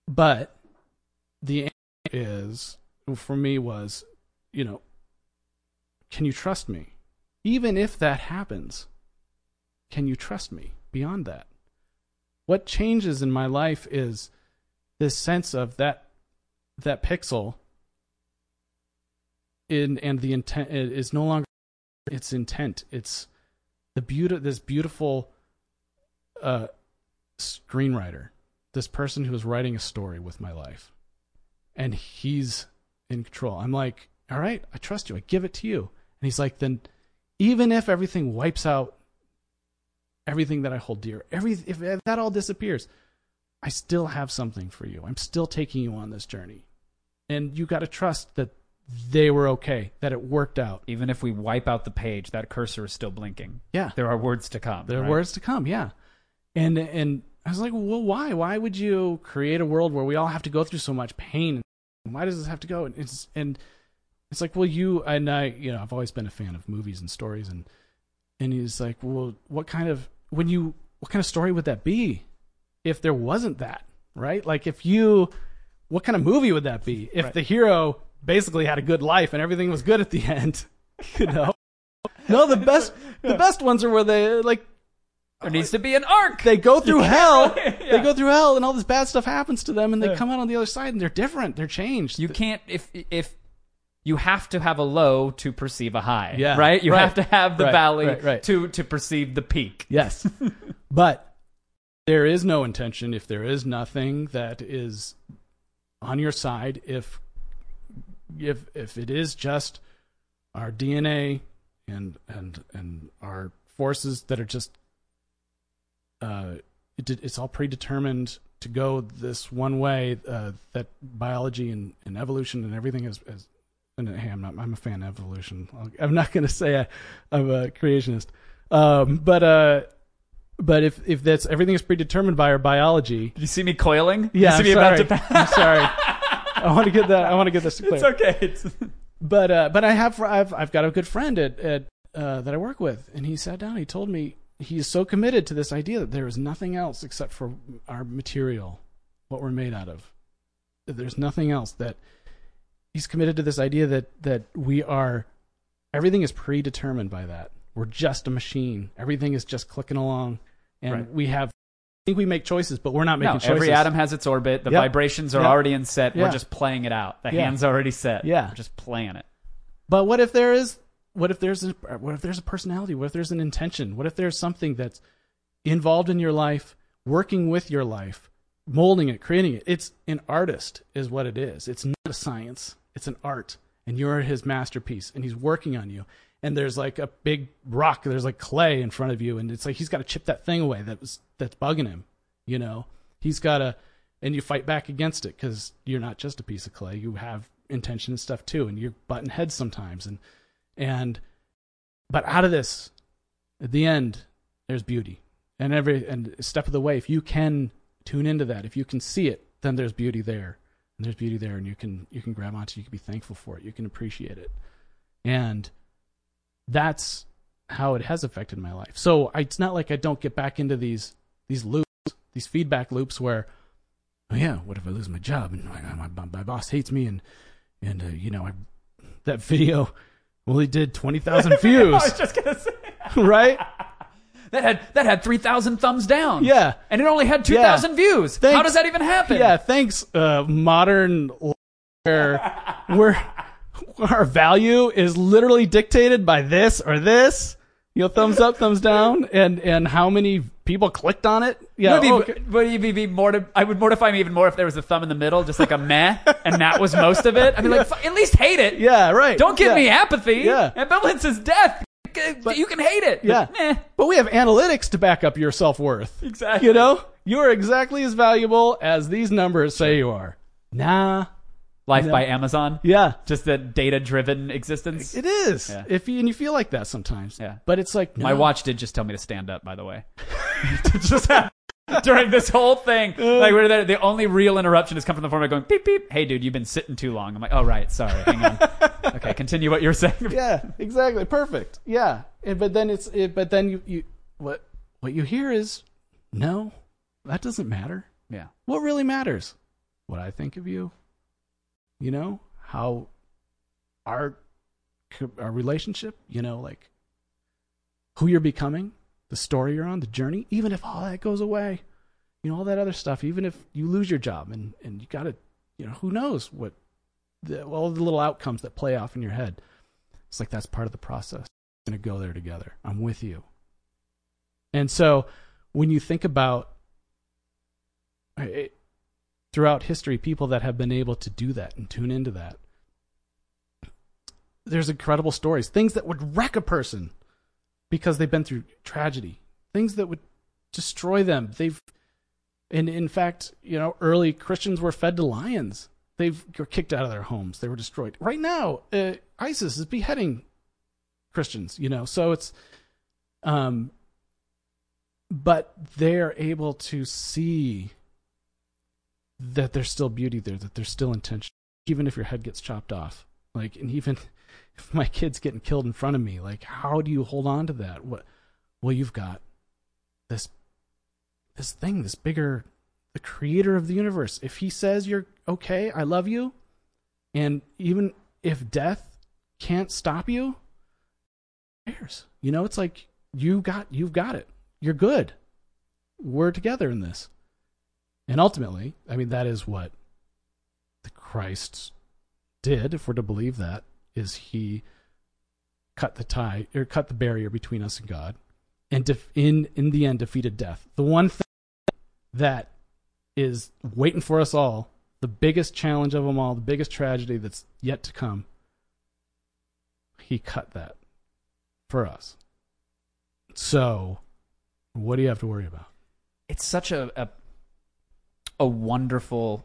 [SPEAKER 3] but the answer is for me was you know can you trust me even if that happens can you trust me beyond that what changes in my life is this sense of that that pixel in and the intent it is no longer its intent it's the beauty this beautiful uh screenwriter this person who is writing a story with my life and he's in control i'm like all right i trust you i give it to you and he's like then even if everything wipes out everything that i hold dear every if that all disappears I still have something for you. I'm still taking you on this journey. And you got to trust that they were okay, that it worked out.
[SPEAKER 1] Even if we wipe out the page, that cursor is still blinking.
[SPEAKER 3] Yeah.
[SPEAKER 1] There are words to come.
[SPEAKER 3] There are
[SPEAKER 1] right?
[SPEAKER 3] words to come. Yeah. And and I was like, "Well, why? Why would you create a world where we all have to go through so much pain? Why does this have to go?" And it's and it's like, "Well, you and I, you know, I've always been a fan of movies and stories and and he's like, "Well, what kind of when you what kind of story would that be if there wasn't that? Right? Like if you what kind of movie would that be if the hero basically had a good life and everything was good at the end? You know? no, the best the best ones are where they like
[SPEAKER 1] There needs to be an arc.
[SPEAKER 3] they go through hell.
[SPEAKER 1] Yeah.
[SPEAKER 3] They go through hell, and all this bad stuff happens to them, and they
[SPEAKER 1] Yeah.
[SPEAKER 3] come out on the other side, and they're different. They're changed.
[SPEAKER 1] you can't if if you have to have a low to perceive a high.
[SPEAKER 3] Yeah,
[SPEAKER 1] Right? You
[SPEAKER 3] right,
[SPEAKER 1] have to have the
[SPEAKER 3] right,
[SPEAKER 1] valley
[SPEAKER 3] right, right.
[SPEAKER 1] to to perceive the peak.
[SPEAKER 3] yes, but there is no intention if there is nothing that is on your side. If if if it is just our DNA and and and our forces that are just uh, it, it's all predetermined to go this one way uh, that biology and, and evolution and everything is, is and hey, I'm not I'm a fan of evolution. I'll- I'm not going to say I, I'm a creationist, um, but uh, but if if that's everything is predetermined by our biology,
[SPEAKER 1] Did you see me coiling? Did
[SPEAKER 3] yeah,
[SPEAKER 1] you
[SPEAKER 3] I'm
[SPEAKER 1] see me
[SPEAKER 3] sorry.
[SPEAKER 1] about to
[SPEAKER 3] I'm sorry. I want to get that. I want to get this clear
[SPEAKER 1] It's okay. It's,
[SPEAKER 3] but uh, but I have I've I've got a good friend at at uh, that I work with, and he sat down. He told me he is so committed to this idea that there is nothing else except for our material, what we're made out of. That There's nothing else that he's committed to this idea that that we are everything is predetermined by that. We're just a machine. Everything is just clicking along, and
[SPEAKER 1] Right.
[SPEAKER 3] we have. I think we make choices, but we're not making
[SPEAKER 1] no,
[SPEAKER 3] choices.
[SPEAKER 1] every atom has its orbit. The
[SPEAKER 3] Yeah.
[SPEAKER 1] vibrations are
[SPEAKER 3] Yeah.
[SPEAKER 1] already in set. We're
[SPEAKER 3] Yeah.
[SPEAKER 1] just playing it out. The
[SPEAKER 3] Yeah.
[SPEAKER 1] hand's already set.
[SPEAKER 3] Yeah.
[SPEAKER 1] We're just playing it.
[SPEAKER 3] But what if there is? What if there's a? What if there's a personality? What if there's an intention? What if there's something that's involved in your life, working with your life, molding it, creating it? It's an artist, is what it is. It's not a science. It's an art, and you're his masterpiece, and he's working on you. And there's like a big rock. There's like clay in front of you, and it's like he's got to chip that thing away that was that's bugging him. You know, he's got to, and you fight back against it because you're not just a piece of clay. You have intention and stuff too, and you're butting heads sometimes. And and but out of this, at the end, there's beauty. And every and step of the way, if you can tune into that, if you can see it, then there's beauty there, and there's beauty there, and you can you can grab onto, you can be thankful for it, you can appreciate it, and that's how it has affected my life. So I, it's not like I don't get back into these these loops, these feedback loops where, oh yeah, what if I lose my job and my my, my, my boss hates me and and uh, you know I that video only did twenty thousand views,
[SPEAKER 1] I was just gonna say
[SPEAKER 3] right?
[SPEAKER 1] that had that had three thousand thumbs down.
[SPEAKER 3] Yeah.
[SPEAKER 1] and it only had two thousand views. How
[SPEAKER 3] Thanks.
[SPEAKER 1] does that even happen?
[SPEAKER 3] Yeah, thanks, uh, modern where where our value is literally dictated by this or this. You know, thumbs up, thumbs down, and and how many people clicked on it. Yeah,
[SPEAKER 1] Would be,
[SPEAKER 3] Oh, okay.
[SPEAKER 1] would you be, be morti- I would mortify me even more if there was a thumb in the middle, just like a meh, and that was most of it. I'd be like, "F- at least hate it.
[SPEAKER 3] yeah, right.
[SPEAKER 1] Don't give
[SPEAKER 3] yeah.
[SPEAKER 1] me apathy.
[SPEAKER 3] Yeah.
[SPEAKER 1] Ambivalence is death. you can hate it.
[SPEAKER 3] Yeah.
[SPEAKER 1] Meh.
[SPEAKER 3] But we have analytics to back up your self worth.
[SPEAKER 1] Exactly.
[SPEAKER 3] You know, you are exactly as valuable as these numbers say you are. Nah.
[SPEAKER 1] Life by Amazon.
[SPEAKER 3] Yeah.
[SPEAKER 1] Just the data driven existence.
[SPEAKER 3] It is. If you, and you feel like that sometimes.
[SPEAKER 1] Yeah.
[SPEAKER 3] But it's like
[SPEAKER 1] My
[SPEAKER 3] no.
[SPEAKER 1] watch did just tell me to stand up, by the way. It just happened during this whole thing.
[SPEAKER 3] Uh.
[SPEAKER 1] Like we're there, the only real interruption has come from the format going beep beep. Hey dude, you've been sitting too long. I'm like, oh right, sorry. Hang on. okay, continue what you were saying.
[SPEAKER 3] yeah, exactly. Perfect. Yeah. And, but then it's it, but then you, you what what you hear is no, that doesn't matter.
[SPEAKER 1] Yeah.
[SPEAKER 3] What really matters? What I think of you. You know how our co- our relationship. You know, like who you're becoming, the story you're on, the journey. Even if all that goes away, you know all that other stuff. Even if you lose your job and and you gotta, you know, who knows what the, all the little outcomes that play off in your head. It's like that's part of the process. We're gonna go there together. I'm with you. And so when you think about it, throughout history, people that have been able to do that and tune into that, there's incredible stories, things that would wreck a person because they've been through tragedy, things that would destroy them. They've, and in fact, you know, early Christians were fed to lions. They were kicked out of their homes. They were destroyed. Right now, uh, ISIS is beheading Christians. You know, so it's, um, but they're able to see that there's still beauty there, that there's still intention, even if your head gets chopped off. Like, and even if my kid's getting killed in front of me, like, how do you hold on to that? What? Well, you've got this, this thing, this bigger, the creator of the universe. If he says you're okay, I love you, and even if death can't stop you, who cares? You know, it's like you got, you've got it. You're good. We're together in this. And ultimately, I mean, that is what the Christ did, if we're to believe that, is he cut the tie or cut the barrier between us and God, and def- in in the end defeated death. The one thing that is waiting for us all, the biggest challenge of them all, the biggest tragedy that's yet to come. He cut that for us. So, what do you have to worry about?
[SPEAKER 1] It's such a a, a wonderful,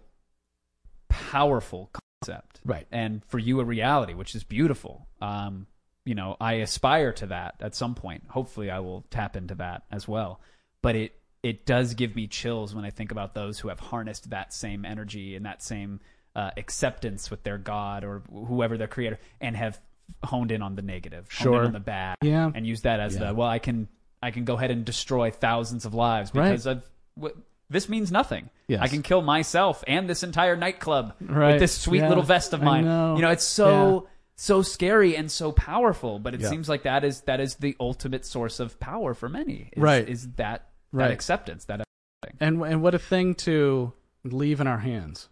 [SPEAKER 1] powerful concept.
[SPEAKER 3] Right.
[SPEAKER 1] and for you a reality, which is beautiful. Um, you know, I aspire to that at some point. Hopefully, I will tap into that as well. But it it does give me chills when I think about those who have harnessed that same energy and that same uh, acceptance with their God or whoever their creator, and have honed in on the negative, honed
[SPEAKER 3] Sure.
[SPEAKER 1] in on the bad,
[SPEAKER 3] Yeah.
[SPEAKER 1] and use that as
[SPEAKER 3] Yeah.
[SPEAKER 1] the well. I can I can go ahead and destroy thousands of lives
[SPEAKER 3] Right.
[SPEAKER 1] because of what this means nothing.
[SPEAKER 3] Yes.
[SPEAKER 1] I can kill myself and this entire nightclub with
[SPEAKER 3] Right.
[SPEAKER 1] this sweet
[SPEAKER 3] Yeah.
[SPEAKER 1] little vest of
[SPEAKER 3] I
[SPEAKER 1] mine.
[SPEAKER 3] know.
[SPEAKER 1] You know, it's so so scary and so powerful, but it
[SPEAKER 3] Yeah.
[SPEAKER 1] seems like that is that is the ultimate source of power for many. Is,
[SPEAKER 3] Right.
[SPEAKER 1] Is that that
[SPEAKER 3] Right.
[SPEAKER 1] acceptance that
[SPEAKER 3] And and what a thing to leave in our hands,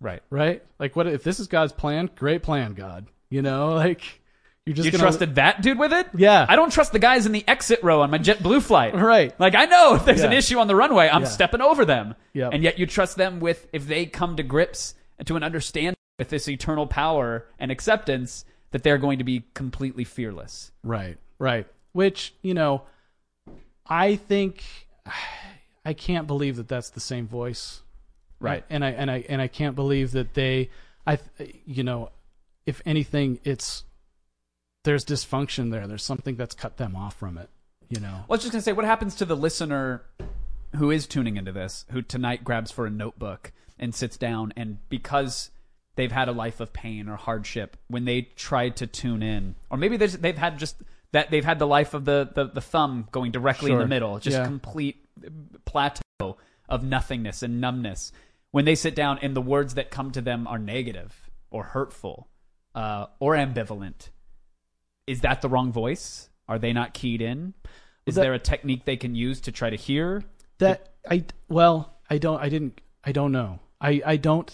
[SPEAKER 1] right?
[SPEAKER 3] right? Like what if this is God's plan? Great plan, God. You know, like you're just
[SPEAKER 1] You
[SPEAKER 3] gonna,
[SPEAKER 1] trusted that dude with it?
[SPEAKER 3] Yeah.
[SPEAKER 1] I don't trust the guys in the exit row on my JetBlue flight.
[SPEAKER 3] Right.
[SPEAKER 1] Like I know if there's an
[SPEAKER 3] Yeah.
[SPEAKER 1] issue on the runway, I'm
[SPEAKER 3] Yeah.
[SPEAKER 1] stepping over them.
[SPEAKER 3] Yep.
[SPEAKER 1] And yet you trust them with if they come to grips and to an understanding with this eternal power and acceptance that they're going to be completely fearless.
[SPEAKER 3] Right, right. Which, you know, I think I can't believe that that's the same voice.
[SPEAKER 1] Right.
[SPEAKER 3] And I and I and I can't believe that they I th- you know, if anything it's there's dysfunction there. There's something that's cut them off from it, you know.
[SPEAKER 1] Well, I was just gonna say, what happens to the listener who is tuning into this, who tonight grabs for a notebook and sits down, and because they've had a life of pain or hardship, when they try to tune in, or maybe there's- they've had just that they've had the life of the the, the thumb going directly in
[SPEAKER 3] Sure.
[SPEAKER 1] the middle, just
[SPEAKER 3] Yeah.
[SPEAKER 1] complete plateau of nothingness and numbness. When they sit down, and the words that come to them are negative or hurtful uh, or ambivalent, is that the wrong voice? Are they not keyed in? Is
[SPEAKER 3] That-
[SPEAKER 1] there a technique they can use to try to hear?
[SPEAKER 3] that I well, I don't I didn't I don't know. I I don't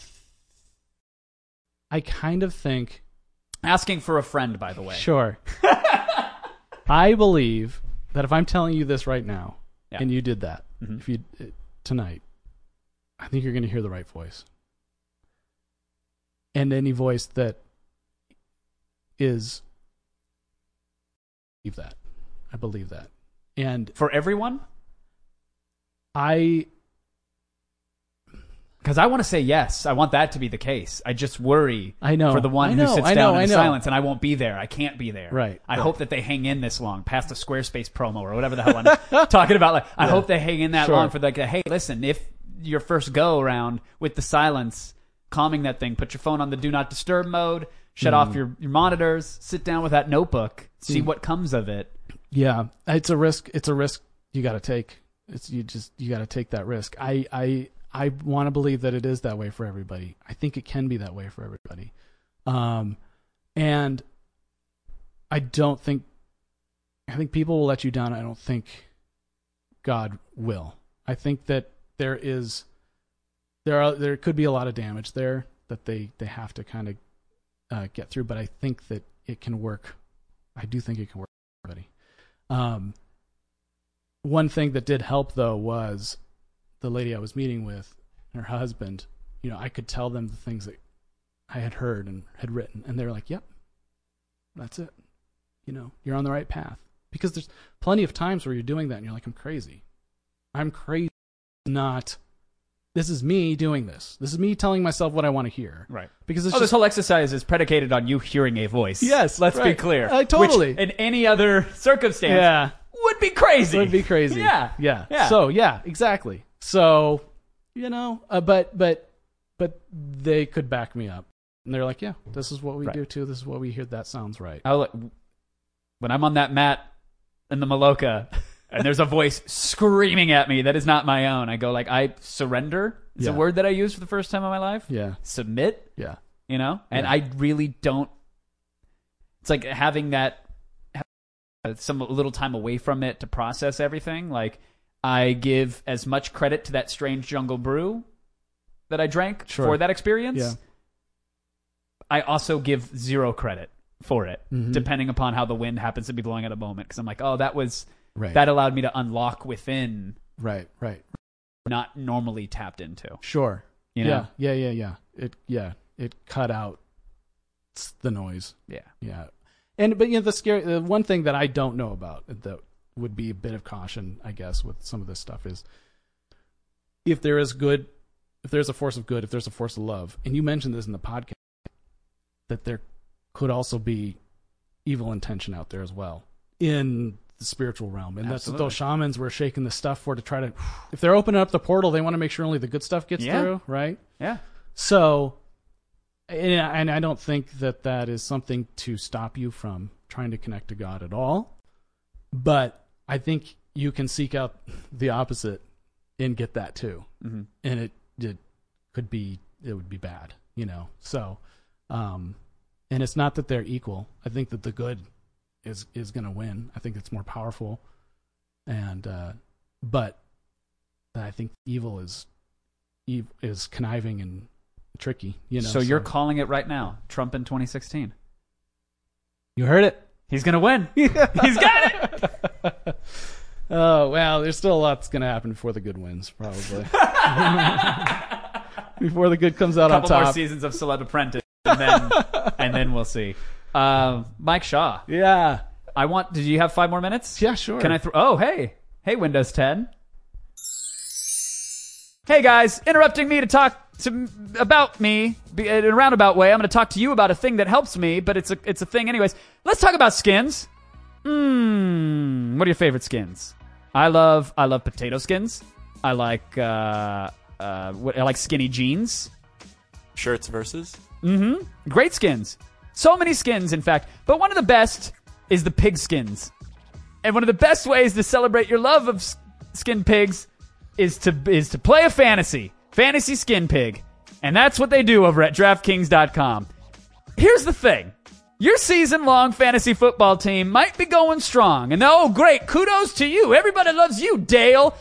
[SPEAKER 3] I kind of think
[SPEAKER 1] Asking for a friend, by the way.
[SPEAKER 3] Sure. I believe that if I'm telling you this right now,
[SPEAKER 1] Yeah.
[SPEAKER 3] and you did that,
[SPEAKER 1] Mhm.
[SPEAKER 3] if you uh, tonight, I think you're going to hear the right voice, and any voice that is, I believe that, I believe that, and
[SPEAKER 1] For everyone?
[SPEAKER 3] I
[SPEAKER 1] Because I want to say yes. I want that to be the case. I just worry
[SPEAKER 3] I know.
[SPEAKER 1] for the one
[SPEAKER 3] I know,
[SPEAKER 1] who sits
[SPEAKER 3] I know,
[SPEAKER 1] down
[SPEAKER 3] I
[SPEAKER 1] in
[SPEAKER 3] know.
[SPEAKER 1] silence and I won't be there. I can't be there.
[SPEAKER 3] Right,
[SPEAKER 1] I
[SPEAKER 3] right.
[SPEAKER 1] hope that they hang in this long past the Squarespace promo or whatever the hell I'm talking about. Like, I hope they hang in that
[SPEAKER 3] Sure.
[SPEAKER 1] long for like, the, hey, listen, if your first go around with the silence, calming that thing, put your phone on the do not disturb mode, shut
[SPEAKER 3] Hmm.
[SPEAKER 1] off your, your monitors, sit down with that notebook, see what comes of it.
[SPEAKER 3] Yeah, it's a risk. It's a risk you got to take. It's you just you got to take that risk. I I I want to believe that it is that way for everybody. I think it can be that way for everybody. Um, and I don't think I think people will let you down. I don't think God will. I think that there is there are there could be a lot of damage there that they they have to kind of uh, get through. But I think that it can work. I do think it can work for everybody. Um, one thing that did help though was the lady I was meeting with, and her husband. You know, I could tell them the things that I had heard and had written, and they were like, "Yep, that's it. You know, you're on the right path." Because there's plenty of times where you're doing that, and you're like, "I'm crazy. I'm crazy. Not. This is me doing this. This is me telling myself what I want to hear."
[SPEAKER 1] Right.
[SPEAKER 3] Because it's
[SPEAKER 1] oh,
[SPEAKER 3] just
[SPEAKER 1] this whole exercise is predicated on you hearing a voice.
[SPEAKER 3] Yes,
[SPEAKER 1] let's be
[SPEAKER 3] right.
[SPEAKER 1] clear.
[SPEAKER 3] Uh, totally.
[SPEAKER 1] Which in any other circumstance,
[SPEAKER 3] yeah.
[SPEAKER 1] would be crazy.
[SPEAKER 3] Would be crazy.
[SPEAKER 1] yeah,
[SPEAKER 3] yeah,
[SPEAKER 1] yeah.
[SPEAKER 3] So yeah, exactly. So you know, uh, but but but they could back me up, and they're like, yeah, this is what we
[SPEAKER 1] Right.
[SPEAKER 3] do too. This is what we hear. That sounds right.
[SPEAKER 1] I was like, when I'm on that mat in the Maloka, and there's a voice screaming at me that is not my own. I go like, I surrender. It's a
[SPEAKER 3] Yeah.
[SPEAKER 1] word that I used for the first time in my life.
[SPEAKER 3] Yeah,
[SPEAKER 1] Submit.
[SPEAKER 3] yeah,
[SPEAKER 1] you know and
[SPEAKER 3] Yeah.
[SPEAKER 1] i really don't it's like having that uh, some little time away from it to process everything like i give as much credit to that strange jungle brew that i drank
[SPEAKER 3] Sure.
[SPEAKER 1] for that experience
[SPEAKER 3] Yeah.
[SPEAKER 1] i also give zero credit for it
[SPEAKER 3] Mm-hmm.
[SPEAKER 1] depending upon how the wind happens to be blowing at a moment because i'm like oh that was
[SPEAKER 3] right,
[SPEAKER 1] that allowed me to unlock within
[SPEAKER 3] right, right.
[SPEAKER 1] not normally tapped into
[SPEAKER 3] Sure.
[SPEAKER 1] you know
[SPEAKER 3] Yeah, yeah, yeah, yeah. It yeah, it cut out s- the noise.
[SPEAKER 1] yeah
[SPEAKER 3] Yeah, and but you know the scary the one thing that I don't know about that would be a bit of caution, I guess, with some of this stuff is if there is good, if there's a force of good, if there's a force of love, and you mentioned this in the podcast that there could also be evil intention out there as well in the spiritual realm, and that's what those shamans were shaking the stuff for to try to if they're opening up the portal, they want to make sure only the good stuff gets
[SPEAKER 1] Yeah.
[SPEAKER 3] through, right?
[SPEAKER 1] yeah
[SPEAKER 3] So, and I, and I don't think that that is something to stop you from trying to connect to God at all. But I think you can seek out the opposite and get that too. Mm-hmm. And it, it could be, it would be bad, you know? So, um, and it's not that they're equal. I think that the good is, is going to win. I think it's more powerful. And, uh, but I think evil is, ev- is conniving and tricky, you know?
[SPEAKER 1] so you're calling it right now trump in 2016
[SPEAKER 3] you heard it.
[SPEAKER 1] He's gonna win. He's got it.
[SPEAKER 3] Oh well, there's still a lot that's gonna happen before the good wins, probably. before the good comes out
[SPEAKER 1] A couple
[SPEAKER 3] on
[SPEAKER 1] more
[SPEAKER 3] top.
[SPEAKER 1] seasons of Celeb Apprentice, and then and then we'll see. Um, Mike Shaw.
[SPEAKER 3] Yeah,
[SPEAKER 1] I want. Did you have five more minutes?
[SPEAKER 3] yeah, sure.
[SPEAKER 1] Can I throw? Oh, hey, hey, Windows 10. Hey guys, interrupting me to talk to about me be- in a roundabout way. I'm going to talk to you about a thing that helps me, but it's a it's a thing anyways. Let's talk about skins. Mmm, what are your favorite skins? I love I love potato skins. I like uh, uh, what, I like skinny jeans.
[SPEAKER 4] Shirts versus.
[SPEAKER 1] Great skins. So many skins, in fact. But one of the best is the pig skins. And one of the best ways to celebrate your love of s- skin pigs is to is to play a fantasy. Fantasy skin pig. And that's what they do over at DraftKings.com. Here's the thing. Your season long fantasy football team might be going strong. And oh, great. Kudos to you. Everybody loves you, Dale.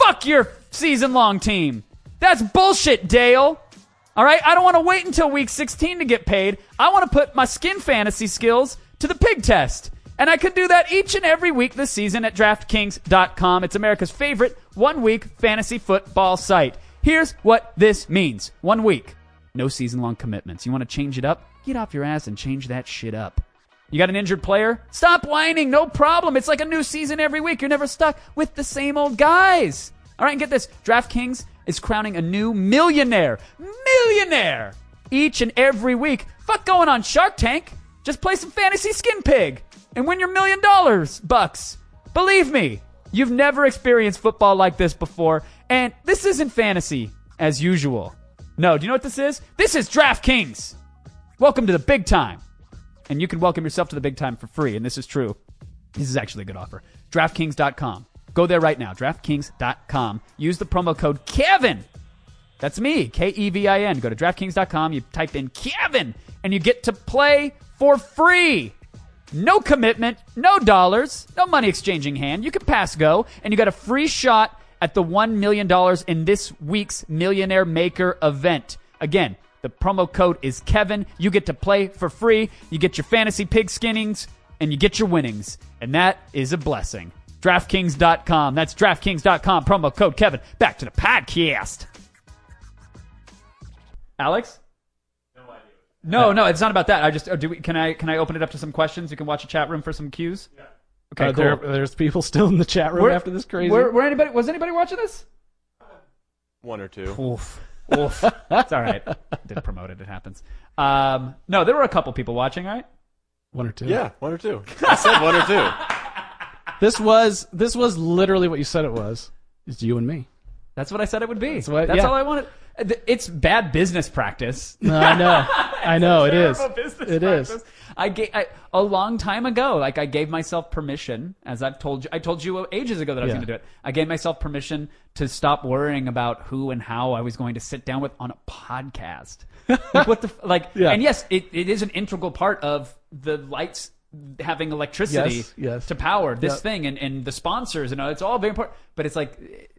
[SPEAKER 1] Fuck your season long team. That's bullshit, Dale. All right, I don't want to wait until week 16 to get paid. I want to put my skin fantasy skills to the pig test. And I can do that each and every week this season at DraftKings.com. It's America's favorite one week fantasy football site. Here's what this means one week, no season long commitments. You want to change it up? Get off your ass and change that shit up. You got an injured player? Stop whining, no problem. It's like a new season every week. You're never stuck with the same old guys. All right, and get this DraftKings is crowning a new millionaire. Millionaire! Each and every week. Fuck going on Shark Tank. Just play some fantasy skin pig and win your million dollars, bucks. Believe me, you've never experienced football like this before, and this isn't fantasy as usual. No, do you know what this is? This is DraftKings. Welcome to the big time and you can welcome yourself to the big time for free. And this is true. This is actually a good offer. DraftKings.com. Go there right now. DraftKings.com. Use the promo code Kevin. That's me, K E V I N. Go to DraftKings.com. You type in Kevin, and you get to play for free. No commitment, no dollars, no money exchanging hand. You can pass go, and you got a free shot at the $1 million in this week's Millionaire Maker event. Again, the promo code is Kevin. You get to play for free. You get your fantasy pig skinnings, and you get your winnings. And that is a blessing. DraftKings.com. That's DraftKings.com. Promo code Kevin. Back to the podcast. Alex? No, no, it's not about that. I just oh, do. We, can I can I open it up to some questions? We can watch a chat room for some cues. Yeah. Okay.
[SPEAKER 3] Are
[SPEAKER 1] cool.
[SPEAKER 3] Uh, there, there's people still in the chat room
[SPEAKER 1] Were-
[SPEAKER 3] after this crazy.
[SPEAKER 1] Were, were anybody was anybody watching this?
[SPEAKER 4] One or two.
[SPEAKER 1] Oof. Oof. it's all right. Didn't promote it. It happens. Um, no, there were a couple people watching, right?
[SPEAKER 3] One or two.
[SPEAKER 4] Yeah, one or two. I said one or two.
[SPEAKER 3] This was this was literally what you said it was. It's you and me.
[SPEAKER 1] That's what I said it would be. That's,
[SPEAKER 3] what- yeah.
[SPEAKER 1] all I wanted. Th- It's bad business practice.
[SPEAKER 3] No, I know. I know it is.
[SPEAKER 1] Terrible business
[SPEAKER 3] It is.
[SPEAKER 1] practice. I gave I, a long time ago. Like I gave myself permission, as I've told you, I told you ages ago that I was
[SPEAKER 3] Yeah.
[SPEAKER 1] going to do it. I gave myself permission to stop worrying about who and how I was going to sit down with on a podcast. like what the f- like?
[SPEAKER 3] Yeah.
[SPEAKER 1] And yes, it, it is an integral part of the lights having electricity
[SPEAKER 3] Yes, yes.
[SPEAKER 1] to power this
[SPEAKER 3] Yep.
[SPEAKER 1] thing and, and the sponsors and all, it's all very important. But it's like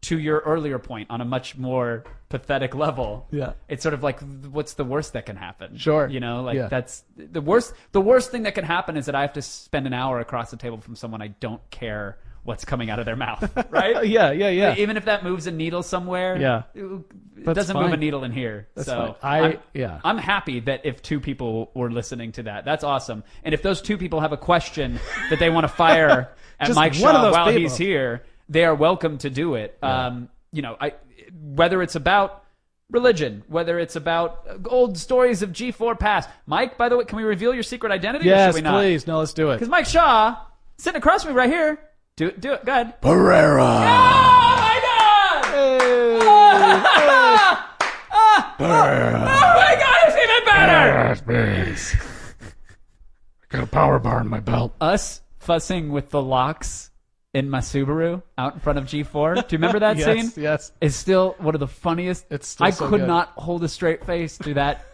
[SPEAKER 1] to your earlier point on a much more pathetic level.
[SPEAKER 3] Yeah.
[SPEAKER 1] It's sort of like what's the worst that can happen?
[SPEAKER 3] Sure.
[SPEAKER 1] You know, like
[SPEAKER 3] Yeah.
[SPEAKER 1] that's the worst the worst thing that can happen is that I have to spend an hour across the table from someone I don't care what's coming out of their mouth, right?
[SPEAKER 3] Oh, Yeah, yeah, yeah.
[SPEAKER 1] Even if that moves a needle somewhere,
[SPEAKER 3] Yeah.
[SPEAKER 1] it, it
[SPEAKER 3] That's
[SPEAKER 1] doesn't move a
[SPEAKER 3] fine.
[SPEAKER 1] needle in here. so
[SPEAKER 3] fine. I-
[SPEAKER 1] I'm-
[SPEAKER 3] yeah.
[SPEAKER 1] I'm happy that if two people were listening to that, that's awesome. And if those two people have a question that they want to fire at
[SPEAKER 3] Just
[SPEAKER 1] Mike
[SPEAKER 3] one
[SPEAKER 1] Shaw
[SPEAKER 3] of those
[SPEAKER 1] while
[SPEAKER 3] people.
[SPEAKER 1] he's here, they are welcome to do it. Um, you know, I whether it's about religion, whether it's about old stories of G4 past. Mike, by the way, can we reveal your secret identity? or should
[SPEAKER 3] yes,
[SPEAKER 1] we not?
[SPEAKER 3] please. No, let's do it.
[SPEAKER 1] Because Mike Shaw sitting across from me right here. Do it. Do it. Go ahead.
[SPEAKER 4] Pereira.
[SPEAKER 1] Oh my god! Oh my god, it's even better!
[SPEAKER 3] Got a power bar in my belt.
[SPEAKER 1] Us fussing with the locks in my Subaru out in front of G4. Do you remember that
[SPEAKER 3] Yes,
[SPEAKER 1] scene?
[SPEAKER 3] yes.
[SPEAKER 1] Is still one of the funniest.
[SPEAKER 3] It's still
[SPEAKER 1] I
[SPEAKER 3] so
[SPEAKER 1] could
[SPEAKER 3] good.
[SPEAKER 1] not hold a straight face through that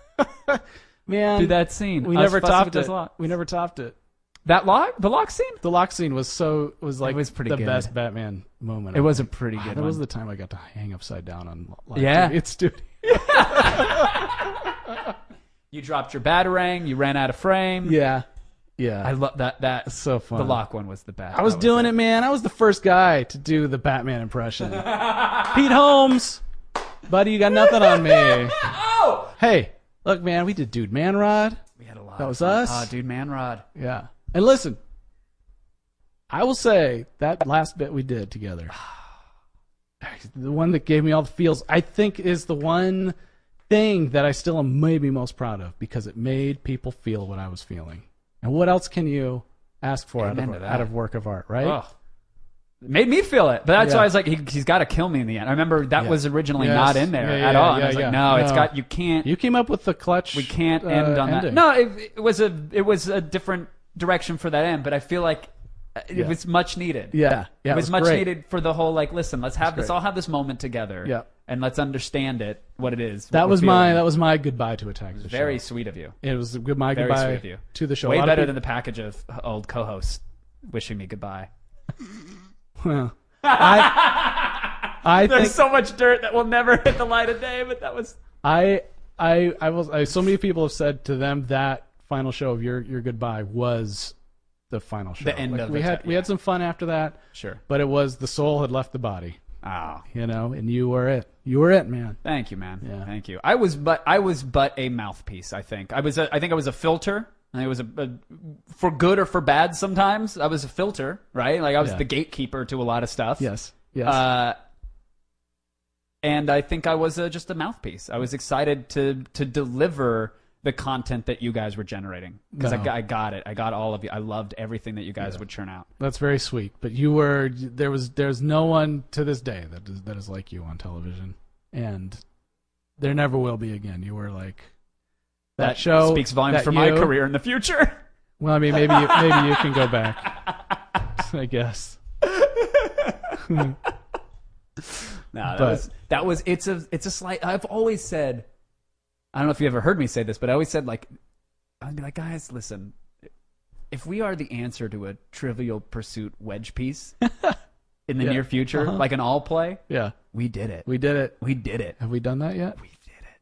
[SPEAKER 3] Man,
[SPEAKER 1] through that scene.
[SPEAKER 3] We
[SPEAKER 1] Us
[SPEAKER 3] never
[SPEAKER 1] fussing with
[SPEAKER 3] topped
[SPEAKER 1] those
[SPEAKER 3] it.
[SPEAKER 1] locks.
[SPEAKER 3] We never topped it.
[SPEAKER 1] that lock, the lock scene.
[SPEAKER 3] The lock scene was so was like
[SPEAKER 1] was pretty
[SPEAKER 3] the
[SPEAKER 1] good.
[SPEAKER 3] best Batman moment.
[SPEAKER 1] It was a pretty good
[SPEAKER 3] Ah, That was
[SPEAKER 1] one.
[SPEAKER 3] the time I got to hang upside down on live
[SPEAKER 1] Yeah.
[SPEAKER 3] TV. It's dude.
[SPEAKER 1] you dropped your batarang. You ran out of frame.
[SPEAKER 3] Yeah, yeah.
[SPEAKER 1] I love that. That
[SPEAKER 3] so fun.
[SPEAKER 1] The lock one was the best.
[SPEAKER 3] I was doing it, man. I was the first guy to do the Batman impression. Pete Holmes, buddy, you got nothing on me.
[SPEAKER 1] Oh,
[SPEAKER 3] Hey, look, man, we did Dude Man Rod.
[SPEAKER 1] we had a lot.
[SPEAKER 3] That
[SPEAKER 1] of
[SPEAKER 3] was
[SPEAKER 1] fun.
[SPEAKER 3] us?
[SPEAKER 1] Ah, dude, Manrod.
[SPEAKER 3] Yeah. And listen, I will say that last bit we did together the one that gave me all the feels, I think is the one thing that I still am maybe most proud of because it made people feel what I was feeling. And what else can you ask for out
[SPEAKER 1] Amen
[SPEAKER 3] of,
[SPEAKER 1] to that.
[SPEAKER 3] out of work of art, right?
[SPEAKER 1] Ugh. It made me feel it, but that's
[SPEAKER 3] Yeah.
[SPEAKER 1] why I was like, he, he's got to kill me in the end. I remember that
[SPEAKER 3] Yeah.
[SPEAKER 1] was originally
[SPEAKER 3] Yes.
[SPEAKER 1] not in there
[SPEAKER 3] Yeah, yeah,
[SPEAKER 1] at all. and
[SPEAKER 3] yeah,
[SPEAKER 1] I was like,
[SPEAKER 3] yeah.
[SPEAKER 1] no, it's
[SPEAKER 3] No.
[SPEAKER 1] got you can't
[SPEAKER 3] You came up with the clutch.
[SPEAKER 1] we can't
[SPEAKER 3] uh,
[SPEAKER 1] end on that.
[SPEAKER 3] ending.
[SPEAKER 1] No, it, it was a it was a different direction for that end, but I feel like uh, it
[SPEAKER 3] Yeah.
[SPEAKER 1] was much needed.
[SPEAKER 3] Yeah, yeah,
[SPEAKER 1] it was, much
[SPEAKER 3] great.
[SPEAKER 1] needed for the whole like. Listen, let's have this
[SPEAKER 3] great.
[SPEAKER 1] all have this moment together.
[SPEAKER 3] Yeah.
[SPEAKER 1] and let's understand it what it is.
[SPEAKER 3] That
[SPEAKER 1] what we're
[SPEAKER 3] was my
[SPEAKER 1] feeling.
[SPEAKER 3] that was my goodbye to attack. The
[SPEAKER 1] very
[SPEAKER 3] show.
[SPEAKER 1] sweet of you.
[SPEAKER 3] It was a goodbye
[SPEAKER 1] Very
[SPEAKER 3] goodbye
[SPEAKER 1] sweet of you
[SPEAKER 3] to the show.
[SPEAKER 1] Way
[SPEAKER 3] A lot
[SPEAKER 1] better
[SPEAKER 3] of
[SPEAKER 1] than the package of old co-hosts wishing me goodbye.
[SPEAKER 3] people, I, I think,
[SPEAKER 1] There's so much dirt that will never hit the light of day, but that was
[SPEAKER 3] I I I will. I, so many people have said to them that final show of your your goodbye was the final show.
[SPEAKER 1] The end
[SPEAKER 3] Like,
[SPEAKER 1] of
[SPEAKER 3] we
[SPEAKER 1] it,
[SPEAKER 3] had we
[SPEAKER 1] yeah.
[SPEAKER 3] had some fun after that,
[SPEAKER 1] sure.
[SPEAKER 3] but it was the soul had left the body,
[SPEAKER 1] Oh,
[SPEAKER 3] you know, and you were it. You were it, man.
[SPEAKER 1] Thank you, man.
[SPEAKER 3] Yeah.
[SPEAKER 1] Thank you. I was but I was but a mouthpiece. I think I was. A, I think I was a filter. And I was a, a for good or for bad. Sometimes I was a filter, right? Like I was
[SPEAKER 3] Yeah.
[SPEAKER 1] the gatekeeper to a lot of stuff.
[SPEAKER 3] Yes, yes.
[SPEAKER 1] Uh, and I think I was uh just a mouthpiece. I was excited to to deliver the content that you guys were generating because I,
[SPEAKER 3] No.
[SPEAKER 1] got- I got it. I got all of you. I loved everything that you guys would churn out.
[SPEAKER 3] That's very sweet. But you were there was there's no one to this day that is, that is like you on television, and there never will be again. You were like that, show
[SPEAKER 1] speaks volumes
[SPEAKER 3] that
[SPEAKER 1] for my
[SPEAKER 3] you-
[SPEAKER 1] career in the future.
[SPEAKER 3] Well, I mean, maybe you, maybe you can go back. I guess.
[SPEAKER 1] No, that
[SPEAKER 3] But-
[SPEAKER 1] was that was it's a it's a slight. I've always said, I don't know if you ever heard me say this, but I always said like, I'd be like, guys, listen, if we are the answer to a Trivial Pursuit wedge piece in the
[SPEAKER 3] Yeah.
[SPEAKER 1] near future,
[SPEAKER 3] Uh-huh.
[SPEAKER 1] like an all play,
[SPEAKER 3] Yeah,
[SPEAKER 1] we did it. We,
[SPEAKER 3] we did it.
[SPEAKER 1] did it.
[SPEAKER 3] Have we done that yet?
[SPEAKER 1] We did it.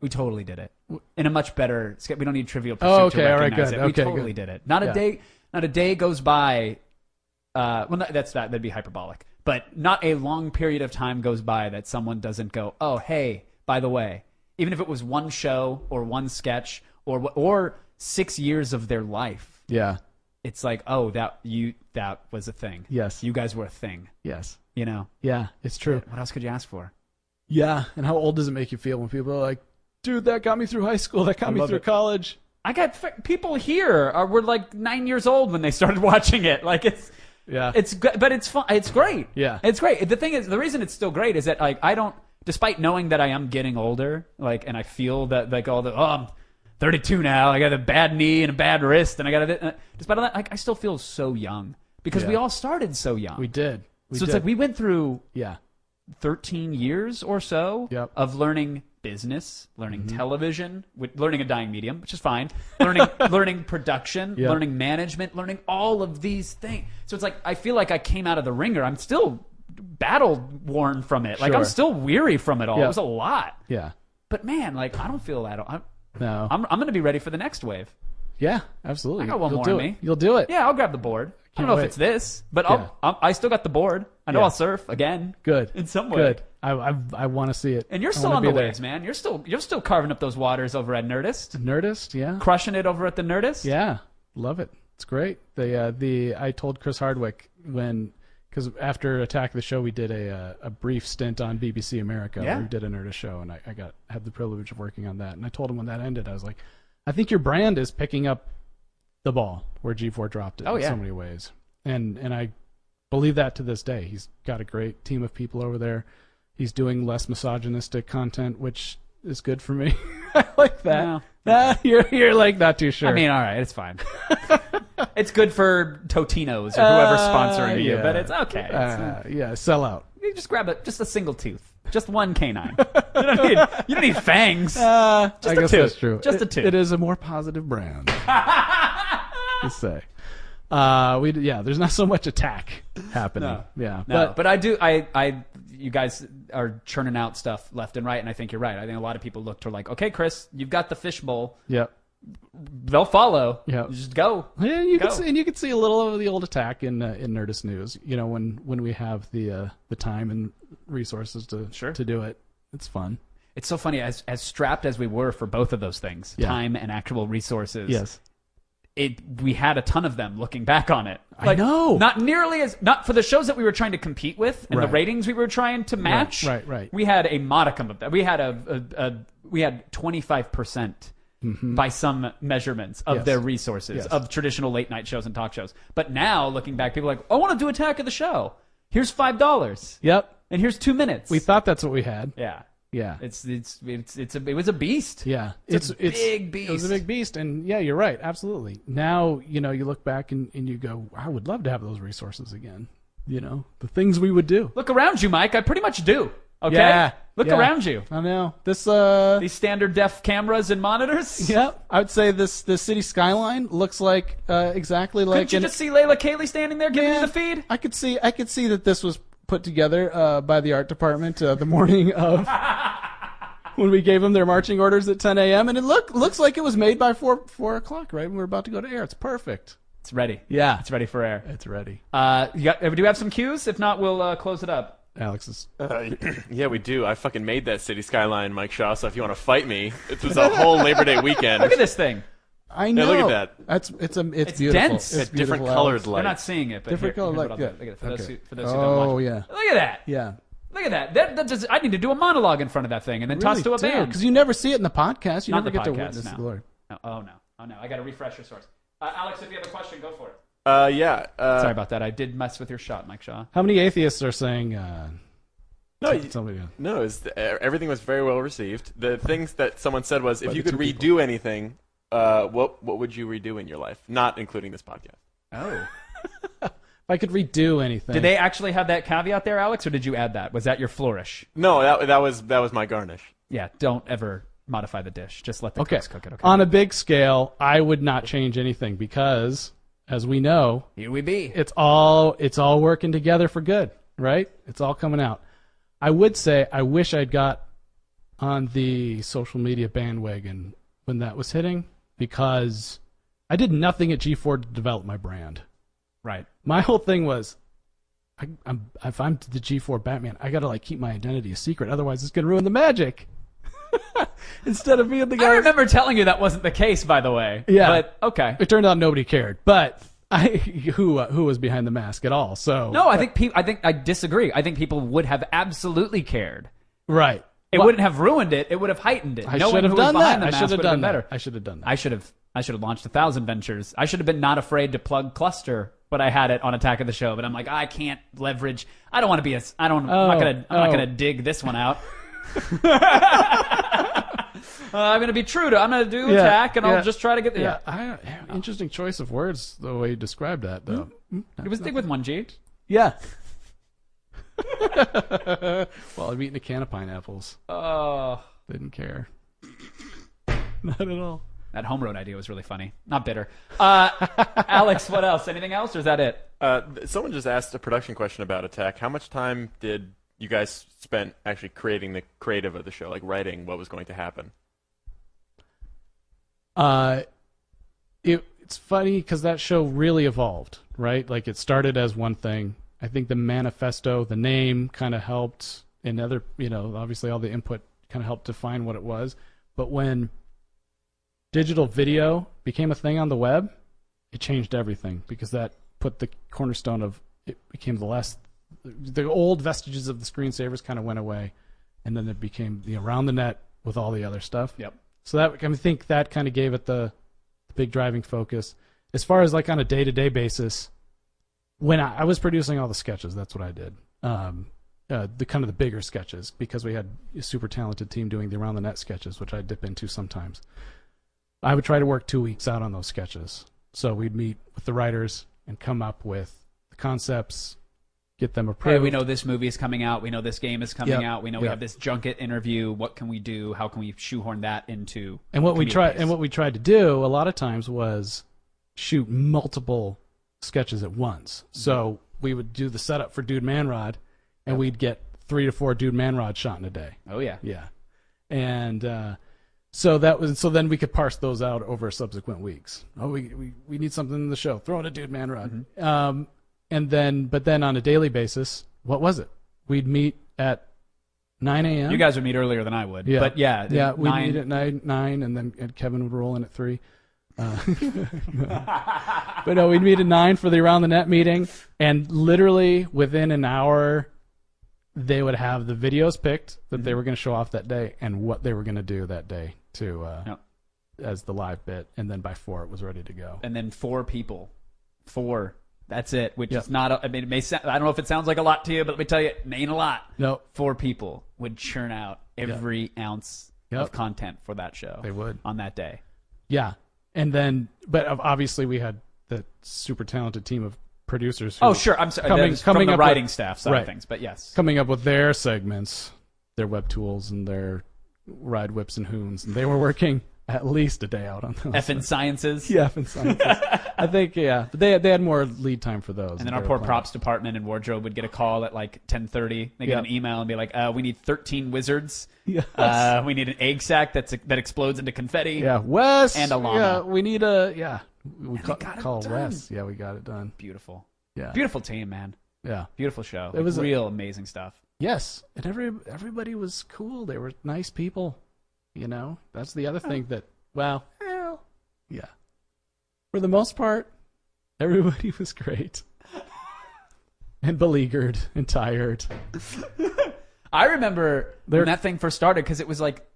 [SPEAKER 1] We totally did it in a much better. sca- We don't need Trivial Pursuit
[SPEAKER 3] Oh,
[SPEAKER 1] to
[SPEAKER 3] okay, all right,
[SPEAKER 1] recognize
[SPEAKER 3] good,
[SPEAKER 1] it.
[SPEAKER 3] okay,
[SPEAKER 1] we totally
[SPEAKER 3] good.
[SPEAKER 1] did it. Not a
[SPEAKER 3] Yeah.
[SPEAKER 1] day. Not a day goes by uh, well, not, that's that. That'd be hyperbolic. But not a long period of time goes by that someone doesn't go, "Oh, hey, by the way," even if it was one show or one sketch or wh- or six years of their life.
[SPEAKER 3] Yeah.
[SPEAKER 1] It's like, oh, that you that was a thing.
[SPEAKER 3] Yes.
[SPEAKER 1] you guys were a thing.
[SPEAKER 3] Yes.
[SPEAKER 1] You know
[SPEAKER 3] Yeah, it's true.
[SPEAKER 1] what else could you ask for?
[SPEAKER 3] Yeah. And how old does it make you feel when people are like, "Dude, that got me through high school. That got me
[SPEAKER 1] love
[SPEAKER 3] through
[SPEAKER 1] it.
[SPEAKER 3] college."
[SPEAKER 1] I got f- people here are were like nine years old when they started watching it. Like it's
[SPEAKER 3] Yeah.
[SPEAKER 1] It's good, but it's fun. It's great.
[SPEAKER 3] Yeah.
[SPEAKER 1] it's great. The thing is, the reason it's still great is that like I don't, despite knowing that I am getting older, like, and I feel that like all the oh, I'm 32 now. I got a bad knee and a bad wrist, and I got a. uh, Despite all that, like I still feel so young because we
[SPEAKER 3] Yeah.
[SPEAKER 1] all started so young.
[SPEAKER 3] we did. We
[SPEAKER 1] so it's
[SPEAKER 3] did.
[SPEAKER 1] like we went through
[SPEAKER 3] Yeah.
[SPEAKER 1] 13 years or so
[SPEAKER 3] Yep. Mm-hmm.
[SPEAKER 1] of learning business, learning television, with learning a dying medium, which is fine, learning learning production,
[SPEAKER 3] Yeah.
[SPEAKER 1] learning management, learning all of these things. So it's like I feel like I came out of the ringer. I'm still battle worn from it. Like I'm
[SPEAKER 3] Sure.
[SPEAKER 1] still weary from it all.
[SPEAKER 3] Yeah.
[SPEAKER 1] It was a lot.
[SPEAKER 3] Yeah.
[SPEAKER 1] But man, like I don't feel that I'm
[SPEAKER 3] No.
[SPEAKER 1] I'm, I'm going to be ready for the next wave.
[SPEAKER 3] yeah. Absolutely. I
[SPEAKER 1] got one
[SPEAKER 3] You'll
[SPEAKER 1] more
[SPEAKER 3] do
[SPEAKER 1] in
[SPEAKER 3] it.
[SPEAKER 1] me.
[SPEAKER 3] You'll do it.
[SPEAKER 1] Yeah, I'll grab the board. I don't
[SPEAKER 3] Can't
[SPEAKER 1] know
[SPEAKER 3] wait.
[SPEAKER 1] if it's this, but
[SPEAKER 3] Yeah.
[SPEAKER 1] I'll, I'm, I still got the board. I know
[SPEAKER 3] Yeah.
[SPEAKER 1] I'll surf again.
[SPEAKER 3] Good.
[SPEAKER 1] In some way.
[SPEAKER 3] Good. I I, I want to see it.
[SPEAKER 1] And you're
[SPEAKER 3] I
[SPEAKER 1] still
[SPEAKER 3] wanna
[SPEAKER 1] on the
[SPEAKER 3] be there.
[SPEAKER 1] waves, man. You're still you're still carving up those waters over at Nerdist,
[SPEAKER 3] Nerdist. Yeah.
[SPEAKER 1] crushing it over at the Nerdist.
[SPEAKER 3] Yeah, love it. It's great. The uh, the I told Chris Hardwick when because after Attack of the Show we did a uh, a brief stint on BBC America.
[SPEAKER 1] Yeah.
[SPEAKER 3] We did an Nerdist show, and I, I got had the privilege of working on that. And I told him when that ended, I was like, I think your brand is picking up the ball where G4 dropped it
[SPEAKER 1] Oh,
[SPEAKER 3] in
[SPEAKER 1] yeah.
[SPEAKER 3] so many ways, and and I believe that to this day. He's got a great team of people over there. He's doing less misogynistic content, which is good for me. I like that.
[SPEAKER 1] No.
[SPEAKER 3] That- you're you're like not too sure.
[SPEAKER 1] I mean, all right, it's fine. it's good for Totinos or whoever's sponsoring
[SPEAKER 3] Uh,
[SPEAKER 1] you,
[SPEAKER 3] yeah.
[SPEAKER 1] but it's okay. It's,
[SPEAKER 3] Uh, yeah, sell out.
[SPEAKER 1] you just grab a, just a single tooth, just one canine. you, don't need, you don't need fangs.
[SPEAKER 3] I
[SPEAKER 1] Uh, a tooth.
[SPEAKER 3] guess that's true.
[SPEAKER 1] Just a
[SPEAKER 3] It-
[SPEAKER 1] tooth.
[SPEAKER 3] It is a more positive brand. to say. Uh, we yeah. There's not so much attack happening. Yeah,
[SPEAKER 1] No, but, I do. I, I, you guys are churning out stuff left and right, and I think you're right. I think a lot of people look to like, okay, Chris, you've got the fishbowl.
[SPEAKER 3] yeah.
[SPEAKER 1] They'll follow.
[SPEAKER 3] Yeah.
[SPEAKER 1] just go.
[SPEAKER 3] Yeah, you can
[SPEAKER 1] Go.
[SPEAKER 3] see, and you can see a little of the old attack in uh, in Nerdist News. You know, when when we have the uh, the time and resources to
[SPEAKER 1] Sure.
[SPEAKER 3] to do it, it's fun.
[SPEAKER 1] It's so funny as as strapped as we were for both of those things,
[SPEAKER 3] Yeah.
[SPEAKER 1] time and actual resources.
[SPEAKER 3] Yes,
[SPEAKER 1] it we had a ton of them looking back on it.
[SPEAKER 3] I know.
[SPEAKER 1] Not nearly as not for the shows that we were trying to compete with and the
[SPEAKER 3] Right.
[SPEAKER 1] ratings we were trying to match.
[SPEAKER 3] right, right.
[SPEAKER 1] We had a modicum of that. We had a, a, a we had twenty five percent by some measurements of
[SPEAKER 3] Mm-hmm. Yes.
[SPEAKER 1] their resources
[SPEAKER 3] Yes.
[SPEAKER 1] of traditional late night shows and talk shows. But now looking back, people are like, I want to do Attack of the Show. Here's five dollars
[SPEAKER 3] Yep.
[SPEAKER 1] and here's two minutes.
[SPEAKER 3] We thought that's what we had.
[SPEAKER 1] yeah.
[SPEAKER 3] Yeah.
[SPEAKER 1] It's it's it's it's a it was a beast.
[SPEAKER 3] Yeah,
[SPEAKER 1] It's a big
[SPEAKER 3] It was
[SPEAKER 1] beast.
[SPEAKER 3] a big beast, and yeah, you're right, absolutely. Now you know you look back and, and you go, I would love to have those resources again. You know the things we would do.
[SPEAKER 1] Look around you, Mike. I pretty much do. Okay.
[SPEAKER 3] Yeah,
[SPEAKER 1] Look
[SPEAKER 3] yeah.
[SPEAKER 1] around you.
[SPEAKER 3] I know this. Uh,
[SPEAKER 1] These standard def cameras and monitors.
[SPEAKER 3] yeah, I would say this the city skyline looks like uh, exactly like.
[SPEAKER 1] Did you
[SPEAKER 3] an-
[SPEAKER 1] just see Layla Kaylee standing there giving you
[SPEAKER 3] Yeah,
[SPEAKER 1] the feed?
[SPEAKER 3] I could see. I could see that this was put together uh, by the art department uh, the morning of. When we gave them their marching orders at 10 a.m. and it look looks like it was made by four four o'clock, right? When we're about to go to air, it's perfect.
[SPEAKER 1] It's ready.
[SPEAKER 3] Yeah,
[SPEAKER 1] It's ready for air.
[SPEAKER 3] It's ready.
[SPEAKER 1] Uh, you got, do you have some cues? If not, we'll uh, close it up.
[SPEAKER 3] Alex is.
[SPEAKER 4] Uh, yeah, we do. I fucking made that city skyline, Mike Shaw. So if you want to fight me, it was a whole Labor Day weekend.
[SPEAKER 1] Look at this thing.
[SPEAKER 3] I know.
[SPEAKER 4] look at that.
[SPEAKER 3] That's it's a it's,
[SPEAKER 1] It's
[SPEAKER 3] beautiful.
[SPEAKER 1] dense.
[SPEAKER 4] It's different
[SPEAKER 3] beautiful,
[SPEAKER 4] colored
[SPEAKER 3] Alex.
[SPEAKER 1] We're
[SPEAKER 4] light.
[SPEAKER 1] not seeing it, but
[SPEAKER 3] Different
[SPEAKER 1] here-
[SPEAKER 3] color
[SPEAKER 1] here's what
[SPEAKER 3] light.
[SPEAKER 1] I'll do.
[SPEAKER 3] Yeah.
[SPEAKER 1] Look at it. For those
[SPEAKER 3] Okay.
[SPEAKER 1] who, for those who
[SPEAKER 3] oh
[SPEAKER 1] don't watch.
[SPEAKER 3] yeah,
[SPEAKER 1] Look at that.
[SPEAKER 3] yeah.
[SPEAKER 1] Look at that. That, that does, I need to do a monologue in front of that thing and then toss to a band.
[SPEAKER 3] because you never see it in the podcast. You
[SPEAKER 1] Not the
[SPEAKER 3] never get to
[SPEAKER 1] podcast,
[SPEAKER 3] witness
[SPEAKER 1] no.
[SPEAKER 3] the glory.
[SPEAKER 1] No, oh no. Oh no. I got to refresh your source. Uh, Alex, if you have a question, go for it.
[SPEAKER 4] Uh, yeah. Uh,
[SPEAKER 1] Sorry about that. I did mess with your shot, Mike Shaw.
[SPEAKER 3] How many atheists are saying? Uh,
[SPEAKER 4] no,
[SPEAKER 3] t-
[SPEAKER 4] you-
[SPEAKER 3] somebody else?
[SPEAKER 4] no. Is everything was very well received. The things that someone said was, if
[SPEAKER 3] By
[SPEAKER 4] you
[SPEAKER 3] the
[SPEAKER 4] could
[SPEAKER 3] two
[SPEAKER 4] redo
[SPEAKER 3] people.
[SPEAKER 4] anything, uh, what what would you redo in your life, not including this podcast?
[SPEAKER 1] Oh.
[SPEAKER 3] If I could redo anything,
[SPEAKER 1] Did they actually have that caveat there, Alex, or did you add that? Was that your flourish?
[SPEAKER 4] No, that that was that was my garnish.
[SPEAKER 1] Yeah, don't ever modify the dish. Just let the
[SPEAKER 3] Okay.
[SPEAKER 1] cooks cook it. Okay.
[SPEAKER 3] On a big scale, I would not change anything because, as we know,
[SPEAKER 1] Here we be.
[SPEAKER 3] it's all it's all working together for good, right? It's all coming out. I would say I wish I'd got on the social media bandwagon when that was hitting because I did nothing at G4 to develop my brand.
[SPEAKER 1] Right.
[SPEAKER 3] My whole thing was I, I'm, if I'm the G4 Batman, I gotta like keep my identity a secret, otherwise it's gonna ruin the magic. Instead of being the guy,
[SPEAKER 1] I remember telling you that wasn't the case, by the way.
[SPEAKER 3] Yeah.
[SPEAKER 1] But okay.
[SPEAKER 3] it turned out nobody cared. But I who uh, who was behind the mask at all? So
[SPEAKER 1] No, I think pe- I think I disagree. I think people would have absolutely cared.
[SPEAKER 3] right.
[SPEAKER 1] It
[SPEAKER 3] Well,
[SPEAKER 1] wouldn't have ruined it. It would have heightened it.
[SPEAKER 3] I
[SPEAKER 1] Knowing
[SPEAKER 3] should have
[SPEAKER 1] who was
[SPEAKER 3] done
[SPEAKER 1] behind
[SPEAKER 3] that.
[SPEAKER 1] the mask
[SPEAKER 3] I should have
[SPEAKER 1] would been
[SPEAKER 3] done
[SPEAKER 1] better.
[SPEAKER 3] better. I should have done that.
[SPEAKER 1] I should have. I should have launched a thousand ventures. I should have been not afraid to plug Cluster, but I had it on Attack of the Show. But I'm like, I can't leverage. I don't want to be a. s- I don't. I'm not
[SPEAKER 3] Oh,
[SPEAKER 1] gonna. I'm not
[SPEAKER 3] oh.
[SPEAKER 1] gonna dig this one out. Uh, I'm gonna be true to. I'm gonna do
[SPEAKER 3] Yeah,
[SPEAKER 1] Attack, and
[SPEAKER 3] yeah.
[SPEAKER 1] I'll just try to get.
[SPEAKER 3] yeah,
[SPEAKER 1] Yeah.
[SPEAKER 3] I, yeah, interesting choice of words the way you described that though.
[SPEAKER 1] It was dig with one G.
[SPEAKER 3] Yeah. well, I'm eating a can of pineapples. Uh.
[SPEAKER 1] Oh,
[SPEAKER 3] Didn't care. Not at all.
[SPEAKER 1] that home road idea was really funny. Not bitter. Uh, Alex, what else? Anything else, or is that it?
[SPEAKER 4] Uh, th- someone just asked a production question about Attack. How much time did you guys spent actually creating the creative of the show, like writing what was going to happen?
[SPEAKER 3] Uh, it, it's funny because that show really evolved, right? Like it started as one thing. I think the manifesto, the name, kind of helped, and other, you know, obviously all the input kind of helped define what it was. But when digital video became a thing on the web, it changed everything because that put the cornerstone of it became the last, the old vestiges of the screensavers kind of went away, and then it became the around the net with all the other stuff.
[SPEAKER 1] Yep.
[SPEAKER 3] So that I think that kind of gave it the, the big driving focus. As far as like on a day to day basis, when I, I was producing all the sketches, that's what I did. Um, uh, the kind of the bigger sketches because we had a super talented team doing the around the net sketches, which I dip into sometimes. I would try to work two weeks out on those sketches. So we'd meet with the writers and come up with the concepts, get them approved.
[SPEAKER 1] Hey, we know this movie is coming out. We know this game is coming
[SPEAKER 3] Yep.
[SPEAKER 1] out. We know we
[SPEAKER 3] Yep.
[SPEAKER 1] have this junket interview. What can we do? How can we shoehorn that into?
[SPEAKER 3] And what
[SPEAKER 1] the
[SPEAKER 3] we
[SPEAKER 1] comedic
[SPEAKER 3] tried
[SPEAKER 1] piece?
[SPEAKER 3] and what we tried to do a lot of times was shoot multiple sketches at once. So we would do the setup for Dude Manrod, and we'd get three to four Dude Manrod shot in a day.
[SPEAKER 1] oh yeah,
[SPEAKER 3] Yeah, and uh, so that was so then we could parse those out over subsequent weeks. Oh, we we, we need something in the show. Throw in a Dude Manrod, um, and then but then on a daily basis, what was it? We'd meet at nine a.m.
[SPEAKER 1] you guys would meet earlier than I would.
[SPEAKER 3] Yeah.
[SPEAKER 1] but yeah,
[SPEAKER 3] yeah, we
[SPEAKER 1] nine-
[SPEAKER 3] meet at nine, nine, and then and Kevin would roll in at three. Uh, But no, we'd meet at nine for the around the net meeting, and literally within an hour, they would have the videos picked that
[SPEAKER 1] Mm-hmm.
[SPEAKER 3] they were going to show off that day and what they were going to do that day to uh,
[SPEAKER 1] Yep.
[SPEAKER 3] as the live bit, and then by four it was ready to go.
[SPEAKER 1] and then four people, four. That's it. Which
[SPEAKER 3] Yeah.
[SPEAKER 1] is not. A, I mean, it may. Sound, I don't know if it sounds like a lot to you, but let me tell you, it ain't a lot.
[SPEAKER 3] No,
[SPEAKER 1] Four people would churn out every ounce of
[SPEAKER 3] Yep.
[SPEAKER 1] content for that show.
[SPEAKER 3] They would.
[SPEAKER 1] on that day.
[SPEAKER 3] yeah, and then but ob- obviously we had the super talented team of producers. Who
[SPEAKER 1] Oh, sure. I'm sorry.
[SPEAKER 3] Coming-
[SPEAKER 1] Coming,
[SPEAKER 3] coming
[SPEAKER 1] from the
[SPEAKER 3] up
[SPEAKER 1] writing
[SPEAKER 3] with-
[SPEAKER 1] staff side of
[SPEAKER 3] right.
[SPEAKER 1] things, but yes.
[SPEAKER 3] coming up with their segments, their web tools, and their ride whips and hoons. And they were working at least a day out on those.
[SPEAKER 1] F in sciences.
[SPEAKER 3] yeah, F and sciences. I think yeah, but they they had more lead time for those.
[SPEAKER 1] And then our poor props department and wardrobe would get a call at like 10:30. They get
[SPEAKER 3] Yeah.
[SPEAKER 1] an email and be like, uh, "We need 13 wizards.
[SPEAKER 3] Yes.
[SPEAKER 1] Uh, we need an egg sack that's that explodes into confetti."
[SPEAKER 3] Yeah, Wes
[SPEAKER 1] And a llama.
[SPEAKER 3] Yeah, we need a yeah. We ca-
[SPEAKER 1] got it
[SPEAKER 3] call
[SPEAKER 1] done.
[SPEAKER 3] Wes. Yeah, we got it done.
[SPEAKER 1] Beautiful.
[SPEAKER 3] Yeah,
[SPEAKER 1] Beautiful team, man.
[SPEAKER 3] yeah.
[SPEAKER 1] Beautiful show.
[SPEAKER 3] It was a-
[SPEAKER 1] real amazing stuff.
[SPEAKER 3] Yes, and every everybody was cool. They were nice people. You know, that's the other thing that well, well, yeah. For the most part, everybody was great and beleaguered and tired.
[SPEAKER 1] I remember
[SPEAKER 3] There-
[SPEAKER 1] when that thing first started because it was like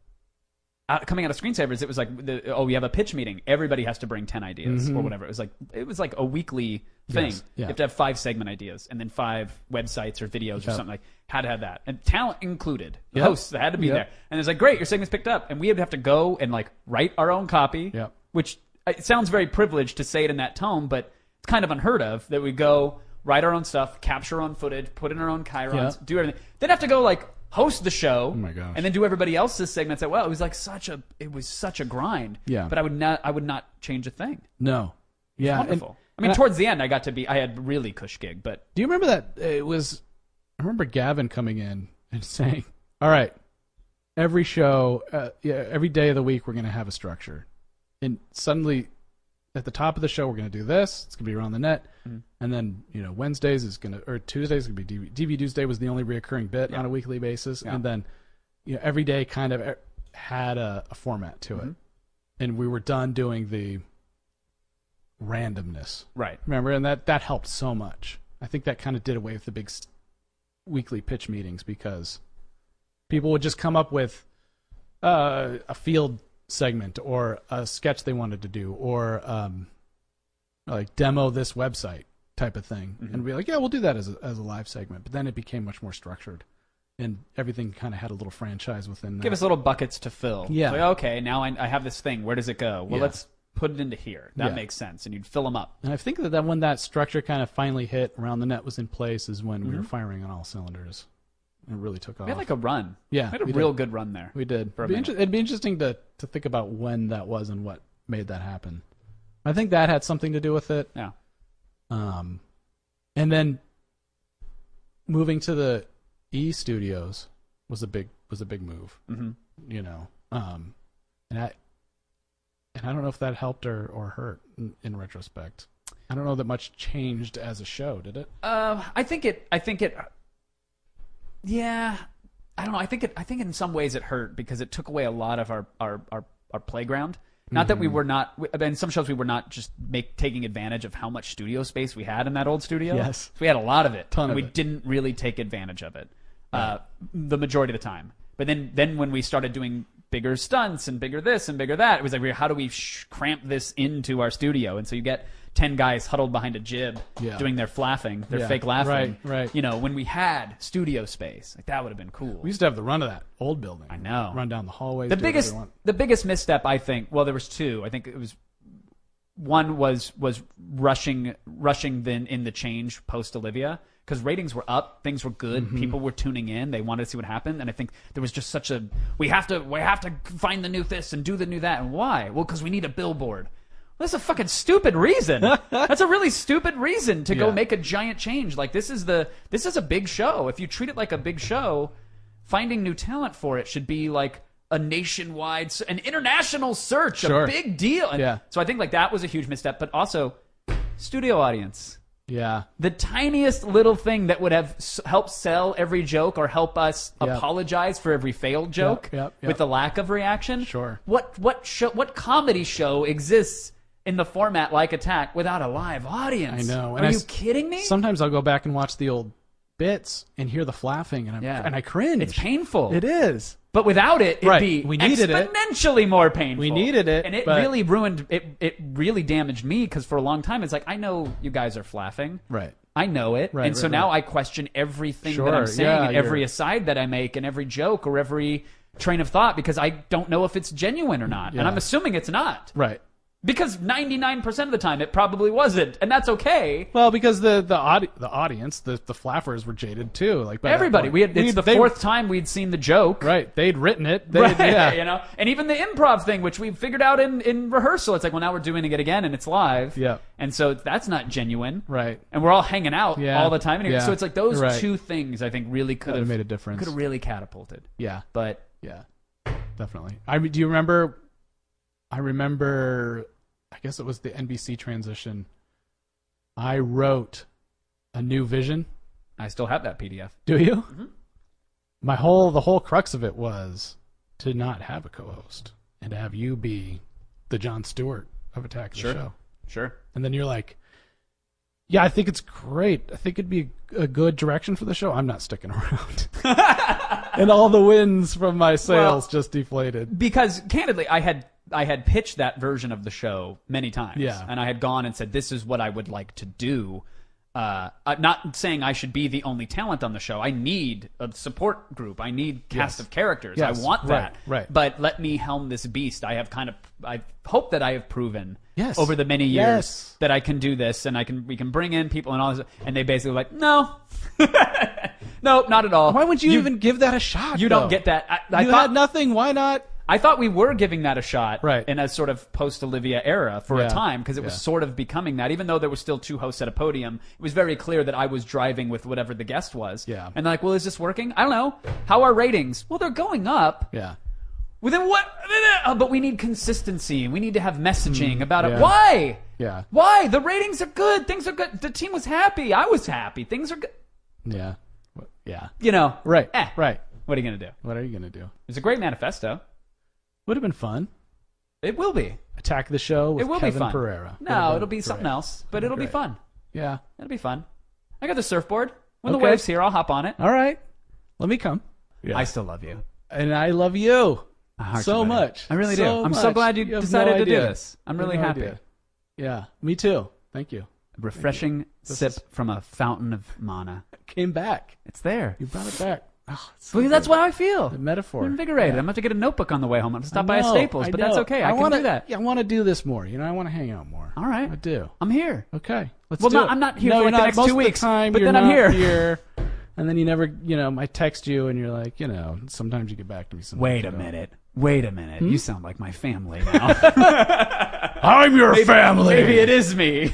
[SPEAKER 1] out, coming out of screensavers. It was like, the, oh, we have a pitch meeting. Everybody has to bring ten ideas or whatever. It was like it was like a weekly thing.
[SPEAKER 3] Mm-hmm. Yes, yeah.
[SPEAKER 1] You have to have five segment ideas and then five websites or videos or something like. Had to have that and talent included.
[SPEAKER 3] Yep.
[SPEAKER 1] Hosts that had to be
[SPEAKER 3] Yep.
[SPEAKER 1] there. And it's like, great, your segment's picked up, and we would have to go and like write our own copy.
[SPEAKER 3] Yep.
[SPEAKER 1] Which uh, it sounds very privileged to say it in that tone, but it's kind of unheard of that we go write our own stuff, capture our own footage, put in our own chirons,
[SPEAKER 3] Yeah.
[SPEAKER 1] do everything. Then have to go like host the show. Oh
[SPEAKER 3] my gosh.
[SPEAKER 1] And then do everybody else's segments as well. It was like such a it was such a grind.
[SPEAKER 3] Yeah.
[SPEAKER 1] But I would not I would not change a thing.
[SPEAKER 3] No, yeah, and-
[SPEAKER 1] Wonderful. I mean,
[SPEAKER 3] and
[SPEAKER 1] towards the end, I got to be I had really cush gig, but
[SPEAKER 3] Do you remember that it was? I remember Gavin coming in and saying, "All right, every show, uh, yeah, every day of the week, we're going to have a structure." And suddenly, at the top of the show, we're going to do this. It's going to be around the net, and then you know Wednesdays is going to or Tuesdays going to be DV, DV Tuesday was the only reoccurring bit on a weekly basis, and then you know every day kind of er, had a, a format to it, and we were done doing the randomness
[SPEAKER 1] right.
[SPEAKER 3] remember and that that helped so much i think that kind of did away with the big s- weekly pitch meetings because people would just come up with uh, a field segment or a sketch they wanted to do or um, like demo this website type of thing
[SPEAKER 1] Mm-hmm.
[SPEAKER 3] and be like yeah we'll do that as a, as a live segment but then it became much more structured and everything kind of had a little franchise within that.
[SPEAKER 1] Give us little buckets to fill.
[SPEAKER 3] Yeah.
[SPEAKER 1] It's like, okay, now I, I have this thing. Where does it go? Well,
[SPEAKER 3] Yeah.
[SPEAKER 1] let's put it into here. That
[SPEAKER 3] Yeah.
[SPEAKER 1] makes sense. And you'd fill them up.
[SPEAKER 3] And I think that, that when that structure kind of finally hit around the net was in place is when we were firing on all cylinders. It really took
[SPEAKER 1] Mm-hmm.
[SPEAKER 3] off.
[SPEAKER 1] We had like a run.
[SPEAKER 3] Yeah,
[SPEAKER 1] We had a
[SPEAKER 3] we did.
[SPEAKER 1] real good run there.
[SPEAKER 3] we did.
[SPEAKER 1] For a
[SPEAKER 3] It'd be,
[SPEAKER 1] minute.
[SPEAKER 3] inter- it'd be interesting to, to think about when that was and what made that happen. I think that had something to do with it.
[SPEAKER 1] Yeah.
[SPEAKER 3] Um, and then moving to the E Studios was a big was a big move.
[SPEAKER 1] Mm-hmm.
[SPEAKER 3] You know, um, and I and I don't know if that helped or or hurt in, in retrospect. I don't know that much changed as a show, did it?
[SPEAKER 1] Uh, I think it. I think it. Yeah, I don't know. I think it. I think in some ways it hurt because it took away a lot of our our our, our playground. Not that
[SPEAKER 3] Mm-hmm.
[SPEAKER 1] we were not. we- I mean, some shows we were not just make taking advantage of how much studio space we had in that old studio.
[SPEAKER 3] Yes.
[SPEAKER 1] we had a lot of it.
[SPEAKER 3] Ton
[SPEAKER 1] and
[SPEAKER 3] of
[SPEAKER 1] we
[SPEAKER 3] it.
[SPEAKER 1] didn't really take advantage of it uh, the majority of the time. But then then when we started doing bigger stunts and bigger this and bigger that, it was like, we- how do we sh- cramp this into our studio? And so you get ten guys huddled behind a jib
[SPEAKER 3] Yeah.
[SPEAKER 1] doing their flapping, their
[SPEAKER 3] Yeah,
[SPEAKER 1] fake laughing.
[SPEAKER 3] right, right.
[SPEAKER 1] You know, when we had studio space, like that would have been cool.
[SPEAKER 3] We used to have the run of that old building. I
[SPEAKER 1] know.
[SPEAKER 3] Run down the hallways.
[SPEAKER 1] the
[SPEAKER 3] do whatever
[SPEAKER 1] biggest
[SPEAKER 3] we want.
[SPEAKER 1] the biggest misstep I think well there was two. I think it was one was was rushing rushing then in the change post Olivia because ratings were up, things were good,
[SPEAKER 3] Mm-hmm.
[SPEAKER 1] people were tuning in, they wanted to see what happened, and I think there was just such a we have to we have to find the new this and do the new that and why? Well, because we need a billboard. Well, That's a fucking stupid reason. That's a really stupid reason to go
[SPEAKER 3] Yeah.
[SPEAKER 1] make a giant change. Like this is the this is a big show. If you treat it like a big show, finding new talent for it should be like a nationwide, an international search, a
[SPEAKER 3] Sure.
[SPEAKER 1] big deal. And
[SPEAKER 3] Yeah.
[SPEAKER 1] So I think like that was a huge misstep, but also studio audience.
[SPEAKER 3] Yeah.
[SPEAKER 1] The tiniest little thing that would have s- helped sell every joke or help us
[SPEAKER 3] Yep.
[SPEAKER 1] apologize for every failed joke
[SPEAKER 3] yep, yep.
[SPEAKER 1] with the lack of reaction.
[SPEAKER 3] Sure.
[SPEAKER 1] What what show, what comedy show exists in the format like Attack without a live audience.
[SPEAKER 3] I know.
[SPEAKER 1] Are
[SPEAKER 3] I
[SPEAKER 1] you
[SPEAKER 3] s-
[SPEAKER 1] kidding me?
[SPEAKER 3] Sometimes I'll go back and watch the old bits and hear the flapping, and I'm
[SPEAKER 1] Yeah.
[SPEAKER 3] and I cringe.
[SPEAKER 1] It's painful.
[SPEAKER 3] It is.
[SPEAKER 1] But without it, it'd
[SPEAKER 3] Right.
[SPEAKER 1] be
[SPEAKER 3] We needed it.
[SPEAKER 1] exponentially more painful.
[SPEAKER 3] We needed it,
[SPEAKER 1] and it
[SPEAKER 3] but-
[SPEAKER 1] really ruined it. It really damaged me because for a long time, it's like I know you guys are flapping,
[SPEAKER 3] Right.
[SPEAKER 1] I know it,
[SPEAKER 3] Right,
[SPEAKER 1] and
[SPEAKER 3] right,
[SPEAKER 1] so now
[SPEAKER 3] right.
[SPEAKER 1] I question everything
[SPEAKER 3] Sure,
[SPEAKER 1] that I'm saying,
[SPEAKER 3] yeah,
[SPEAKER 1] and every
[SPEAKER 3] you're-
[SPEAKER 1] aside that I make, and every joke or every train of thought because I don't know if it's genuine or not, and
[SPEAKER 3] Yeah.
[SPEAKER 1] I'm assuming it's not
[SPEAKER 3] Right.
[SPEAKER 1] because 99% of the time it probably wasn't, and that's okay.
[SPEAKER 3] Well, because the the, audi- the audience, the the flappers were jaded too. Like by that
[SPEAKER 1] Everybody,
[SPEAKER 3] point.
[SPEAKER 1] we had it's
[SPEAKER 3] We'd-
[SPEAKER 1] the
[SPEAKER 3] they-
[SPEAKER 1] fourth time we'd seen the joke,
[SPEAKER 3] Right. They'd written it. They,
[SPEAKER 1] Right,
[SPEAKER 3] Yeah.
[SPEAKER 1] you know, and even the improv thing, which we figured out in, in rehearsal, it's like, well, now we're doing it again, and it's live,
[SPEAKER 3] Yeah.
[SPEAKER 1] and so that's not genuine,
[SPEAKER 3] Right.
[SPEAKER 1] And we're all hanging out
[SPEAKER 3] Yeah,
[SPEAKER 1] all the time, anyway.
[SPEAKER 3] yeah,
[SPEAKER 1] so it's like those
[SPEAKER 3] right.
[SPEAKER 1] two things I think really could have
[SPEAKER 3] would've made a difference.
[SPEAKER 1] could have really catapulted.
[SPEAKER 3] Yeah.
[SPEAKER 1] But
[SPEAKER 3] Yeah, definitely. I mean, do you remember? I remember. I guess it was the NBC transition. I wrote a new vision.
[SPEAKER 1] I still have that PDF.
[SPEAKER 3] Do you? My whole the whole crux of it was to not have a co-host and to have you be the John Stewart of Attack of
[SPEAKER 1] Sure.
[SPEAKER 3] the Show.
[SPEAKER 1] Sure,
[SPEAKER 3] And then you're like, "Yeah, I think it's great. I think it'd be a good direction for the show. I'm not sticking around." and all the winds from my sails just deflated.
[SPEAKER 1] because candidly, I had I had pitched that version of the show many times,
[SPEAKER 3] Yeah.
[SPEAKER 1] and I had gone and said, "This is what I would like to do." Uh, I'm not saying I should be the only talent on the show. I need a support group. I need cast
[SPEAKER 3] Yes.
[SPEAKER 1] of characters.
[SPEAKER 3] Yes,
[SPEAKER 1] I want
[SPEAKER 3] right,
[SPEAKER 1] that.
[SPEAKER 3] right.
[SPEAKER 1] But let me helm this beast. I have kind of I hope that I have proven
[SPEAKER 3] Yes.
[SPEAKER 1] over the many years
[SPEAKER 3] Yes.
[SPEAKER 1] that I can do this and I can we can bring in people and all this and they basically were like, "No." no, not at all.
[SPEAKER 3] Why would you, even give that a shot?
[SPEAKER 1] you don't
[SPEAKER 3] though?
[SPEAKER 1] get that. I, I
[SPEAKER 3] you
[SPEAKER 1] thought,
[SPEAKER 3] had nothing. Why not?
[SPEAKER 1] I thought we were giving that a shot
[SPEAKER 3] Right.
[SPEAKER 1] in a sort of post Olivia era for a
[SPEAKER 3] Yeah.
[SPEAKER 1] time because it was
[SPEAKER 3] Yeah.
[SPEAKER 1] sort of becoming that. Even though there was still two hosts at a podium, it was very clear that I was driving with whatever the guest was.
[SPEAKER 3] Yeah.
[SPEAKER 1] And like, well, is this working? I don't know. How are ratings? Well, they're going up.
[SPEAKER 3] Yeah.
[SPEAKER 1] Well, then what? Oh, but we need consistency. We need to have messaging about
[SPEAKER 3] Mm, yeah.
[SPEAKER 1] it. Why?
[SPEAKER 3] Yeah.
[SPEAKER 1] Why? The ratings are good. Things are good. The team was happy. I was happy. Things are good.
[SPEAKER 3] Yeah. What- Yeah.
[SPEAKER 1] You know.
[SPEAKER 3] Right.
[SPEAKER 1] Eh.
[SPEAKER 3] Right.
[SPEAKER 1] What are you gonna do?
[SPEAKER 3] What are you gonna do?
[SPEAKER 1] It's a great manifesto.
[SPEAKER 3] Would have been fun.
[SPEAKER 1] It will be.
[SPEAKER 3] Attack the show with
[SPEAKER 1] It will
[SPEAKER 3] Kevin
[SPEAKER 1] be fun.
[SPEAKER 3] Pereira. Would've
[SPEAKER 1] No,
[SPEAKER 3] been
[SPEAKER 1] it'll be something
[SPEAKER 3] great.
[SPEAKER 1] else, but it'll be
[SPEAKER 3] great.
[SPEAKER 1] fun.
[SPEAKER 3] Yeah.
[SPEAKER 1] It'll be fun. I got the surfboard. When the
[SPEAKER 3] Okay.
[SPEAKER 1] waves here, I'll hop on it.
[SPEAKER 3] All right. Let me come. Yeah.
[SPEAKER 1] I still love you
[SPEAKER 3] and I love you so much.
[SPEAKER 1] I really do.
[SPEAKER 3] So
[SPEAKER 1] I'm so
[SPEAKER 3] much.
[SPEAKER 1] glad you,
[SPEAKER 3] have
[SPEAKER 1] decided
[SPEAKER 3] no
[SPEAKER 1] to do
[SPEAKER 3] idea.
[SPEAKER 1] this. I'm
[SPEAKER 3] You have
[SPEAKER 1] really
[SPEAKER 3] no
[SPEAKER 1] happy.
[SPEAKER 3] idea. Yeah. Me too. Thank you.
[SPEAKER 1] Refreshing sip from a fountain of mana.
[SPEAKER 3] Came back.
[SPEAKER 1] It's there.
[SPEAKER 3] You brought it back. Oh, it's so
[SPEAKER 1] Well, that's
[SPEAKER 3] good.
[SPEAKER 1] what I feel.
[SPEAKER 3] The metaphor.
[SPEAKER 1] I'm invigorated.
[SPEAKER 3] Yeah.
[SPEAKER 1] I'm gonna have to get a notebook on the way home. I'm gonna
[SPEAKER 3] I
[SPEAKER 1] stop by a
[SPEAKER 3] know,
[SPEAKER 1] Staples,
[SPEAKER 3] I
[SPEAKER 1] but that's
[SPEAKER 3] know.
[SPEAKER 1] okay. I, can
[SPEAKER 3] wanna,
[SPEAKER 1] do that.
[SPEAKER 3] Yeah, I want to do this more. You know, I want to hang out more.
[SPEAKER 1] All right.
[SPEAKER 3] I do.
[SPEAKER 1] I'm here.
[SPEAKER 3] Okay, let's
[SPEAKER 1] Well,
[SPEAKER 3] do
[SPEAKER 1] not-
[SPEAKER 3] it.
[SPEAKER 1] I'm not here
[SPEAKER 3] no,
[SPEAKER 1] for,
[SPEAKER 3] you're
[SPEAKER 1] like, the
[SPEAKER 3] not.
[SPEAKER 1] next
[SPEAKER 3] Most
[SPEAKER 1] two
[SPEAKER 3] of
[SPEAKER 1] weeks,
[SPEAKER 3] time,
[SPEAKER 1] but
[SPEAKER 3] you're
[SPEAKER 1] then I'm
[SPEAKER 3] not
[SPEAKER 1] here.
[SPEAKER 3] and then you never, you know, I text you and you're like, you know, sometimes you get back to me. Sometimes
[SPEAKER 1] Wait
[SPEAKER 3] you
[SPEAKER 1] a
[SPEAKER 3] don't.
[SPEAKER 1] minute. Wait a minute.
[SPEAKER 3] Hmm?
[SPEAKER 1] You sound like my family now.
[SPEAKER 3] I'm your family.
[SPEAKER 1] Maybe it is me.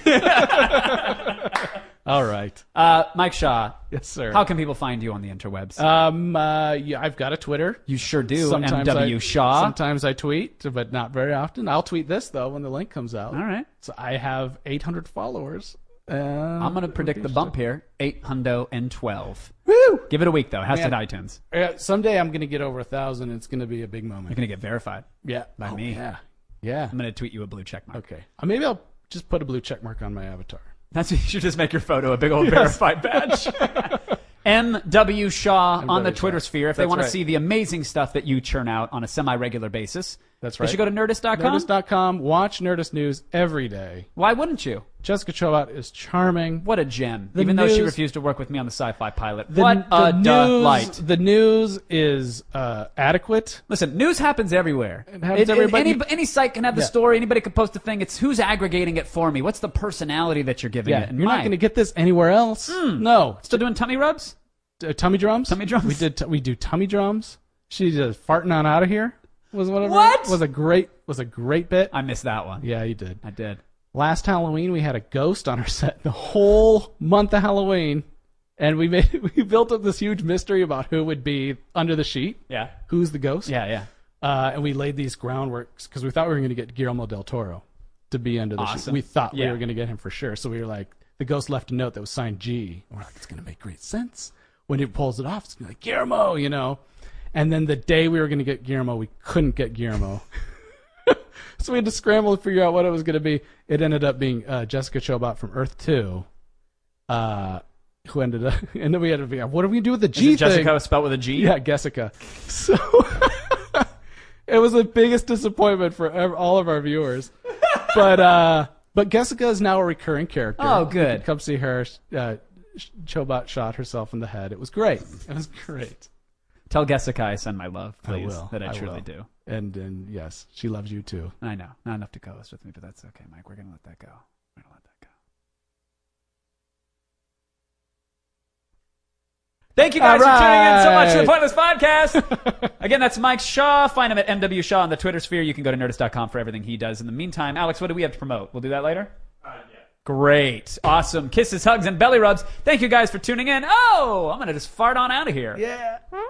[SPEAKER 3] All right.
[SPEAKER 1] Uh, Mike Shaw,
[SPEAKER 3] Yes, sir.
[SPEAKER 1] how can people find you on the interwebs?
[SPEAKER 3] um, uh, yeah, I've got a Twitter.
[SPEAKER 1] you sure do.
[SPEAKER 3] Sometimes
[SPEAKER 1] MW
[SPEAKER 3] I,
[SPEAKER 1] Shaw.
[SPEAKER 3] Sometimes I tweet, but not very often. I'll tweet this though when the link comes out.
[SPEAKER 1] All right.
[SPEAKER 3] So I have 800 followers. Um,
[SPEAKER 1] I'm going to predict the bump here. 8 hundo and 12.
[SPEAKER 3] Woo!
[SPEAKER 1] Give it a week, though. Has to
[SPEAKER 3] Man.
[SPEAKER 1] iTunes.
[SPEAKER 3] Yeah, someday I'm going to get over a thousand. It's going to be a big moment.
[SPEAKER 1] You're going to get verified.
[SPEAKER 3] Yeah,
[SPEAKER 1] by me.
[SPEAKER 3] Yeah, yeah.
[SPEAKER 1] I'm going to tweet you a blue check mark.
[SPEAKER 3] Okay, Uh, maybe I'll just put a blue check mark on my avatar.
[SPEAKER 1] That's, you should just make your photo a big old verified badge. M.W. Shaw on the
[SPEAKER 3] Shaw.
[SPEAKER 1] Twitter sphere. If they
[SPEAKER 3] That's
[SPEAKER 1] want to
[SPEAKER 3] right.
[SPEAKER 1] see the amazing stuff that you churn out on a semi regular basis,
[SPEAKER 3] That's
[SPEAKER 1] They
[SPEAKER 3] right.
[SPEAKER 1] should go to nerdist.com.
[SPEAKER 3] Nerdist.com. Watch Nerdist News every day.
[SPEAKER 1] Why wouldn't you?
[SPEAKER 3] Jessica Chobot is charming.
[SPEAKER 1] What a gem.
[SPEAKER 3] The
[SPEAKER 1] Even though she
[SPEAKER 3] news-
[SPEAKER 1] refused to work with me on the sci fi pilot.
[SPEAKER 3] The,
[SPEAKER 1] what
[SPEAKER 3] the
[SPEAKER 1] a
[SPEAKER 3] news,
[SPEAKER 1] delight.
[SPEAKER 3] The news is uh, adequate.
[SPEAKER 1] Listen, news happens everywhere. It
[SPEAKER 3] happens everywhere,
[SPEAKER 1] Any,
[SPEAKER 3] but
[SPEAKER 1] any site can have the
[SPEAKER 3] Yeah.
[SPEAKER 1] story. Anybody can post a thing. It's who's aggregating it for me. What's the personality that you're giving
[SPEAKER 3] Yeah,
[SPEAKER 1] it? And
[SPEAKER 3] you're not
[SPEAKER 1] mine. Hmm.
[SPEAKER 3] going to get this anywhere else. No,
[SPEAKER 1] still doing tummy rubs.
[SPEAKER 3] Uh, tummy drums.
[SPEAKER 1] Tummy drums?
[SPEAKER 3] We did. T- we do tummy drums. She did farting on out of here. Was one of her-
[SPEAKER 1] What?
[SPEAKER 3] was a great was a great bit.
[SPEAKER 1] I missed that one.
[SPEAKER 3] yeah, you did.
[SPEAKER 1] I did.
[SPEAKER 3] last Halloween we had a ghost on our set the whole month of Halloween, and we made we built up this huge mystery about who would be under the sheet.
[SPEAKER 1] Yeah.
[SPEAKER 3] who's the ghost?
[SPEAKER 1] Yeah, yeah.
[SPEAKER 3] uh, and we laid these groundworks because we thought we were going to get Guillermo del Toro to be under the
[SPEAKER 1] Awesome.
[SPEAKER 3] sheet. We thought
[SPEAKER 1] Yeah.
[SPEAKER 3] we were going to get him for sure. So we were like, the ghost left a note that was signed G. And we're like, it's going to make great sense when he pulls it off. It's going to be like Guillermo, you know. And then the day we were going to get Guillermo, we couldn't get Guillermo. so we had to scramble to figure out what it was going to be. It ended up being uh, Jessica Chobot from Earth Two, uh, who ended up, and then we had to figure out what are we going to do with the G
[SPEAKER 1] Is it
[SPEAKER 3] thing?
[SPEAKER 1] Jessica spelled with a G?
[SPEAKER 3] Yeah, Jessica. So it was the biggest disappointment for ev- all of our viewers. But uh, but Jessica is now a recurring character.
[SPEAKER 1] Oh, good.
[SPEAKER 3] You can come see her. Uh, Sh- Chobot shot herself in the head. It was great. It was great.
[SPEAKER 1] Tell Gessica I send my love, please.
[SPEAKER 3] will.
[SPEAKER 1] That I,
[SPEAKER 3] I
[SPEAKER 1] truly
[SPEAKER 3] will.
[SPEAKER 1] do.
[SPEAKER 3] And and yes, she loves you too.
[SPEAKER 1] I know. Not enough to co-host with me, but that's okay, Mike. We're gonna let that go. We're gonna let that go. Thank you guys
[SPEAKER 3] All
[SPEAKER 1] for tuning in so much to the Pointless
[SPEAKER 3] right.
[SPEAKER 1] Podcast. Again, that's Mike Shaw. Find him at MW Shaw on the Twitter sphere. You can go to nerdist.com for everything he does. In the meantime, Alex, what do we have to promote? We'll do that later? Great. Awesome. Kisses, hugs, and belly rubs. Thank you guys for tuning in. Oh, I'm going to just fart on out of here.
[SPEAKER 3] Yeah.